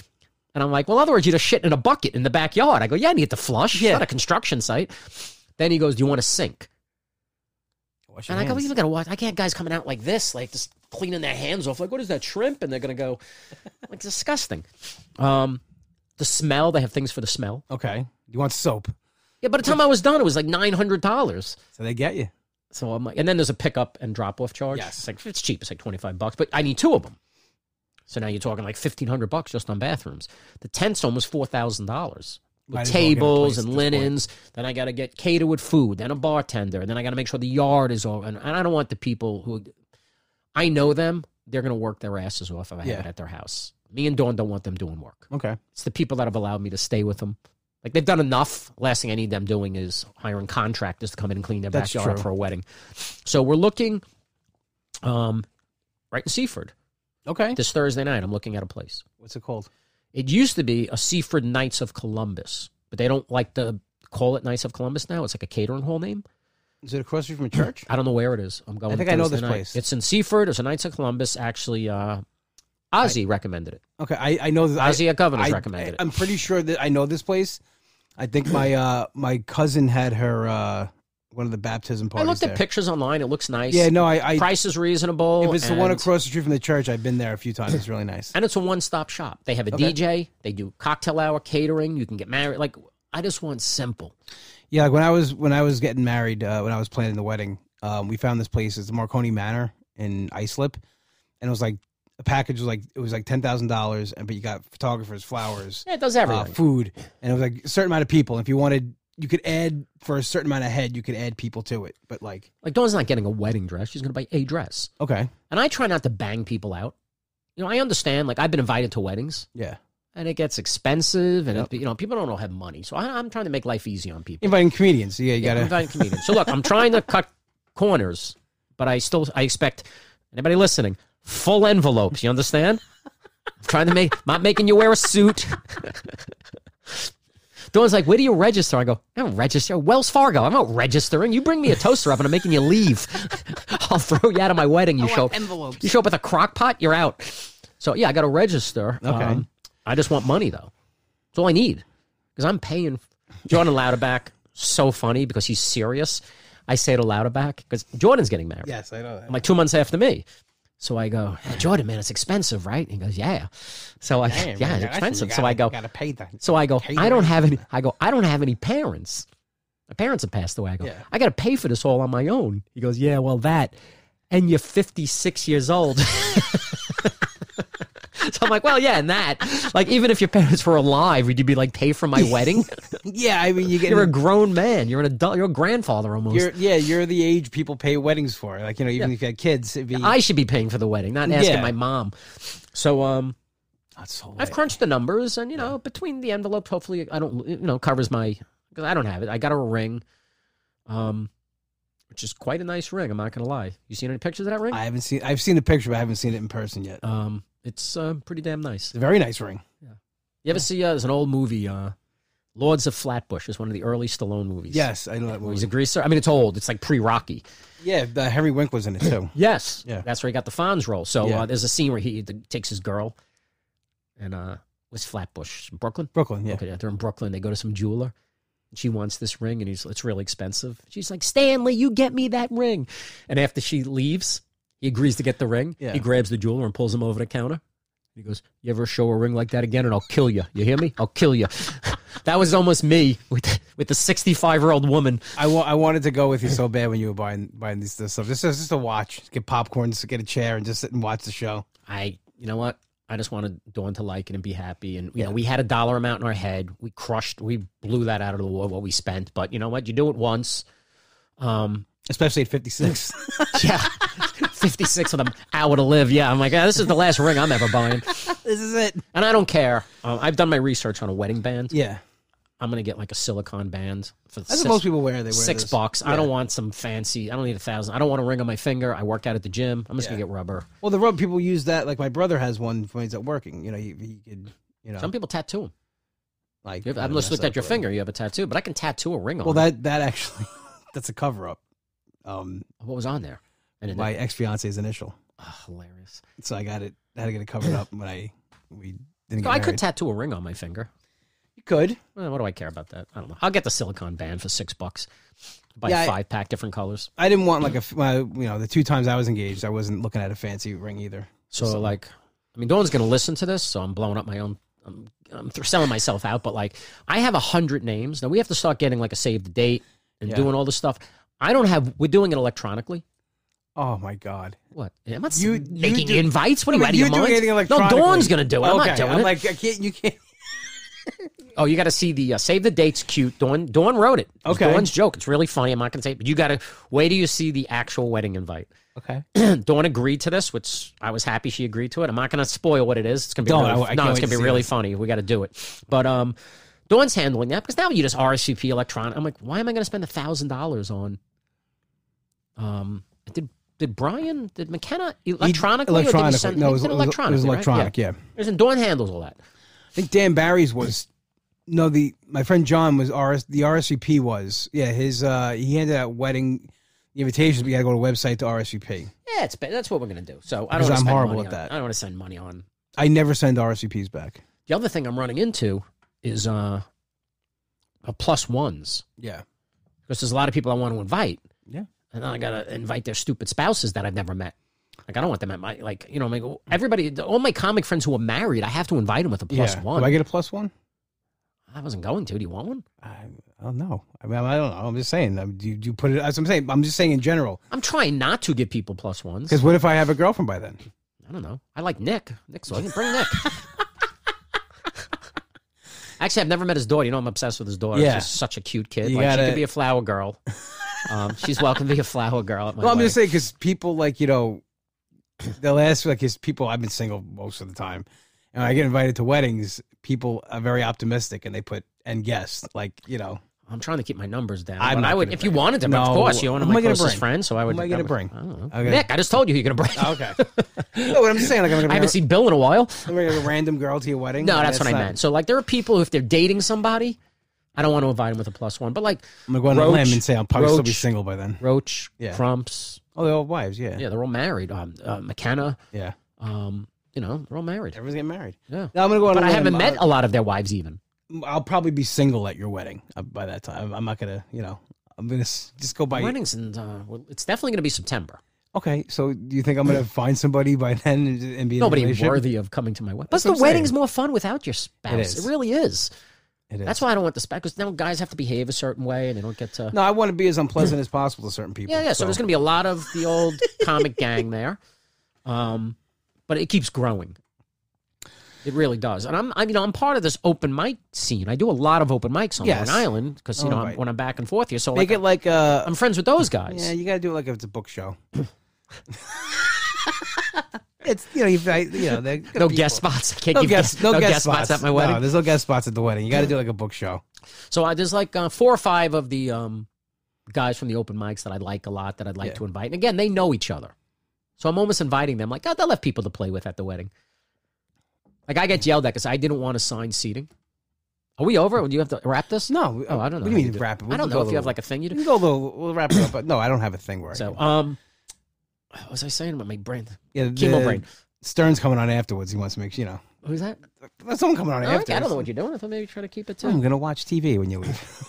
[SPEAKER 2] And I'm like, well, otherwise you just shit in a bucket in the backyard. I go, yeah, I need it to flush. It's
[SPEAKER 1] Yeah.
[SPEAKER 2] not a construction site. Then he goes, do you want a sink?
[SPEAKER 1] Wash your
[SPEAKER 2] And I go,
[SPEAKER 1] hands.
[SPEAKER 2] we even gotta watch. I can't guys coming out like this, like just cleaning their hands off. Like, what is that shrimp? And they're gonna [laughs] go, like disgusting. Um, the smell. They have things for the smell.
[SPEAKER 1] okay. You want soap.
[SPEAKER 2] Yeah, by the time I was done, it was like nine hundred dollars.
[SPEAKER 1] So they get you.
[SPEAKER 2] So I'm like, and then there's a pickup and drop off charge.
[SPEAKER 1] Yes.
[SPEAKER 2] It's like it's cheap. It's like twenty five bucks, but I need two of them. So now you're talking like fifteen hundred bucks just on bathrooms. The tent's almost four thousand dollars.
[SPEAKER 1] Might
[SPEAKER 2] With
[SPEAKER 1] as well get a
[SPEAKER 2] tables
[SPEAKER 1] place at this
[SPEAKER 2] and
[SPEAKER 1] point.
[SPEAKER 2] linens, then I got to get catered with food, then a bartender, and then I got to make sure the yard is all. And, and I don't want the people who, I know them, they're going to work their asses off if I
[SPEAKER 1] Yeah.
[SPEAKER 2] have it at their house. Me and Dawn don't want them doing work.
[SPEAKER 1] Okay.
[SPEAKER 2] It's the people that have allowed me to stay with them. Like they've done enough. Last thing I need them doing is hiring contractors to come in and clean their
[SPEAKER 1] That's
[SPEAKER 2] backyard up
[SPEAKER 1] true.
[SPEAKER 2] for a wedding. So we're looking, um, right in Seaford
[SPEAKER 1] Okay.
[SPEAKER 2] this Thursday night. I'm looking at a place.
[SPEAKER 1] What's it called?
[SPEAKER 2] It used to be a Seaford Knights of Columbus, but they don't like to call it Knights of Columbus now. It's like a catering hall name.
[SPEAKER 1] Is it across the street from a [coughs] church?
[SPEAKER 2] I don't know where it is. I'm going.
[SPEAKER 1] think I know
[SPEAKER 2] Thursday
[SPEAKER 1] this
[SPEAKER 2] night.
[SPEAKER 1] place.
[SPEAKER 2] It's in Seaford. It's a Knights of Columbus. Actually, uh, Ozzy recommended it.
[SPEAKER 1] Okay. I, I know that. I,
[SPEAKER 2] Ozzy at Governor's
[SPEAKER 1] I,
[SPEAKER 2] recommended it.
[SPEAKER 1] am pretty sure that I know this place. I think my uh my cousin had her uh one of the baptism
[SPEAKER 2] I
[SPEAKER 1] parties.
[SPEAKER 2] looked
[SPEAKER 1] there.
[SPEAKER 2] at pictures online. It looks nice.
[SPEAKER 1] Yeah. No. I. I
[SPEAKER 2] price is reasonable.
[SPEAKER 1] if it's the one
[SPEAKER 2] and-
[SPEAKER 1] across the street from the church, I've been there a few times. It's really nice.
[SPEAKER 2] and it's a one-stop shop. They have a
[SPEAKER 1] Okay.
[SPEAKER 2] DJ. They do cocktail hour catering. You can get married. Like I just want simple.
[SPEAKER 1] Yeah, like when I was when I was getting married, uh, when I was planning the wedding, um, we found this place. It's the Marconi Manor in Islip, and it was like a package was like it was like ten thousand dollars, and but you got photographers, flowers,
[SPEAKER 2] Yeah, it does
[SPEAKER 1] uh,
[SPEAKER 2] everything.
[SPEAKER 1] food, and it was like a certain amount of people. If you wanted, you could add for a certain amount of head, you could add people to it. But like,
[SPEAKER 2] like Dawn's not getting a wedding dress. She's going to buy a dress.
[SPEAKER 1] okay,
[SPEAKER 2] And I try not to bang people out. You know, I understand. Like I've been invited to weddings,
[SPEAKER 1] yeah,
[SPEAKER 2] and it gets expensive, and
[SPEAKER 1] Yep.
[SPEAKER 2] it, you know people don't all have money. So I, I'm trying to make life easy on people.
[SPEAKER 1] inviting comedians. Yeah, you
[SPEAKER 2] Yeah,
[SPEAKER 1] gotta.
[SPEAKER 2] I'm inviting comedians. So look, I'm trying to cut corners, but I still I expect anybody listening full envelopes. You understand? I'm trying to make not making you wear a suit. [laughs] Dawn's like, where do you register? I go, I don't register. Wells Fargo. I'm not registering. You bring me a toaster oven, I'm making you leave. [laughs] I'll throw you out of my wedding. You
[SPEAKER 3] I
[SPEAKER 2] show
[SPEAKER 3] want envelopes.
[SPEAKER 2] You show up with a crock pot, you're out. So yeah, I got to register. Um,
[SPEAKER 1] Okay.
[SPEAKER 2] I just want money though. That's all I need because I'm paying Jordan Louderback. So funny because he's serious. I say to Louderback because Jordan's getting married.
[SPEAKER 1] yes, I know that.
[SPEAKER 2] I'm like two months after me. So I go, "Hey, Jordan, man, it's expensive, right? And he goes, yeah. So I,
[SPEAKER 1] Damn,
[SPEAKER 2] yeah,
[SPEAKER 1] man,
[SPEAKER 2] it's
[SPEAKER 1] that's-
[SPEAKER 2] expensive.
[SPEAKER 1] you
[SPEAKER 2] so I
[SPEAKER 1] gotta-
[SPEAKER 2] go,
[SPEAKER 1] you gotta pay that.
[SPEAKER 2] so I go,
[SPEAKER 1] Pay
[SPEAKER 2] I don't
[SPEAKER 1] that.
[SPEAKER 2] have any. I go, I don't have any parents. My parents have passed away. I go,
[SPEAKER 1] Yeah.
[SPEAKER 2] I got to pay for this all on my own. He goes, Yeah, well, that. And you're 56 years old. [laughs] so I'm like, Well, yeah, and that. Like, even if your parents were alive, would you be like, Pay for my
[SPEAKER 1] [laughs]
[SPEAKER 2] wedding?
[SPEAKER 1] Yeah, I mean, you get
[SPEAKER 2] you're a grown man. You're an adult. You're a grandfather almost.
[SPEAKER 1] you're yeah, you're the age people pay weddings for. Like you know, even if you had kids, it'd be.
[SPEAKER 2] I should be paying for the wedding, not asking
[SPEAKER 1] Yeah.
[SPEAKER 2] my mom. So, um,
[SPEAKER 1] That's so
[SPEAKER 2] I've
[SPEAKER 1] lame.
[SPEAKER 2] crunched the numbers, and you know, between the envelope, hopefully, I don't, you know, covers my because I don't have it. I got her a ring, um, which is quite a nice ring. I'm not gonna lie. You seen any pictures of that ring?
[SPEAKER 1] I haven't seen. I've seen the picture, but I haven't seen it in person yet.
[SPEAKER 2] um, it's uh, pretty damn nice.
[SPEAKER 1] It's a very nice ring.
[SPEAKER 2] You ever see? Uh, there's an old movie, uh, Lords of Flatbush. It's one of the early Stallone movies.
[SPEAKER 1] Yes, I know that
[SPEAKER 2] Where he's
[SPEAKER 1] movie.
[SPEAKER 2] a greaser. I mean, it's old. It's like pre Rocky.
[SPEAKER 1] Yeah, the Henry Winkler's in it [coughs] too.
[SPEAKER 2] Yes.
[SPEAKER 1] Yeah.
[SPEAKER 2] That's where he got the Fonz role. So
[SPEAKER 1] Yeah.
[SPEAKER 2] uh, there's a scene where he th- takes his girl, and uh, was Flatbush, Brooklyn.
[SPEAKER 1] Brooklyn, yeah.
[SPEAKER 2] Okay, yeah, they're in Brooklyn. They go to some jeweler. She wants this ring, and he's it's really expensive. She's like, Stanley, you get me that ring. And after she leaves, he agrees to get the ring.
[SPEAKER 1] Yeah.
[SPEAKER 2] He grabs the jeweler and pulls him over the counter. He goes, "You ever show a ring like that again, and I'll kill you. You hear me? I'll kill you." [laughs] that was almost me with with the sixty five year old woman.
[SPEAKER 1] I, wa- I wanted to go with you so bad when you were buying buying these this stuff. Just just to watch, Just get popcorn, just get a chair, and just sit and watch the show.
[SPEAKER 2] I, you know what? I just wanted Dawn to like it and be happy. And, you know, we had a dollar amount in our head. We crushed, we blew that out of the water, what we spent. But you know what? You do it once. Um,
[SPEAKER 1] Especially at fifty six.
[SPEAKER 2] yeah. [laughs] 56 with an hour to live. Yeah. I'm like, "Ah, this is the last ring I'm ever buying.
[SPEAKER 1] [laughs] this is it.
[SPEAKER 2] And I don't care. Um, I've done my research on a wedding band.
[SPEAKER 1] Yeah,
[SPEAKER 2] I'm going to get like a silicone band for
[SPEAKER 1] that's
[SPEAKER 2] six-
[SPEAKER 1] what most people wear. They wear
[SPEAKER 2] six
[SPEAKER 1] this.
[SPEAKER 2] bucks. I don't want some fancy, I don't need a thousand. I don't want a ring on my finger. I work out at the gym. I'm just going
[SPEAKER 1] Yeah.
[SPEAKER 2] to get rubber.
[SPEAKER 1] Well, the rub people use that. Like my brother has one when he's at working. You know, he, he could. You know,
[SPEAKER 2] Some people tattoo them.
[SPEAKER 1] like
[SPEAKER 2] You have,
[SPEAKER 1] I
[SPEAKER 2] I've
[SPEAKER 1] don't
[SPEAKER 2] just
[SPEAKER 1] know,
[SPEAKER 2] looked at your
[SPEAKER 1] so-
[SPEAKER 2] finger. You have a tattoo, but I can tattoo a ring on.
[SPEAKER 1] Well, that
[SPEAKER 2] it.
[SPEAKER 1] that actually [laughs] that's a cover up. Um,
[SPEAKER 2] what was on there? And it,
[SPEAKER 1] my ex fiance's initial.
[SPEAKER 2] oh, hilarious.
[SPEAKER 1] So I got it. I had to get it covered up when I we didn't. Get
[SPEAKER 2] I could
[SPEAKER 1] married.
[SPEAKER 2] tattoo a ring on my finger.
[SPEAKER 1] You could.
[SPEAKER 2] Well, what do I care about that? I don't know. I'll get the silicone band for six bucks. Buy
[SPEAKER 1] Yeah, I-
[SPEAKER 2] five pack different colors.
[SPEAKER 1] I didn't want like a f- well, you know the two times I was engaged, I wasn't looking at a fancy ring either.
[SPEAKER 2] So like, I mean, no one's gonna listen to this, so I'm blowing up my own. I'm, I'm th- selling myself out, but like, I have a hundred names now. We have to start getting like a save the date and
[SPEAKER 1] Yeah.
[SPEAKER 2] doing all this stuff. I don't have. We're doing it electronically.
[SPEAKER 1] Oh my god!
[SPEAKER 2] What? I'm not
[SPEAKER 1] You-
[SPEAKER 2] you,
[SPEAKER 1] you
[SPEAKER 2] making
[SPEAKER 1] do-
[SPEAKER 2] invites. What are you
[SPEAKER 1] Like,
[SPEAKER 2] out of your
[SPEAKER 1] doing
[SPEAKER 2] mind?
[SPEAKER 1] anything
[SPEAKER 2] no,
[SPEAKER 1] electronically?
[SPEAKER 2] Dawn's gonna do it. I'm
[SPEAKER 1] Okay,
[SPEAKER 2] not doing it.
[SPEAKER 1] like I can't. You can't.
[SPEAKER 2] oh, you got to see the uh, save the dates. Cute. Dawn. Dawn wrote it. It was
[SPEAKER 1] Okay.
[SPEAKER 2] Dawn's joke. It's really funny. I'm not gonna say, it, but you got to wait till you see the actual wedding invite.
[SPEAKER 1] Okay.
[SPEAKER 2] [clears throat] Dawn agreed to this, which I was happy she agreed to it. I'm not going to spoil what it is. It's going to be
[SPEAKER 1] Dawn,
[SPEAKER 2] really,
[SPEAKER 1] I- I can't
[SPEAKER 2] no,
[SPEAKER 1] wait
[SPEAKER 2] it's going
[SPEAKER 1] to
[SPEAKER 2] to
[SPEAKER 1] see
[SPEAKER 2] be really funny. We got to do it. But um, Dawn's handling that because now you just RSVP electron. I'm like, why am I going to spend a thousand dollars on? Um, did did Brian did McKenna electronically? or did he
[SPEAKER 1] Electronically.
[SPEAKER 2] send-
[SPEAKER 1] No, it
[SPEAKER 2] he
[SPEAKER 1] was,
[SPEAKER 2] did
[SPEAKER 1] it was- it was
[SPEAKER 2] electronically, right?
[SPEAKER 1] electronic. Yeah.
[SPEAKER 2] Yeah. And Dawn handles all that.
[SPEAKER 1] I think Dan Barry's was. No, the my friend John was RS. The RSVP was yeah. His uh he handed out wedding invitations, but you got to go to a website to RSVP.
[SPEAKER 2] Yeah, it's ba- that's what we're going to do. So I
[SPEAKER 1] Because
[SPEAKER 2] don't. wanna
[SPEAKER 1] I'm
[SPEAKER 2] spend
[SPEAKER 1] horrible
[SPEAKER 2] money
[SPEAKER 1] at
[SPEAKER 2] on-
[SPEAKER 1] that.
[SPEAKER 2] I don't want to send money on
[SPEAKER 1] I never send RSVPs back.
[SPEAKER 2] the other thing I'm running into is uh, a plus ones.
[SPEAKER 1] Yeah.
[SPEAKER 2] because there's a lot of people I want to invite.
[SPEAKER 1] Yeah.
[SPEAKER 2] And then I gotta invite their stupid spouses that I've never met. Like I don't want them at my like you know like everybody all my comic friends who are married I have to invite them with a plus
[SPEAKER 1] yeah.
[SPEAKER 2] one.
[SPEAKER 1] Do I
[SPEAKER 2] I,
[SPEAKER 1] get a plus one?
[SPEAKER 2] wasn't going to. Do you want one?
[SPEAKER 1] I, I don't know. I mean, I don't know. I'm just saying. um, Do you, do you put it? As I'm saying, I'm just saying in general.
[SPEAKER 2] I'm trying not to give people plus ones.
[SPEAKER 1] Because what if I have a girlfriend by then?
[SPEAKER 2] I don't know. I like Nick. Nick's all bring Nick. [laughs] Actually, I've never met his daughter. You know, I'm obsessed with his daughter.
[SPEAKER 1] Yeah.
[SPEAKER 2] She's such a cute kid.
[SPEAKER 1] You
[SPEAKER 2] like she
[SPEAKER 1] gotta-
[SPEAKER 2] could be a flower girl. um, she's welcome to be a flower girl. At my
[SPEAKER 1] Well, I'm
[SPEAKER 2] wedding.
[SPEAKER 1] just saying because people like you know, [clears throat] the last like is people I've been single most of the time, and when I get invited to weddings. People are very optimistic and they put and guest like you know.
[SPEAKER 2] I'm trying to keep my numbers down.
[SPEAKER 1] I'm
[SPEAKER 2] but
[SPEAKER 1] not
[SPEAKER 2] I would,
[SPEAKER 1] gonna
[SPEAKER 2] if you
[SPEAKER 1] bring it.
[SPEAKER 2] wanted to, but
[SPEAKER 1] No.
[SPEAKER 2] of course, you're one of
[SPEAKER 1] Who am
[SPEAKER 2] my
[SPEAKER 1] I gonna
[SPEAKER 2] closest
[SPEAKER 1] bring?
[SPEAKER 2] friends, so I would.
[SPEAKER 1] am I gonna
[SPEAKER 2] would-
[SPEAKER 1] bring?
[SPEAKER 2] I don't know.
[SPEAKER 1] Okay.
[SPEAKER 2] Nick, I just told you who you're
[SPEAKER 1] [laughs]
[SPEAKER 2] going to bring.
[SPEAKER 1] Okay. no, what I'm saying like I'm gonna
[SPEAKER 2] I
[SPEAKER 1] bring,
[SPEAKER 2] haven't
[SPEAKER 1] a,
[SPEAKER 2] seen Bill in
[SPEAKER 1] [laughs]
[SPEAKER 2] a while.
[SPEAKER 1] I'm gonna bring a random girl to your wedding.
[SPEAKER 2] No,
[SPEAKER 1] Like,
[SPEAKER 2] that's, what I
[SPEAKER 1] not-
[SPEAKER 2] meant. So, like, there are people who, if they're dating somebody, I don't want to invite them with a plus one. But like
[SPEAKER 1] I'm gonna go on a
[SPEAKER 2] Roach,
[SPEAKER 1] limb and say I'll probably still be
[SPEAKER 2] Roach.
[SPEAKER 1] single by then.
[SPEAKER 2] Roach,
[SPEAKER 1] Yeah.
[SPEAKER 2] Crumps,
[SPEAKER 1] Oh, they're all wives. Yeah.
[SPEAKER 2] yeah, they're all married. Um, uh, McKenna,
[SPEAKER 1] Yeah.
[SPEAKER 2] um, you know, they're all married.
[SPEAKER 1] Everyone's getting married.
[SPEAKER 2] Yeah,
[SPEAKER 1] No, I'm gonna go on.
[SPEAKER 2] but
[SPEAKER 1] a
[SPEAKER 2] I
[SPEAKER 1] limb.
[SPEAKER 2] haven't
[SPEAKER 1] I'll-
[SPEAKER 2] met a lot of their wives even.
[SPEAKER 1] I'll probably be single at your wedding uh, by that time. I'm not gonna, you know, I'm gonna s- just go by.
[SPEAKER 2] Weddings and uh, well, it's definitely going to be September.
[SPEAKER 1] Okay, so do you think I'm gonna find somebody by then and, and be in a
[SPEAKER 2] Nobody
[SPEAKER 1] relationship?
[SPEAKER 2] worthy of coming to my wedding. But
[SPEAKER 1] That's
[SPEAKER 2] the
[SPEAKER 1] what I'm saying.
[SPEAKER 2] wedding's more fun without your spouse.
[SPEAKER 1] is.
[SPEAKER 2] it really is.
[SPEAKER 1] It is.
[SPEAKER 2] That's why I don't want the spec because now guys have to behave a certain way and they don't get to.
[SPEAKER 1] no, I want to be as unpleasant as possible to certain people.
[SPEAKER 2] Yeah, yeah. So, there's going to be a lot of the old comic gang there, um, but it keeps growing. It really does, and I'm, I'm, you know, I'm part of this open mic scene. I do a lot of open mics on
[SPEAKER 1] Yes.
[SPEAKER 2] Long Island because you know
[SPEAKER 1] All
[SPEAKER 2] I'm,
[SPEAKER 1] right.
[SPEAKER 2] when I'm back and forth here. So
[SPEAKER 1] make
[SPEAKER 2] like,
[SPEAKER 1] it like a.
[SPEAKER 2] I'm friends with those guys.
[SPEAKER 1] Yeah, you gotta do it like if it's a book
[SPEAKER 2] [laughs]
[SPEAKER 1] show. [laughs] it's you know you, you know they're gonna
[SPEAKER 2] no
[SPEAKER 1] be-
[SPEAKER 2] guest spots. I can't
[SPEAKER 1] No
[SPEAKER 2] give
[SPEAKER 1] guest, no, guest, spots.
[SPEAKER 2] at my wedding.
[SPEAKER 1] No, there's no guest spots at the wedding. You got to do it like a book show.
[SPEAKER 2] So I, there's like uh, four or five of the um, guys from the open mics that I like a lot that I'd like
[SPEAKER 1] Yeah.
[SPEAKER 2] to invite. And again, they know each other. So I'm almost inviting them. Like, oh, they'll have people to play with at the wedding. Like, I get yelled at because I didn't want to sign seating. Are we over? Do you have to wrap this?
[SPEAKER 1] No,
[SPEAKER 2] Oh, I don't know.
[SPEAKER 1] What do
[SPEAKER 2] how
[SPEAKER 1] you mean
[SPEAKER 2] do-
[SPEAKER 1] wrap it? We
[SPEAKER 2] I
[SPEAKER 1] can
[SPEAKER 2] don't
[SPEAKER 1] go
[SPEAKER 2] know if you have
[SPEAKER 1] little-
[SPEAKER 2] like a thing you
[SPEAKER 1] We
[SPEAKER 2] do.
[SPEAKER 1] can go a little. We'll wrap it up. But no, I don't have a thing where. I
[SPEAKER 2] So,
[SPEAKER 1] can-
[SPEAKER 2] um, what was I saying about my brain?
[SPEAKER 1] yeah, the-
[SPEAKER 2] Chemo brain.
[SPEAKER 1] Stern's coming on afterwards. He wants to make sure you know.
[SPEAKER 2] Who's that?
[SPEAKER 1] That's someone coming on
[SPEAKER 2] Oh,
[SPEAKER 1] afterwards.
[SPEAKER 2] okay, I don't know what you're doing. I thought maybe you try to keep it
[SPEAKER 1] I'm
[SPEAKER 2] too.
[SPEAKER 1] gonna watch TV when you leave.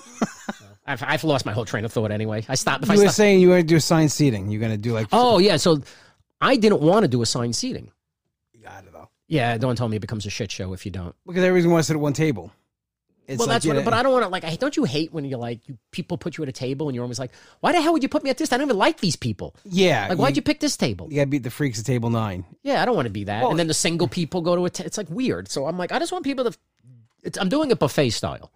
[SPEAKER 2] I've, I've lost my whole train of thought anyway. I stopped. If I
[SPEAKER 1] you were
[SPEAKER 2] stop.
[SPEAKER 1] saying you were gonna do assigned seating. You're gonna do like
[SPEAKER 2] Oh, yeah. So I didn't want to do assigned seating.
[SPEAKER 1] I don't know
[SPEAKER 2] Yeah, don't tell me it becomes a shit show if you don't.
[SPEAKER 1] because everyone wants to sit at one table. It's
[SPEAKER 2] well,
[SPEAKER 1] like,
[SPEAKER 2] that's
[SPEAKER 1] you
[SPEAKER 2] what.
[SPEAKER 1] know-
[SPEAKER 2] But I don't want to like. I Don't you hate when you're like, you people put you at a table and you're always like, why the hell would you put me at this? I don't even like these people.
[SPEAKER 1] yeah.
[SPEAKER 2] Like, why'd you pick this table?
[SPEAKER 1] You gotta beat the freaks at table nine.
[SPEAKER 2] Yeah, I don't want to be that.
[SPEAKER 1] Well-
[SPEAKER 2] and then the single people go to a. T- it's like weird. So I'm like, I just want people to. It's, I'm doing it buffet style.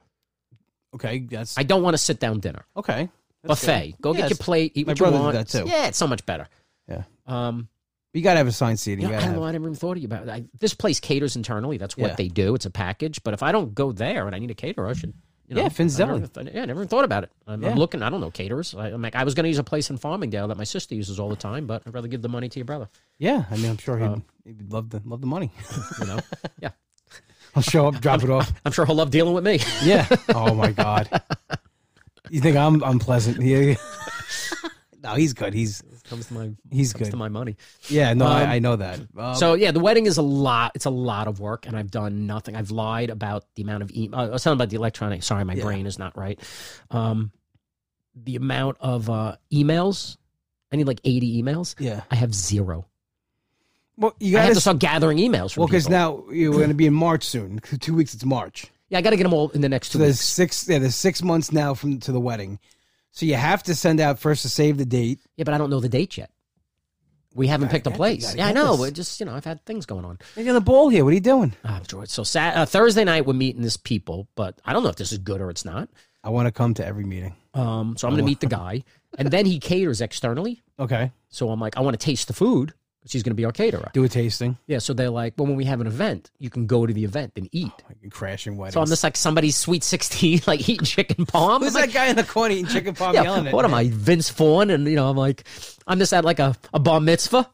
[SPEAKER 1] Okay, that's
[SPEAKER 2] I don't want to sit down dinner.
[SPEAKER 1] okay.
[SPEAKER 2] buffet. Go
[SPEAKER 1] Yeah,
[SPEAKER 2] get your
[SPEAKER 1] it's-
[SPEAKER 2] plate. Eat
[SPEAKER 1] my
[SPEAKER 2] what you
[SPEAKER 1] brother did that
[SPEAKER 2] want.
[SPEAKER 1] too.
[SPEAKER 2] Yeah, it's so much better.
[SPEAKER 1] Yeah.
[SPEAKER 2] Um,
[SPEAKER 1] You gotta have assigned seating.
[SPEAKER 2] you
[SPEAKER 1] You
[SPEAKER 2] know, I
[SPEAKER 1] gotta
[SPEAKER 2] don't know.
[SPEAKER 1] have,
[SPEAKER 2] I never even thought of you about. I, this place caters internally. That's what
[SPEAKER 1] Yeah.
[SPEAKER 2] they do. It's a package. But if I don't go there and I need a caterer, I should. You know,
[SPEAKER 1] Yeah, Finn's
[SPEAKER 2] I never
[SPEAKER 1] Deli.
[SPEAKER 2] even th- yeah, I never even thought about it. I'm,
[SPEAKER 1] Yeah.
[SPEAKER 2] I'm looking. I don't know caterers. I, I'm like, I was going to use a place in Farmingdale that my sister uses all the time, but I'd rather give the money to your brother.
[SPEAKER 1] yeah, I mean, I'm sure he'd,
[SPEAKER 2] Um,
[SPEAKER 1] he'd love the love the money.
[SPEAKER 2] [laughs]
[SPEAKER 1] [laughs]
[SPEAKER 2] You know, yeah.
[SPEAKER 1] I'll show up, drop it off.
[SPEAKER 2] I'm sure he'll love dealing with me.
[SPEAKER 1] [laughs]
[SPEAKER 2] [laughs]
[SPEAKER 1] Yeah. Oh my
[SPEAKER 2] [laughs]
[SPEAKER 1] god. You think I'm unpleasant? He- no, he's good. He's
[SPEAKER 2] comes to my
[SPEAKER 1] He's
[SPEAKER 2] comes
[SPEAKER 1] good.
[SPEAKER 2] to my money.
[SPEAKER 1] Yeah, no,
[SPEAKER 2] Um,
[SPEAKER 1] I, I know that. Um,
[SPEAKER 2] So yeah, the wedding is a lot. It's a lot of work, and I've done nothing. I've lied about the amount of. E- I was telling about the electronic. Sorry, my
[SPEAKER 1] Yeah.
[SPEAKER 2] brain is not right. Um, the amount of uh, emails. I need like eighty emails.
[SPEAKER 1] yeah.
[SPEAKER 2] I have zero.
[SPEAKER 1] Well, you
[SPEAKER 2] I
[SPEAKER 1] got
[SPEAKER 2] have to
[SPEAKER 1] to.
[SPEAKER 2] start gathering emails. From
[SPEAKER 1] Well, because now
[SPEAKER 2] people.
[SPEAKER 1] you're going to be in March soon. Two weeks, it's March.
[SPEAKER 2] yeah, I got to get them all in the next two
[SPEAKER 1] So there's
[SPEAKER 2] weeks.
[SPEAKER 1] six. Yeah, there's six months now from to the wedding. So you have to send out first to save the date.
[SPEAKER 2] Yeah, but I don't know the date yet. We haven't picked a
[SPEAKER 1] get- you
[SPEAKER 2] place.
[SPEAKER 1] gotta
[SPEAKER 2] Yeah, I
[SPEAKER 1] get
[SPEAKER 2] know.
[SPEAKER 1] this.
[SPEAKER 2] But just you know, I've had things going on.
[SPEAKER 1] You got the ball here. What are you doing?
[SPEAKER 2] Ah, I'm sure. So Sat- uh, Thursday night we're meeting this people, but I don't know if this is good or it's not.
[SPEAKER 1] I want to come to every meeting.
[SPEAKER 2] Um, so I'm
[SPEAKER 1] Oh.
[SPEAKER 2] going to meet the guy, and
[SPEAKER 1] [laughs]
[SPEAKER 2] then he caters externally.
[SPEAKER 1] Okay,
[SPEAKER 2] So I'm like, I want to taste the food. She's going to be our caterer.
[SPEAKER 1] do a tasting.
[SPEAKER 2] Yeah. So they're like, well, when we have an event, you can go to the event and eat.
[SPEAKER 1] Like crashing weddings.
[SPEAKER 2] So I'm just like somebody's sweet 16, [laughs] like eating chicken
[SPEAKER 1] [laughs]
[SPEAKER 2] palm.
[SPEAKER 1] Who's
[SPEAKER 2] I'm like,
[SPEAKER 1] that guy in the corner eating chicken [laughs] parm
[SPEAKER 2] yeah,
[SPEAKER 1] yelling at?
[SPEAKER 2] what
[SPEAKER 1] me?
[SPEAKER 2] am I, Vince Vaughn? And, you know, I'm like, I'm just at like a, a bar mitzvah.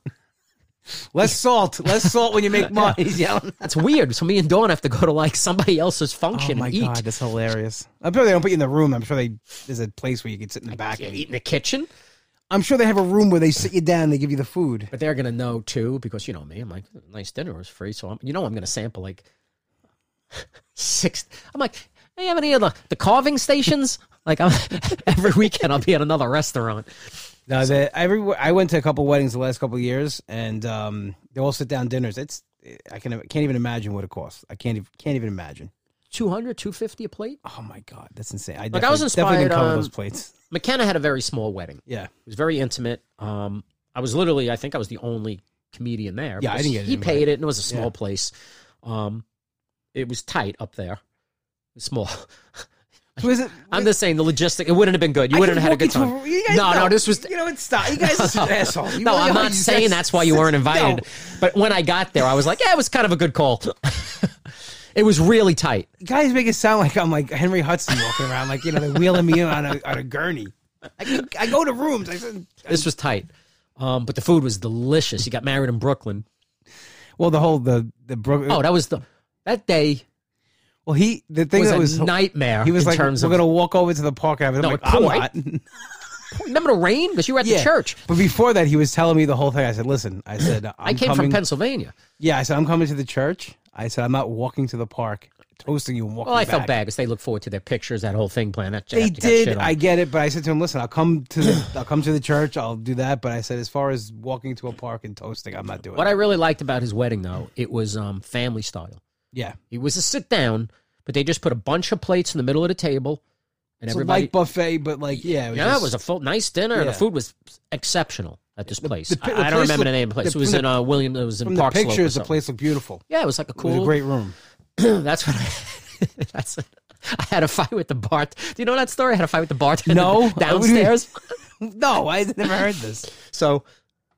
[SPEAKER 1] Less salt. Less salt when you [laughs] make money. [laughs] He's yelling.
[SPEAKER 2] That's weird. So me and Dawn have to go to like somebody else's
[SPEAKER 1] Oh
[SPEAKER 2] function
[SPEAKER 1] my
[SPEAKER 2] and eat.
[SPEAKER 1] god, that's hilarious. [laughs] I'm sure they don't put you in the room. I'm sure they there's a place where you can sit in the back.
[SPEAKER 2] Yeah,
[SPEAKER 1] And
[SPEAKER 2] eat
[SPEAKER 1] eat.
[SPEAKER 2] in the kitchen.
[SPEAKER 1] I'm sure they have a room where they sit you down. and They give you the food.
[SPEAKER 2] But they're going to know too, because, you know me, I'm like, nice dinner was free. So I'm, you know, I'm going to sample like [laughs] six. I'm like, hey, you have any of the, the carving stations? [laughs] Like I'm, every weekend I'll be at another restaurant.
[SPEAKER 1] No, the, every I went to a couple weddings the last couple of years, and um, they all sit down dinners. It's I can can't even imagine what it costs. I can't even can't even imagine.
[SPEAKER 2] 200, 250 a plate.
[SPEAKER 1] Oh my god, that's insane. I
[SPEAKER 2] Like, I was
[SPEAKER 1] definitely- definitely
[SPEAKER 2] inspired,
[SPEAKER 1] didn't cover
[SPEAKER 2] um,
[SPEAKER 1] those plates.
[SPEAKER 2] McKenna had a very small wedding.
[SPEAKER 1] Yeah,
[SPEAKER 2] It was very intimate. Um, I was literally, I think I was the only comedian there.
[SPEAKER 1] Yeah, I
[SPEAKER 2] because
[SPEAKER 1] didn't get an
[SPEAKER 2] He
[SPEAKER 1] invite.
[SPEAKER 2] paid it, and it was a small
[SPEAKER 1] Yeah.
[SPEAKER 2] place. Um, it was tight up there. It was Small. [laughs]
[SPEAKER 1] so is it?
[SPEAKER 2] [laughs] I'm just saying the logistic. It wouldn't have been good. You
[SPEAKER 1] I
[SPEAKER 2] wouldn't
[SPEAKER 1] could
[SPEAKER 2] have had a good
[SPEAKER 1] walk into
[SPEAKER 2] time.
[SPEAKER 1] a- you guys
[SPEAKER 2] no,
[SPEAKER 1] know-
[SPEAKER 2] no, this was
[SPEAKER 1] you know it's stop. You guys
[SPEAKER 2] [laughs]
[SPEAKER 1] are such assholes. You
[SPEAKER 2] no,
[SPEAKER 1] really
[SPEAKER 2] I'm
[SPEAKER 1] are.
[SPEAKER 2] not
[SPEAKER 1] You
[SPEAKER 2] saying
[SPEAKER 1] guys- [laughs]
[SPEAKER 2] that's why you weren't invited. But when I got there, I was like, yeah, it was kind of a good call. [laughs] it was really tight.
[SPEAKER 1] You guys make it sound like I'm like Henry Hudson walking around, like you know, they're wheeling me in on a on a gurney. I, can- I go to rooms. I said,
[SPEAKER 2] This was tight. Um, but the food was delicious. He got married in Brooklyn.
[SPEAKER 1] well, the whole the the bro-
[SPEAKER 2] Oh, that was the that day
[SPEAKER 1] well he the thing
[SPEAKER 2] was a
[SPEAKER 1] that was
[SPEAKER 2] nightmare.
[SPEAKER 1] he was
[SPEAKER 2] in
[SPEAKER 1] like
[SPEAKER 2] terms
[SPEAKER 1] we're
[SPEAKER 2] of
[SPEAKER 1] gonna walk over to the park after. I'm
[SPEAKER 2] No,
[SPEAKER 1] like
[SPEAKER 2] it's
[SPEAKER 1] I'm
[SPEAKER 2] polite.
[SPEAKER 1] not.
[SPEAKER 2] remember the rain because you were at the church.
[SPEAKER 1] But before that, he was telling me the whole thing. I said, "Listen,
[SPEAKER 2] [coughs]
[SPEAKER 1] I said I'm
[SPEAKER 2] I came
[SPEAKER 1] coming.
[SPEAKER 2] from Pennsylvania.
[SPEAKER 1] yeah, I said I'm coming to the church. I said I'm not walking to the park, toasting you and walking.
[SPEAKER 2] Well, I
[SPEAKER 1] back.
[SPEAKER 2] felt bad because they look forward to their pictures, that whole thing plan. That
[SPEAKER 1] They
[SPEAKER 2] that- that shit
[SPEAKER 1] did.
[SPEAKER 2] on.
[SPEAKER 1] I get it, but I said to him, "Listen, I'll come to the I'll come to the church. I'll do that." But I said, as far as walking to a park and toasting, I'm not doing.
[SPEAKER 2] What
[SPEAKER 1] it.
[SPEAKER 2] I really liked about his wedding, though, it was um, family style.
[SPEAKER 1] yeah,
[SPEAKER 2] It was a sit down, but they just put a bunch of plates in the middle of the table, and
[SPEAKER 1] it's a
[SPEAKER 2] everybody.
[SPEAKER 1] light buffet, but like yeah, it was
[SPEAKER 2] yeah,
[SPEAKER 1] just-
[SPEAKER 2] it was a full, nice dinner. and The
[SPEAKER 1] Yeah.
[SPEAKER 2] food was exceptional at this place.
[SPEAKER 1] the-
[SPEAKER 2] I-
[SPEAKER 1] the
[SPEAKER 2] I, don't
[SPEAKER 1] place
[SPEAKER 2] remember the
[SPEAKER 1] looked-
[SPEAKER 2] name of the place.
[SPEAKER 1] the-
[SPEAKER 2] it was
[SPEAKER 1] from
[SPEAKER 2] in uh, William. It was in
[SPEAKER 1] from the
[SPEAKER 2] Park Slope or
[SPEAKER 1] pictures. The
[SPEAKER 2] something.
[SPEAKER 1] place looked beautiful.
[SPEAKER 2] Yeah, it was like a
[SPEAKER 1] It was
[SPEAKER 2] cool.
[SPEAKER 1] a great
[SPEAKER 2] [laughs]
[SPEAKER 1] room.
[SPEAKER 2] [clears throat] that's what. I, [laughs] that's. I had a fight with the bart. Do you know that story? I had a fight with the [laughs] bartender
[SPEAKER 1] No. What do you mean?
[SPEAKER 2] downstairs.
[SPEAKER 1] No, I never heard this.
[SPEAKER 2] [laughs] So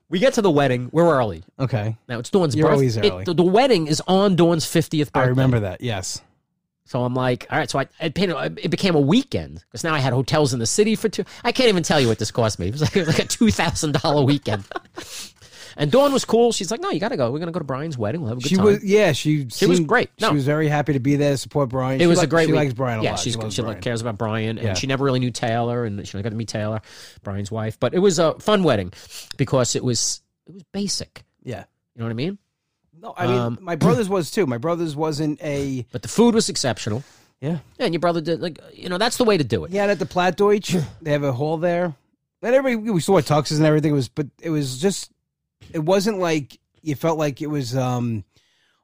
[SPEAKER 2] we get to the wedding. We're early.
[SPEAKER 1] [laughs] Okay,
[SPEAKER 2] Now it's Dawn's
[SPEAKER 1] You're
[SPEAKER 2] birth-
[SPEAKER 1] always
[SPEAKER 2] it-
[SPEAKER 1] early.
[SPEAKER 2] the, the wedding is on Dawn's 50th birthday.
[SPEAKER 1] I remember that. Yes,
[SPEAKER 2] So I'm like, all right. So I, I paid, it became a weekend because now I had hotels in the city for two. I can't even tell you what this cost me. It was like, it was like a $2,000 weekend. [laughs] and Dawn was cool. She's like, no, you got to go. We're going to go to Brian's wedding. We'll have a good
[SPEAKER 1] she
[SPEAKER 2] time.
[SPEAKER 1] was. Yeah, she.
[SPEAKER 2] She was
[SPEAKER 1] seemed-
[SPEAKER 2] great. No.
[SPEAKER 1] She was very happy to be there to support Brian.
[SPEAKER 2] it
[SPEAKER 1] she
[SPEAKER 2] was
[SPEAKER 1] li-
[SPEAKER 2] a great
[SPEAKER 1] She
[SPEAKER 2] week.
[SPEAKER 1] likes Brian a
[SPEAKER 2] yeah,
[SPEAKER 1] lot.
[SPEAKER 2] she's,
[SPEAKER 1] loves
[SPEAKER 2] she like,
[SPEAKER 1] Brian.
[SPEAKER 2] cares about Brian, and
[SPEAKER 1] Yeah.
[SPEAKER 2] she never really knew Taylor, and she only got to meet Taylor, Brian's wife. But it was a fun wedding because it was it was basic.
[SPEAKER 1] Yeah.
[SPEAKER 2] You know what I mean?
[SPEAKER 1] No, I mean
[SPEAKER 2] Um,
[SPEAKER 1] my brother's was too. My brother's wasn't a
[SPEAKER 2] But the food was exceptional.
[SPEAKER 1] yeah.
[SPEAKER 2] [clears throat] Yeah, and your brother did like you know that's the way to do it.
[SPEAKER 1] He had it at the Platt Deutsch. They have a hall there. And everybody we saw tuxes and everything. It was but it was just it wasn't like you felt like it was um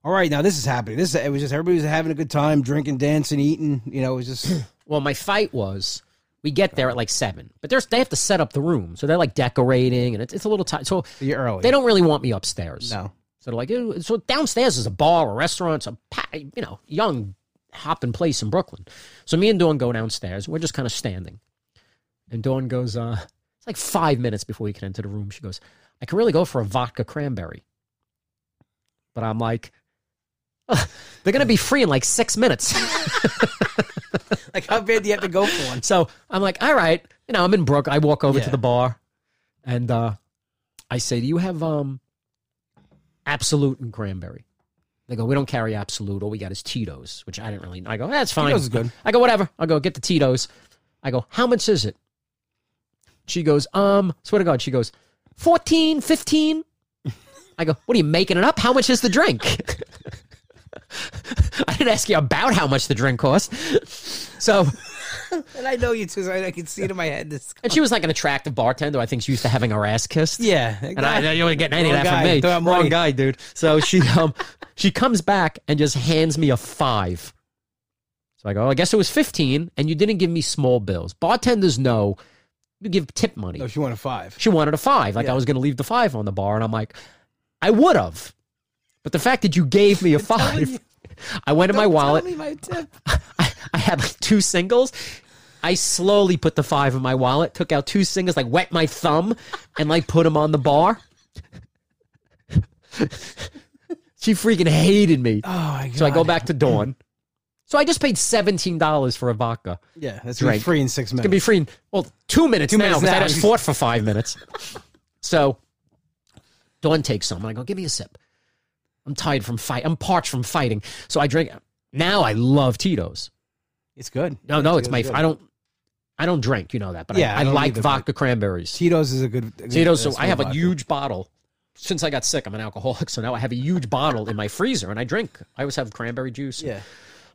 [SPEAKER 1] all right now this is happening. This it was just everybody was having a good time, drinking, dancing, eating. You know, it was
[SPEAKER 2] [clears throat]
[SPEAKER 1] just
[SPEAKER 2] Well, my fight was we get there at like seven, but there's they have to set up the room, so they're like decorating, and it's, it's a little tight. So
[SPEAKER 1] you're early.
[SPEAKER 2] they don't really want me upstairs.
[SPEAKER 1] no.
[SPEAKER 2] So they're like, "Ew." so downstairs is a bar, a restaurant, it's a pa- you know young hopping place in Brooklyn. So me and Dawn go downstairs. We're just kind of standing, and Dawn goes, uh, it's like five minutes before we can enter the room. She goes, I can really go for a vodka cranberry, but I'm like. "Ugh, They're gonna be free in like six minutes.
[SPEAKER 1] Like how bad do you have to go for
[SPEAKER 2] [laughs]
[SPEAKER 1] one?
[SPEAKER 2] So I'm like, all right, you know, I'm in Brook. I walk over
[SPEAKER 1] Yeah.
[SPEAKER 2] to the bar, and uh, I say, do you have um, Absolute and Cranberry? They go, we don't carry Absolute. All we got is Tito's, which I didn't really. know. I go, "Eh, that's fine.
[SPEAKER 1] Tito's is good.
[SPEAKER 2] I go, whatever. I'll go get the Tito's. I go, how much is it? She goes, um, swear to God, she goes, 14, 15. I go, what are you making it up? How much is the drink? [laughs] I didn't ask you about how much the drink cost. So,
[SPEAKER 1] And I know you too. So I, I can see it in my head. This.
[SPEAKER 2] and she was like an attractive bartender. I think she used to having her ass kissed.
[SPEAKER 1] Yeah.
[SPEAKER 2] [laughs] And I, you ain't getting any
[SPEAKER 1] Wrong
[SPEAKER 2] of that
[SPEAKER 1] guy.
[SPEAKER 2] from me.
[SPEAKER 1] Throw him
[SPEAKER 2] Wrong
[SPEAKER 1] money.
[SPEAKER 2] guy, dude.
[SPEAKER 1] [laughs]
[SPEAKER 2] So she um she comes back and just hands me a five. So I go, "Oh, I guess it was fifteen, and you didn't give me small bills. Bartenders know you give tip money.
[SPEAKER 1] no, she won a five.
[SPEAKER 2] She wanted a five. Like I was gonna leave the five on the bar, and I'm like, I would have. But the fact that you
[SPEAKER 1] [laughs]
[SPEAKER 2] gave me a five, [laughs] I went in my wallet.
[SPEAKER 1] Tell me my tip.
[SPEAKER 2] I, I had like two singles. I slowly put the five in my wallet, took out two singles, like wet my thumb, and like put them on the bar. she freaking hated me.
[SPEAKER 1] Oh, my God.
[SPEAKER 2] so I go back to Dawn.
[SPEAKER 1] [clears throat]
[SPEAKER 2] So I just paid seventeen dollars for a vodka.
[SPEAKER 1] Yeah, that's gonna be
[SPEAKER 2] Drink.
[SPEAKER 1] free in six minutes.
[SPEAKER 2] Can be free in well two minutes
[SPEAKER 1] Two
[SPEAKER 2] now
[SPEAKER 1] minutes
[SPEAKER 2] because I
[SPEAKER 1] now.
[SPEAKER 2] just fought for five minutes. so Dawn takes some and I go, give me a sip. I'm tired from fight. I'm parched from fighting. So I drink. Now I love Tito's.
[SPEAKER 1] it's good.
[SPEAKER 2] No, no, it's
[SPEAKER 1] good,
[SPEAKER 2] my.
[SPEAKER 1] good.
[SPEAKER 2] I don't. I don't drink. You know that, but
[SPEAKER 1] Yeah,
[SPEAKER 2] I,
[SPEAKER 1] I
[SPEAKER 2] I
[SPEAKER 1] don't
[SPEAKER 2] like
[SPEAKER 1] either,
[SPEAKER 2] vodka cranberries.
[SPEAKER 1] Tito's is a good. a good,
[SPEAKER 2] Tito's.
[SPEAKER 1] uh,
[SPEAKER 2] So I have a
[SPEAKER 1] vodka.
[SPEAKER 2] huge bottle. Since I got sick, I'm an alcoholic, [laughs] so now I have a huge bottle in my freezer, and I drink. I always have cranberry juice.
[SPEAKER 1] Yeah.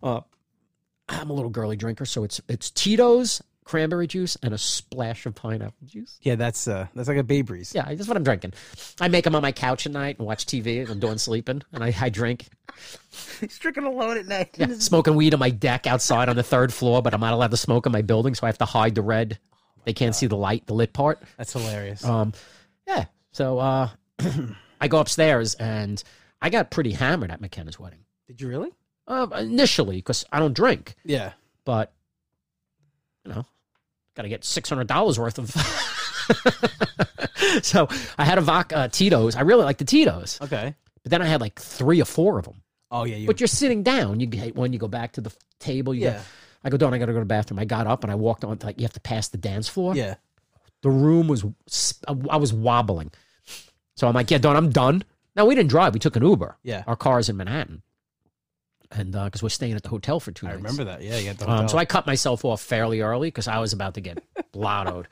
[SPEAKER 2] I'm a little girly drinker, so it's it's Tito's cranberry juice and a splash of pineapple juice.
[SPEAKER 1] Yeah, that's uh, that's like a Bay Breeze.
[SPEAKER 2] Yeah, that's what I'm drinking. I make them on my couch at night and watch TV. I'm doing sleeping, and I,
[SPEAKER 1] [laughs]
[SPEAKER 2] I drink,
[SPEAKER 1] He's drinking alone at night.
[SPEAKER 2] smoking weed on my deck outside on the third floor, but I'm not allowed to smoke in my building, so I have to hide the red.
[SPEAKER 1] Oh
[SPEAKER 2] They can't see the light, the lit part.
[SPEAKER 1] That's hilarious.
[SPEAKER 2] Um, yeah. So uh, [clears throat] I go upstairs and I got pretty hammered at McKenna's wedding.
[SPEAKER 1] Did you really?
[SPEAKER 2] Uh, initially, because I don't drink,
[SPEAKER 1] Yeah.
[SPEAKER 2] but you know, got to get six hundred dollars worth of. [laughs] so I had a vodka uh, Tito's. I really like the Tito's,
[SPEAKER 1] Okay.
[SPEAKER 2] but then I had like three or four of them.
[SPEAKER 1] Oh yeah. You,
[SPEAKER 2] But you're sitting down. You get one. You go back to the table. You yeah.
[SPEAKER 1] Yeah.
[SPEAKER 2] I go down. I got to go to the bathroom. I got up and I walked on. Like you have to pass the dance floor.
[SPEAKER 1] yeah.
[SPEAKER 2] The room was, I was wobbling. So I'm like, yeah, Don, I'm done. Now we didn't drive. We took an Uber.
[SPEAKER 1] Yeah.
[SPEAKER 2] Our car's in Manhattan. And because we're staying at the hotel for two
[SPEAKER 1] I
[SPEAKER 2] nights.
[SPEAKER 1] remember that. Yeah. You got the
[SPEAKER 2] Um,
[SPEAKER 1] hotel.
[SPEAKER 2] so I cut myself off fairly early because I was about to get blottoed.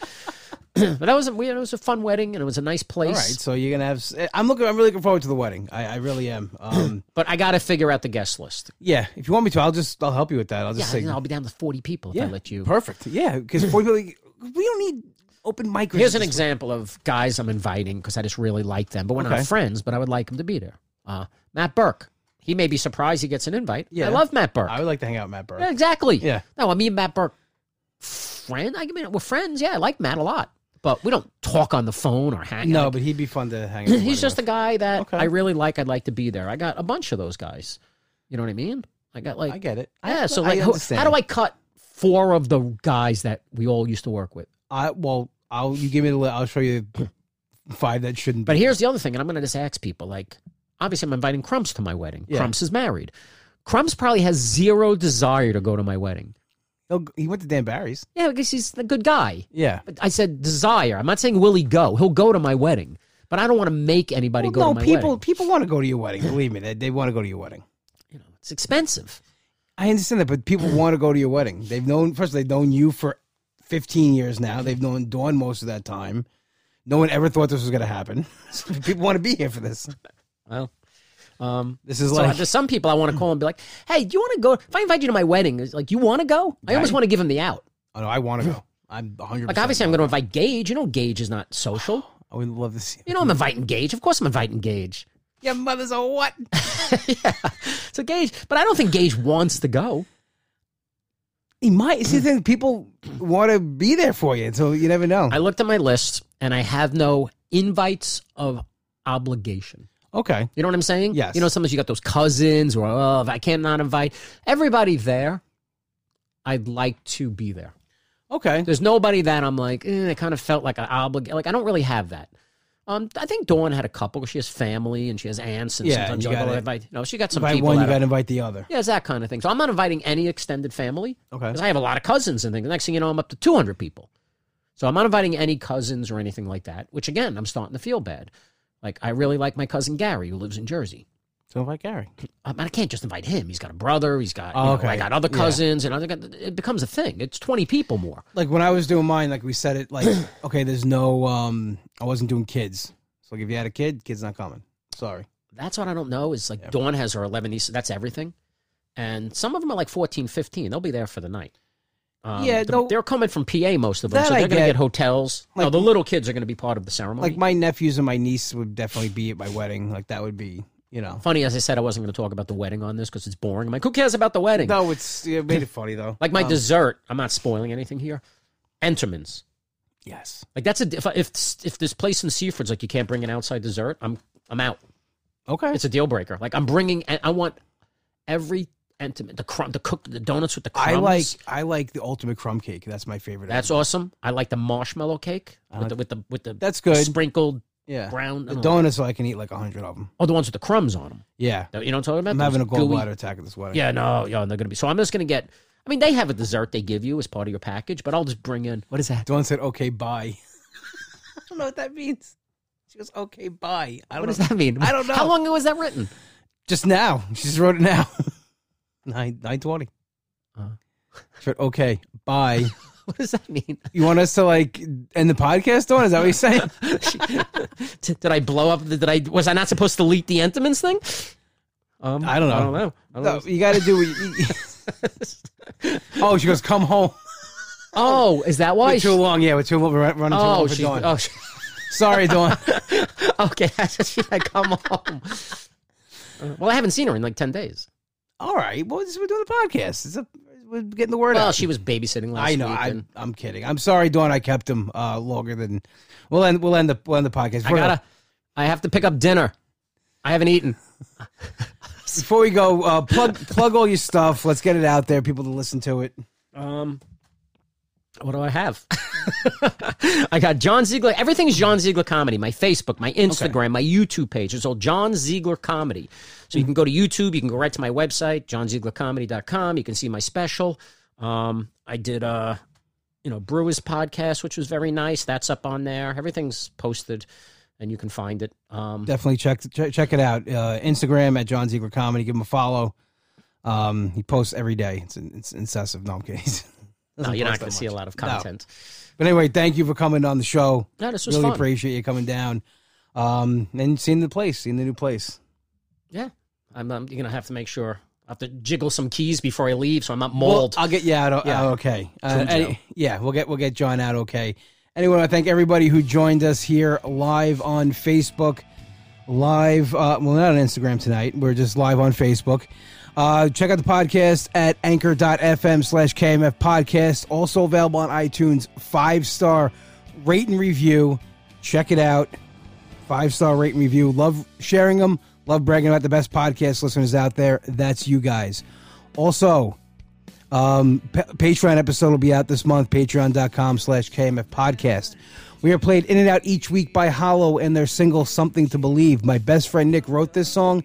[SPEAKER 2] [clears throat] but that was a, we- it was a fun wedding and it was a nice
[SPEAKER 1] All
[SPEAKER 2] place.
[SPEAKER 1] right. So you're gonna have. s- eh, I'm looking. I'm really looking forward to the wedding. I, I really
[SPEAKER 2] [clears throat]
[SPEAKER 1] am. Um.
[SPEAKER 2] But I got to figure out the guest list.
[SPEAKER 1] yeah. If you want me to, I'll just. I'll help you with that. I'll
[SPEAKER 2] Yeah,
[SPEAKER 1] just
[SPEAKER 2] I-
[SPEAKER 1] say.
[SPEAKER 2] I'll be down to 40 people if
[SPEAKER 1] yeah.
[SPEAKER 2] I let you.
[SPEAKER 1] Perfect. Yeah. Because we don't need open mic.
[SPEAKER 2] Here's an example of guys I'm inviting because I just really like them, but we're
[SPEAKER 1] Okay.
[SPEAKER 2] not friends, but I would like them to be there. Uh, Matt Burke. He may be surprised he gets an invite.
[SPEAKER 1] Yeah.
[SPEAKER 2] I love Matt Burke.
[SPEAKER 1] I would like to hang out, with Matt Burke.
[SPEAKER 2] Yeah, exactly.
[SPEAKER 1] Yeah.
[SPEAKER 2] No, I mean Matt Burke, friend. I mean we're friends. Yeah, I like Matt a lot, but we don't talk on the phone or hang.
[SPEAKER 1] No, [laughs]
[SPEAKER 2] like,
[SPEAKER 1] but he'd be fun to
[SPEAKER 2] [clears throat]
[SPEAKER 1] hang out. with
[SPEAKER 2] he's just a guy that
[SPEAKER 1] Okay.
[SPEAKER 2] I really like. I'd like to be there. I got a bunch of those guys. You know what I mean? I got like
[SPEAKER 1] I get it.
[SPEAKER 2] yeah. so
[SPEAKER 1] I
[SPEAKER 2] like, who-
[SPEAKER 1] understand.
[SPEAKER 2] how do I cut four of the guys that we all used to work with?
[SPEAKER 1] I well, I'll you give me the. li- I'll show you [laughs] five that shouldn't.
[SPEAKER 2] But
[SPEAKER 1] be.
[SPEAKER 2] here's the other thing, and I'm going to just ask people like, obviously, I'm inviting Crumps to my wedding.
[SPEAKER 1] Yeah.
[SPEAKER 2] Crumps is married. Crumps probably has zero desire to go to my wedding.
[SPEAKER 1] He'll- he went to Dan Barry's.
[SPEAKER 2] Yeah, because he's a good guy.
[SPEAKER 1] Yeah.
[SPEAKER 2] But I said desire. I'm not saying will he go. He'll go to my wedding, but I don't want to make anybody go
[SPEAKER 1] no,
[SPEAKER 2] to my
[SPEAKER 1] people
[SPEAKER 2] wedding.
[SPEAKER 1] people want to go to your wedding. Believe me, they, they want to go to your wedding.
[SPEAKER 2] You know, it's expensive.
[SPEAKER 1] I understand that, but
[SPEAKER 2] [clears throat]
[SPEAKER 1] people want to go to your wedding. They've known first. They've known you for fifteen years now. They've known Dawn most of that time. No one ever thought this was going to happen. [laughs] So people want to be here for this.
[SPEAKER 2] Well, um,
[SPEAKER 1] This is
[SPEAKER 2] so
[SPEAKER 1] like
[SPEAKER 2] there's some people I want to call and be like, "Hey, do you want to go? If I invite you to my wedding, it's like you want to go? I almost
[SPEAKER 1] Right.
[SPEAKER 2] want to give him the out.
[SPEAKER 1] oh no, I want
[SPEAKER 2] [clears throat]
[SPEAKER 1] to go. I'm 100.
[SPEAKER 2] Like obviously, I'm going to invite Gage. You know, Gage is not social.
[SPEAKER 1] I would love to
[SPEAKER 2] [laughs]
[SPEAKER 1] see.
[SPEAKER 2] You know, I'm inviting Gage. Of course, I'm inviting Gage.
[SPEAKER 1] Your mother's a what?
[SPEAKER 2] [laughs] yeah. So Gage, but I don't think Gage wants to go.
[SPEAKER 1] He might. See, then people want to be there for you, so you never know.
[SPEAKER 2] I looked at my list and I have no invites of obligation.
[SPEAKER 1] Okay.
[SPEAKER 2] You know what I'm saying?
[SPEAKER 1] Yes.
[SPEAKER 2] You know, sometimes you got those cousins or oh, I cannot invite everybody there. I'd like to be there.
[SPEAKER 1] Okay.
[SPEAKER 2] There's nobody that I'm like, eh, I kind of felt like an obligation. Like I don't really have that. Um, I think Dawn had a couple. She has family and she has aunts, and
[SPEAKER 1] Yeah,
[SPEAKER 2] sometimes
[SPEAKER 1] you
[SPEAKER 2] you gotta
[SPEAKER 1] gotta-
[SPEAKER 2] invite. You know, she got some
[SPEAKER 1] Invite
[SPEAKER 2] people.
[SPEAKER 1] one,
[SPEAKER 2] that
[SPEAKER 1] you
[SPEAKER 2] are-
[SPEAKER 1] got to invite the other.
[SPEAKER 2] yeah, it's that kind of thing. So I'm not inviting any extended family.
[SPEAKER 1] Okay.
[SPEAKER 2] Because I have a lot of cousins and things. The next thing you know, I'm up to 200 people. So I'm not inviting any cousins or anything like that, which again, I'm starting to feel bad. Like, I really like my cousin Gary, who lives in Jersey.
[SPEAKER 3] So invite Gary.
[SPEAKER 2] Um, and I can't just invite him. He's got a brother. He's got. you
[SPEAKER 1] Oh,
[SPEAKER 2] know,
[SPEAKER 1] okay.
[SPEAKER 2] I got other
[SPEAKER 1] Yeah.
[SPEAKER 2] cousins, and other. It becomes a thing. It's twenty people more.
[SPEAKER 1] Like when I was doing mine, like we said it,
[SPEAKER 2] [clears throat]
[SPEAKER 1] like okay, there's no, um, I wasn't doing kids. So like if you had a kid, kid's not coming. Sorry.
[SPEAKER 2] That's what I don't know. Is like Dawn has her eleven nieces. That's everything, and some of them are like 14, 15. They'll be there for the night. Um,
[SPEAKER 1] Yeah,
[SPEAKER 2] the-
[SPEAKER 1] no-
[SPEAKER 2] they're coming from PA most of them,
[SPEAKER 1] That
[SPEAKER 2] so
[SPEAKER 1] I
[SPEAKER 2] they're going
[SPEAKER 1] get.
[SPEAKER 2] to get hotels. no,
[SPEAKER 1] Like-
[SPEAKER 2] the little kids are going to be part of the ceremony.
[SPEAKER 1] Like my nephews and my niece would definitely be at my wedding. Like that would be, you know.
[SPEAKER 2] Funny, as I said, I wasn't going to talk about the wedding on this because it's boring. I'm like, who cares about the wedding?
[SPEAKER 1] No, it's it made it funny though.
[SPEAKER 2] Like my
[SPEAKER 1] Um,
[SPEAKER 2] dessert, I'm not spoiling anything here. Entermans,
[SPEAKER 1] yes.
[SPEAKER 2] like that's a if I- if if this place in Seaford's like you can't bring an outside dessert, I'm I'm out.
[SPEAKER 1] Okay.
[SPEAKER 2] It's a deal breaker. Like I'm bringing, and I want every enterman, the crumb, the cook, the donuts with the crumbs.
[SPEAKER 1] I like I like the ultimate crumb cake. That's my favorite.
[SPEAKER 2] that's awesome. I like the marshmallow cake with the with the with the
[SPEAKER 1] that's good.
[SPEAKER 2] sprinkled
[SPEAKER 1] yeah.
[SPEAKER 2] brown. I
[SPEAKER 1] The
[SPEAKER 2] don't know.
[SPEAKER 1] donuts, so I can eat like a hundred of them.
[SPEAKER 2] oh, the ones with the crumbs on them.
[SPEAKER 1] Yeah.
[SPEAKER 2] You know what I'm talking about?
[SPEAKER 1] I'm
[SPEAKER 2] Those
[SPEAKER 1] having a
[SPEAKER 2] gooey-
[SPEAKER 1] gallbladder attack at this wedding.
[SPEAKER 2] Yeah, no, yeah, and they're gonna be. So I'm just gonna get. I mean, they have a dessert they give you as part of your package, but I'll just bring in what is that?
[SPEAKER 1] Dawn said, "Okay, bye." [laughs] I don't know what that means. She goes, "Okay, bye." I
[SPEAKER 2] What
[SPEAKER 1] don't
[SPEAKER 2] does
[SPEAKER 1] know.
[SPEAKER 2] that mean?
[SPEAKER 1] I don't know.
[SPEAKER 2] How long ago was that written? [laughs]
[SPEAKER 1] Just now, she just wrote it now. [laughs] nine nine twenty.
[SPEAKER 2] Uh-huh.
[SPEAKER 1] She wrote, "Okay, bye."
[SPEAKER 2] What does that mean?
[SPEAKER 1] you want us to like end the podcast, Dawn? Is that what you're saying?
[SPEAKER 2] T- did I blow up? the- Did I was I not supposed to leak the Entenmann's thing? Um,
[SPEAKER 1] I don't know.
[SPEAKER 2] I don't know. I don't
[SPEAKER 1] no,
[SPEAKER 2] know.
[SPEAKER 1] you got to do. What you, [laughs] oh, she goes, "Come home."
[SPEAKER 2] Oh, is that
[SPEAKER 1] [laughs]
[SPEAKER 2] why?
[SPEAKER 1] We're too long. Yeah, we're too long. We're running too
[SPEAKER 2] oh,
[SPEAKER 1] long for
[SPEAKER 2] she.
[SPEAKER 1] Dawn.
[SPEAKER 2] Oh, she, [laughs]
[SPEAKER 1] Sorry, Dawn. [laughs]
[SPEAKER 2] okay. [laughs] she had come home. Uh, Well, I haven't seen her in like ten days.
[SPEAKER 1] All right. Well, this- we're doing the podcast. It's a, we're getting the word
[SPEAKER 2] Well,
[SPEAKER 1] out.
[SPEAKER 2] she was babysitting last
[SPEAKER 1] I know.
[SPEAKER 2] week.
[SPEAKER 1] I,
[SPEAKER 2] and
[SPEAKER 1] I'm kidding. I'm sorry, Dawn. I kept him uh, longer than. We'll end. We'll end the. We'll end the podcast.
[SPEAKER 2] I gotta. I have to pick up dinner. I haven't eaten.
[SPEAKER 1] Before we go, uh, plug plug all your stuff. Let's get it out there. People to listen to it.
[SPEAKER 2] Um, what do I have? [laughs] I got John Ziegler. Everything's John Ziegler comedy. My Facebook, my Instagram, my YouTube page. It's all John Ziegler comedy. So you can go to YouTube. You can go right to my website, johnzieglercomedy.com. You can see my special. Um, I did uh, you know, Brewers podcast, which was very nice. That's up on there. Everything's posted, and you can find it. Um,
[SPEAKER 1] Definitely check check, check it out. Uh, Instagram at John Ziegler Comedy. Give him a follow. Um, he posts every day. It's it's incessive. No, I'm kidding. [laughs]
[SPEAKER 2] no,
[SPEAKER 1] Doesn't
[SPEAKER 2] you're
[SPEAKER 1] post
[SPEAKER 2] not going
[SPEAKER 1] that
[SPEAKER 2] to see a
[SPEAKER 1] much.
[SPEAKER 2] lot of
[SPEAKER 1] No.
[SPEAKER 2] content.
[SPEAKER 1] But anyway, thank you for coming on the show.
[SPEAKER 2] No, this was
[SPEAKER 1] Really
[SPEAKER 2] fun.
[SPEAKER 1] appreciate you coming down. Um, and seeing the place, seeing the new place.
[SPEAKER 2] Yeah, I'm. Um, you're gonna have to make sure. I have to jiggle some keys before I leave, so I'm not
[SPEAKER 1] Well,
[SPEAKER 2] mauled.
[SPEAKER 1] I'll get you out. o-
[SPEAKER 2] Yeah.
[SPEAKER 1] out okay. Uh,
[SPEAKER 2] Joe.
[SPEAKER 1] any- yeah, we'll get we'll get John out okay. Anyway, I thank everybody who joined us here live on Facebook, live. Uh, well, not on Instagram tonight. We're just live on Facebook. Uh, check out the podcast at anchor.fm slash KMF podcast. Also available on iTunes. Five star rate and review. Check it out. Five star rate and review. Love sharing them. Love bragging about the best podcast listeners out there. That's you guys. Also, um, pa- Patreon episode will be out this month. Patreon.com slash KMF podcast. We are played in and out each week by Hollow and their single Something to Believe. My best friend Nick wrote this song.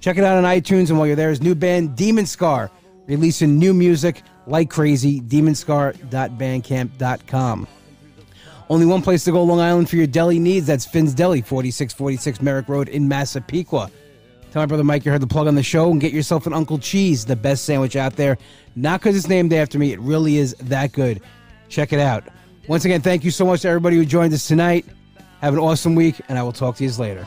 [SPEAKER 1] Check it out on iTunes. And while you're there, his new band Demon Scar releasing new music like crazy. Demonscar.bandcamp.com. Only one place to go Long Island for your deli needs. That's Finn's Deli, 4646 Merrick Road in Massapequa. Tell my brother Mike you heard the plug on the show and get yourself an Uncle Cheese, the best sandwich out there. Not because it's named after me, it really is that good. Check it out. Once again, thank you so much to everybody who joined us tonight. Have an awesome week, and I will talk to you later.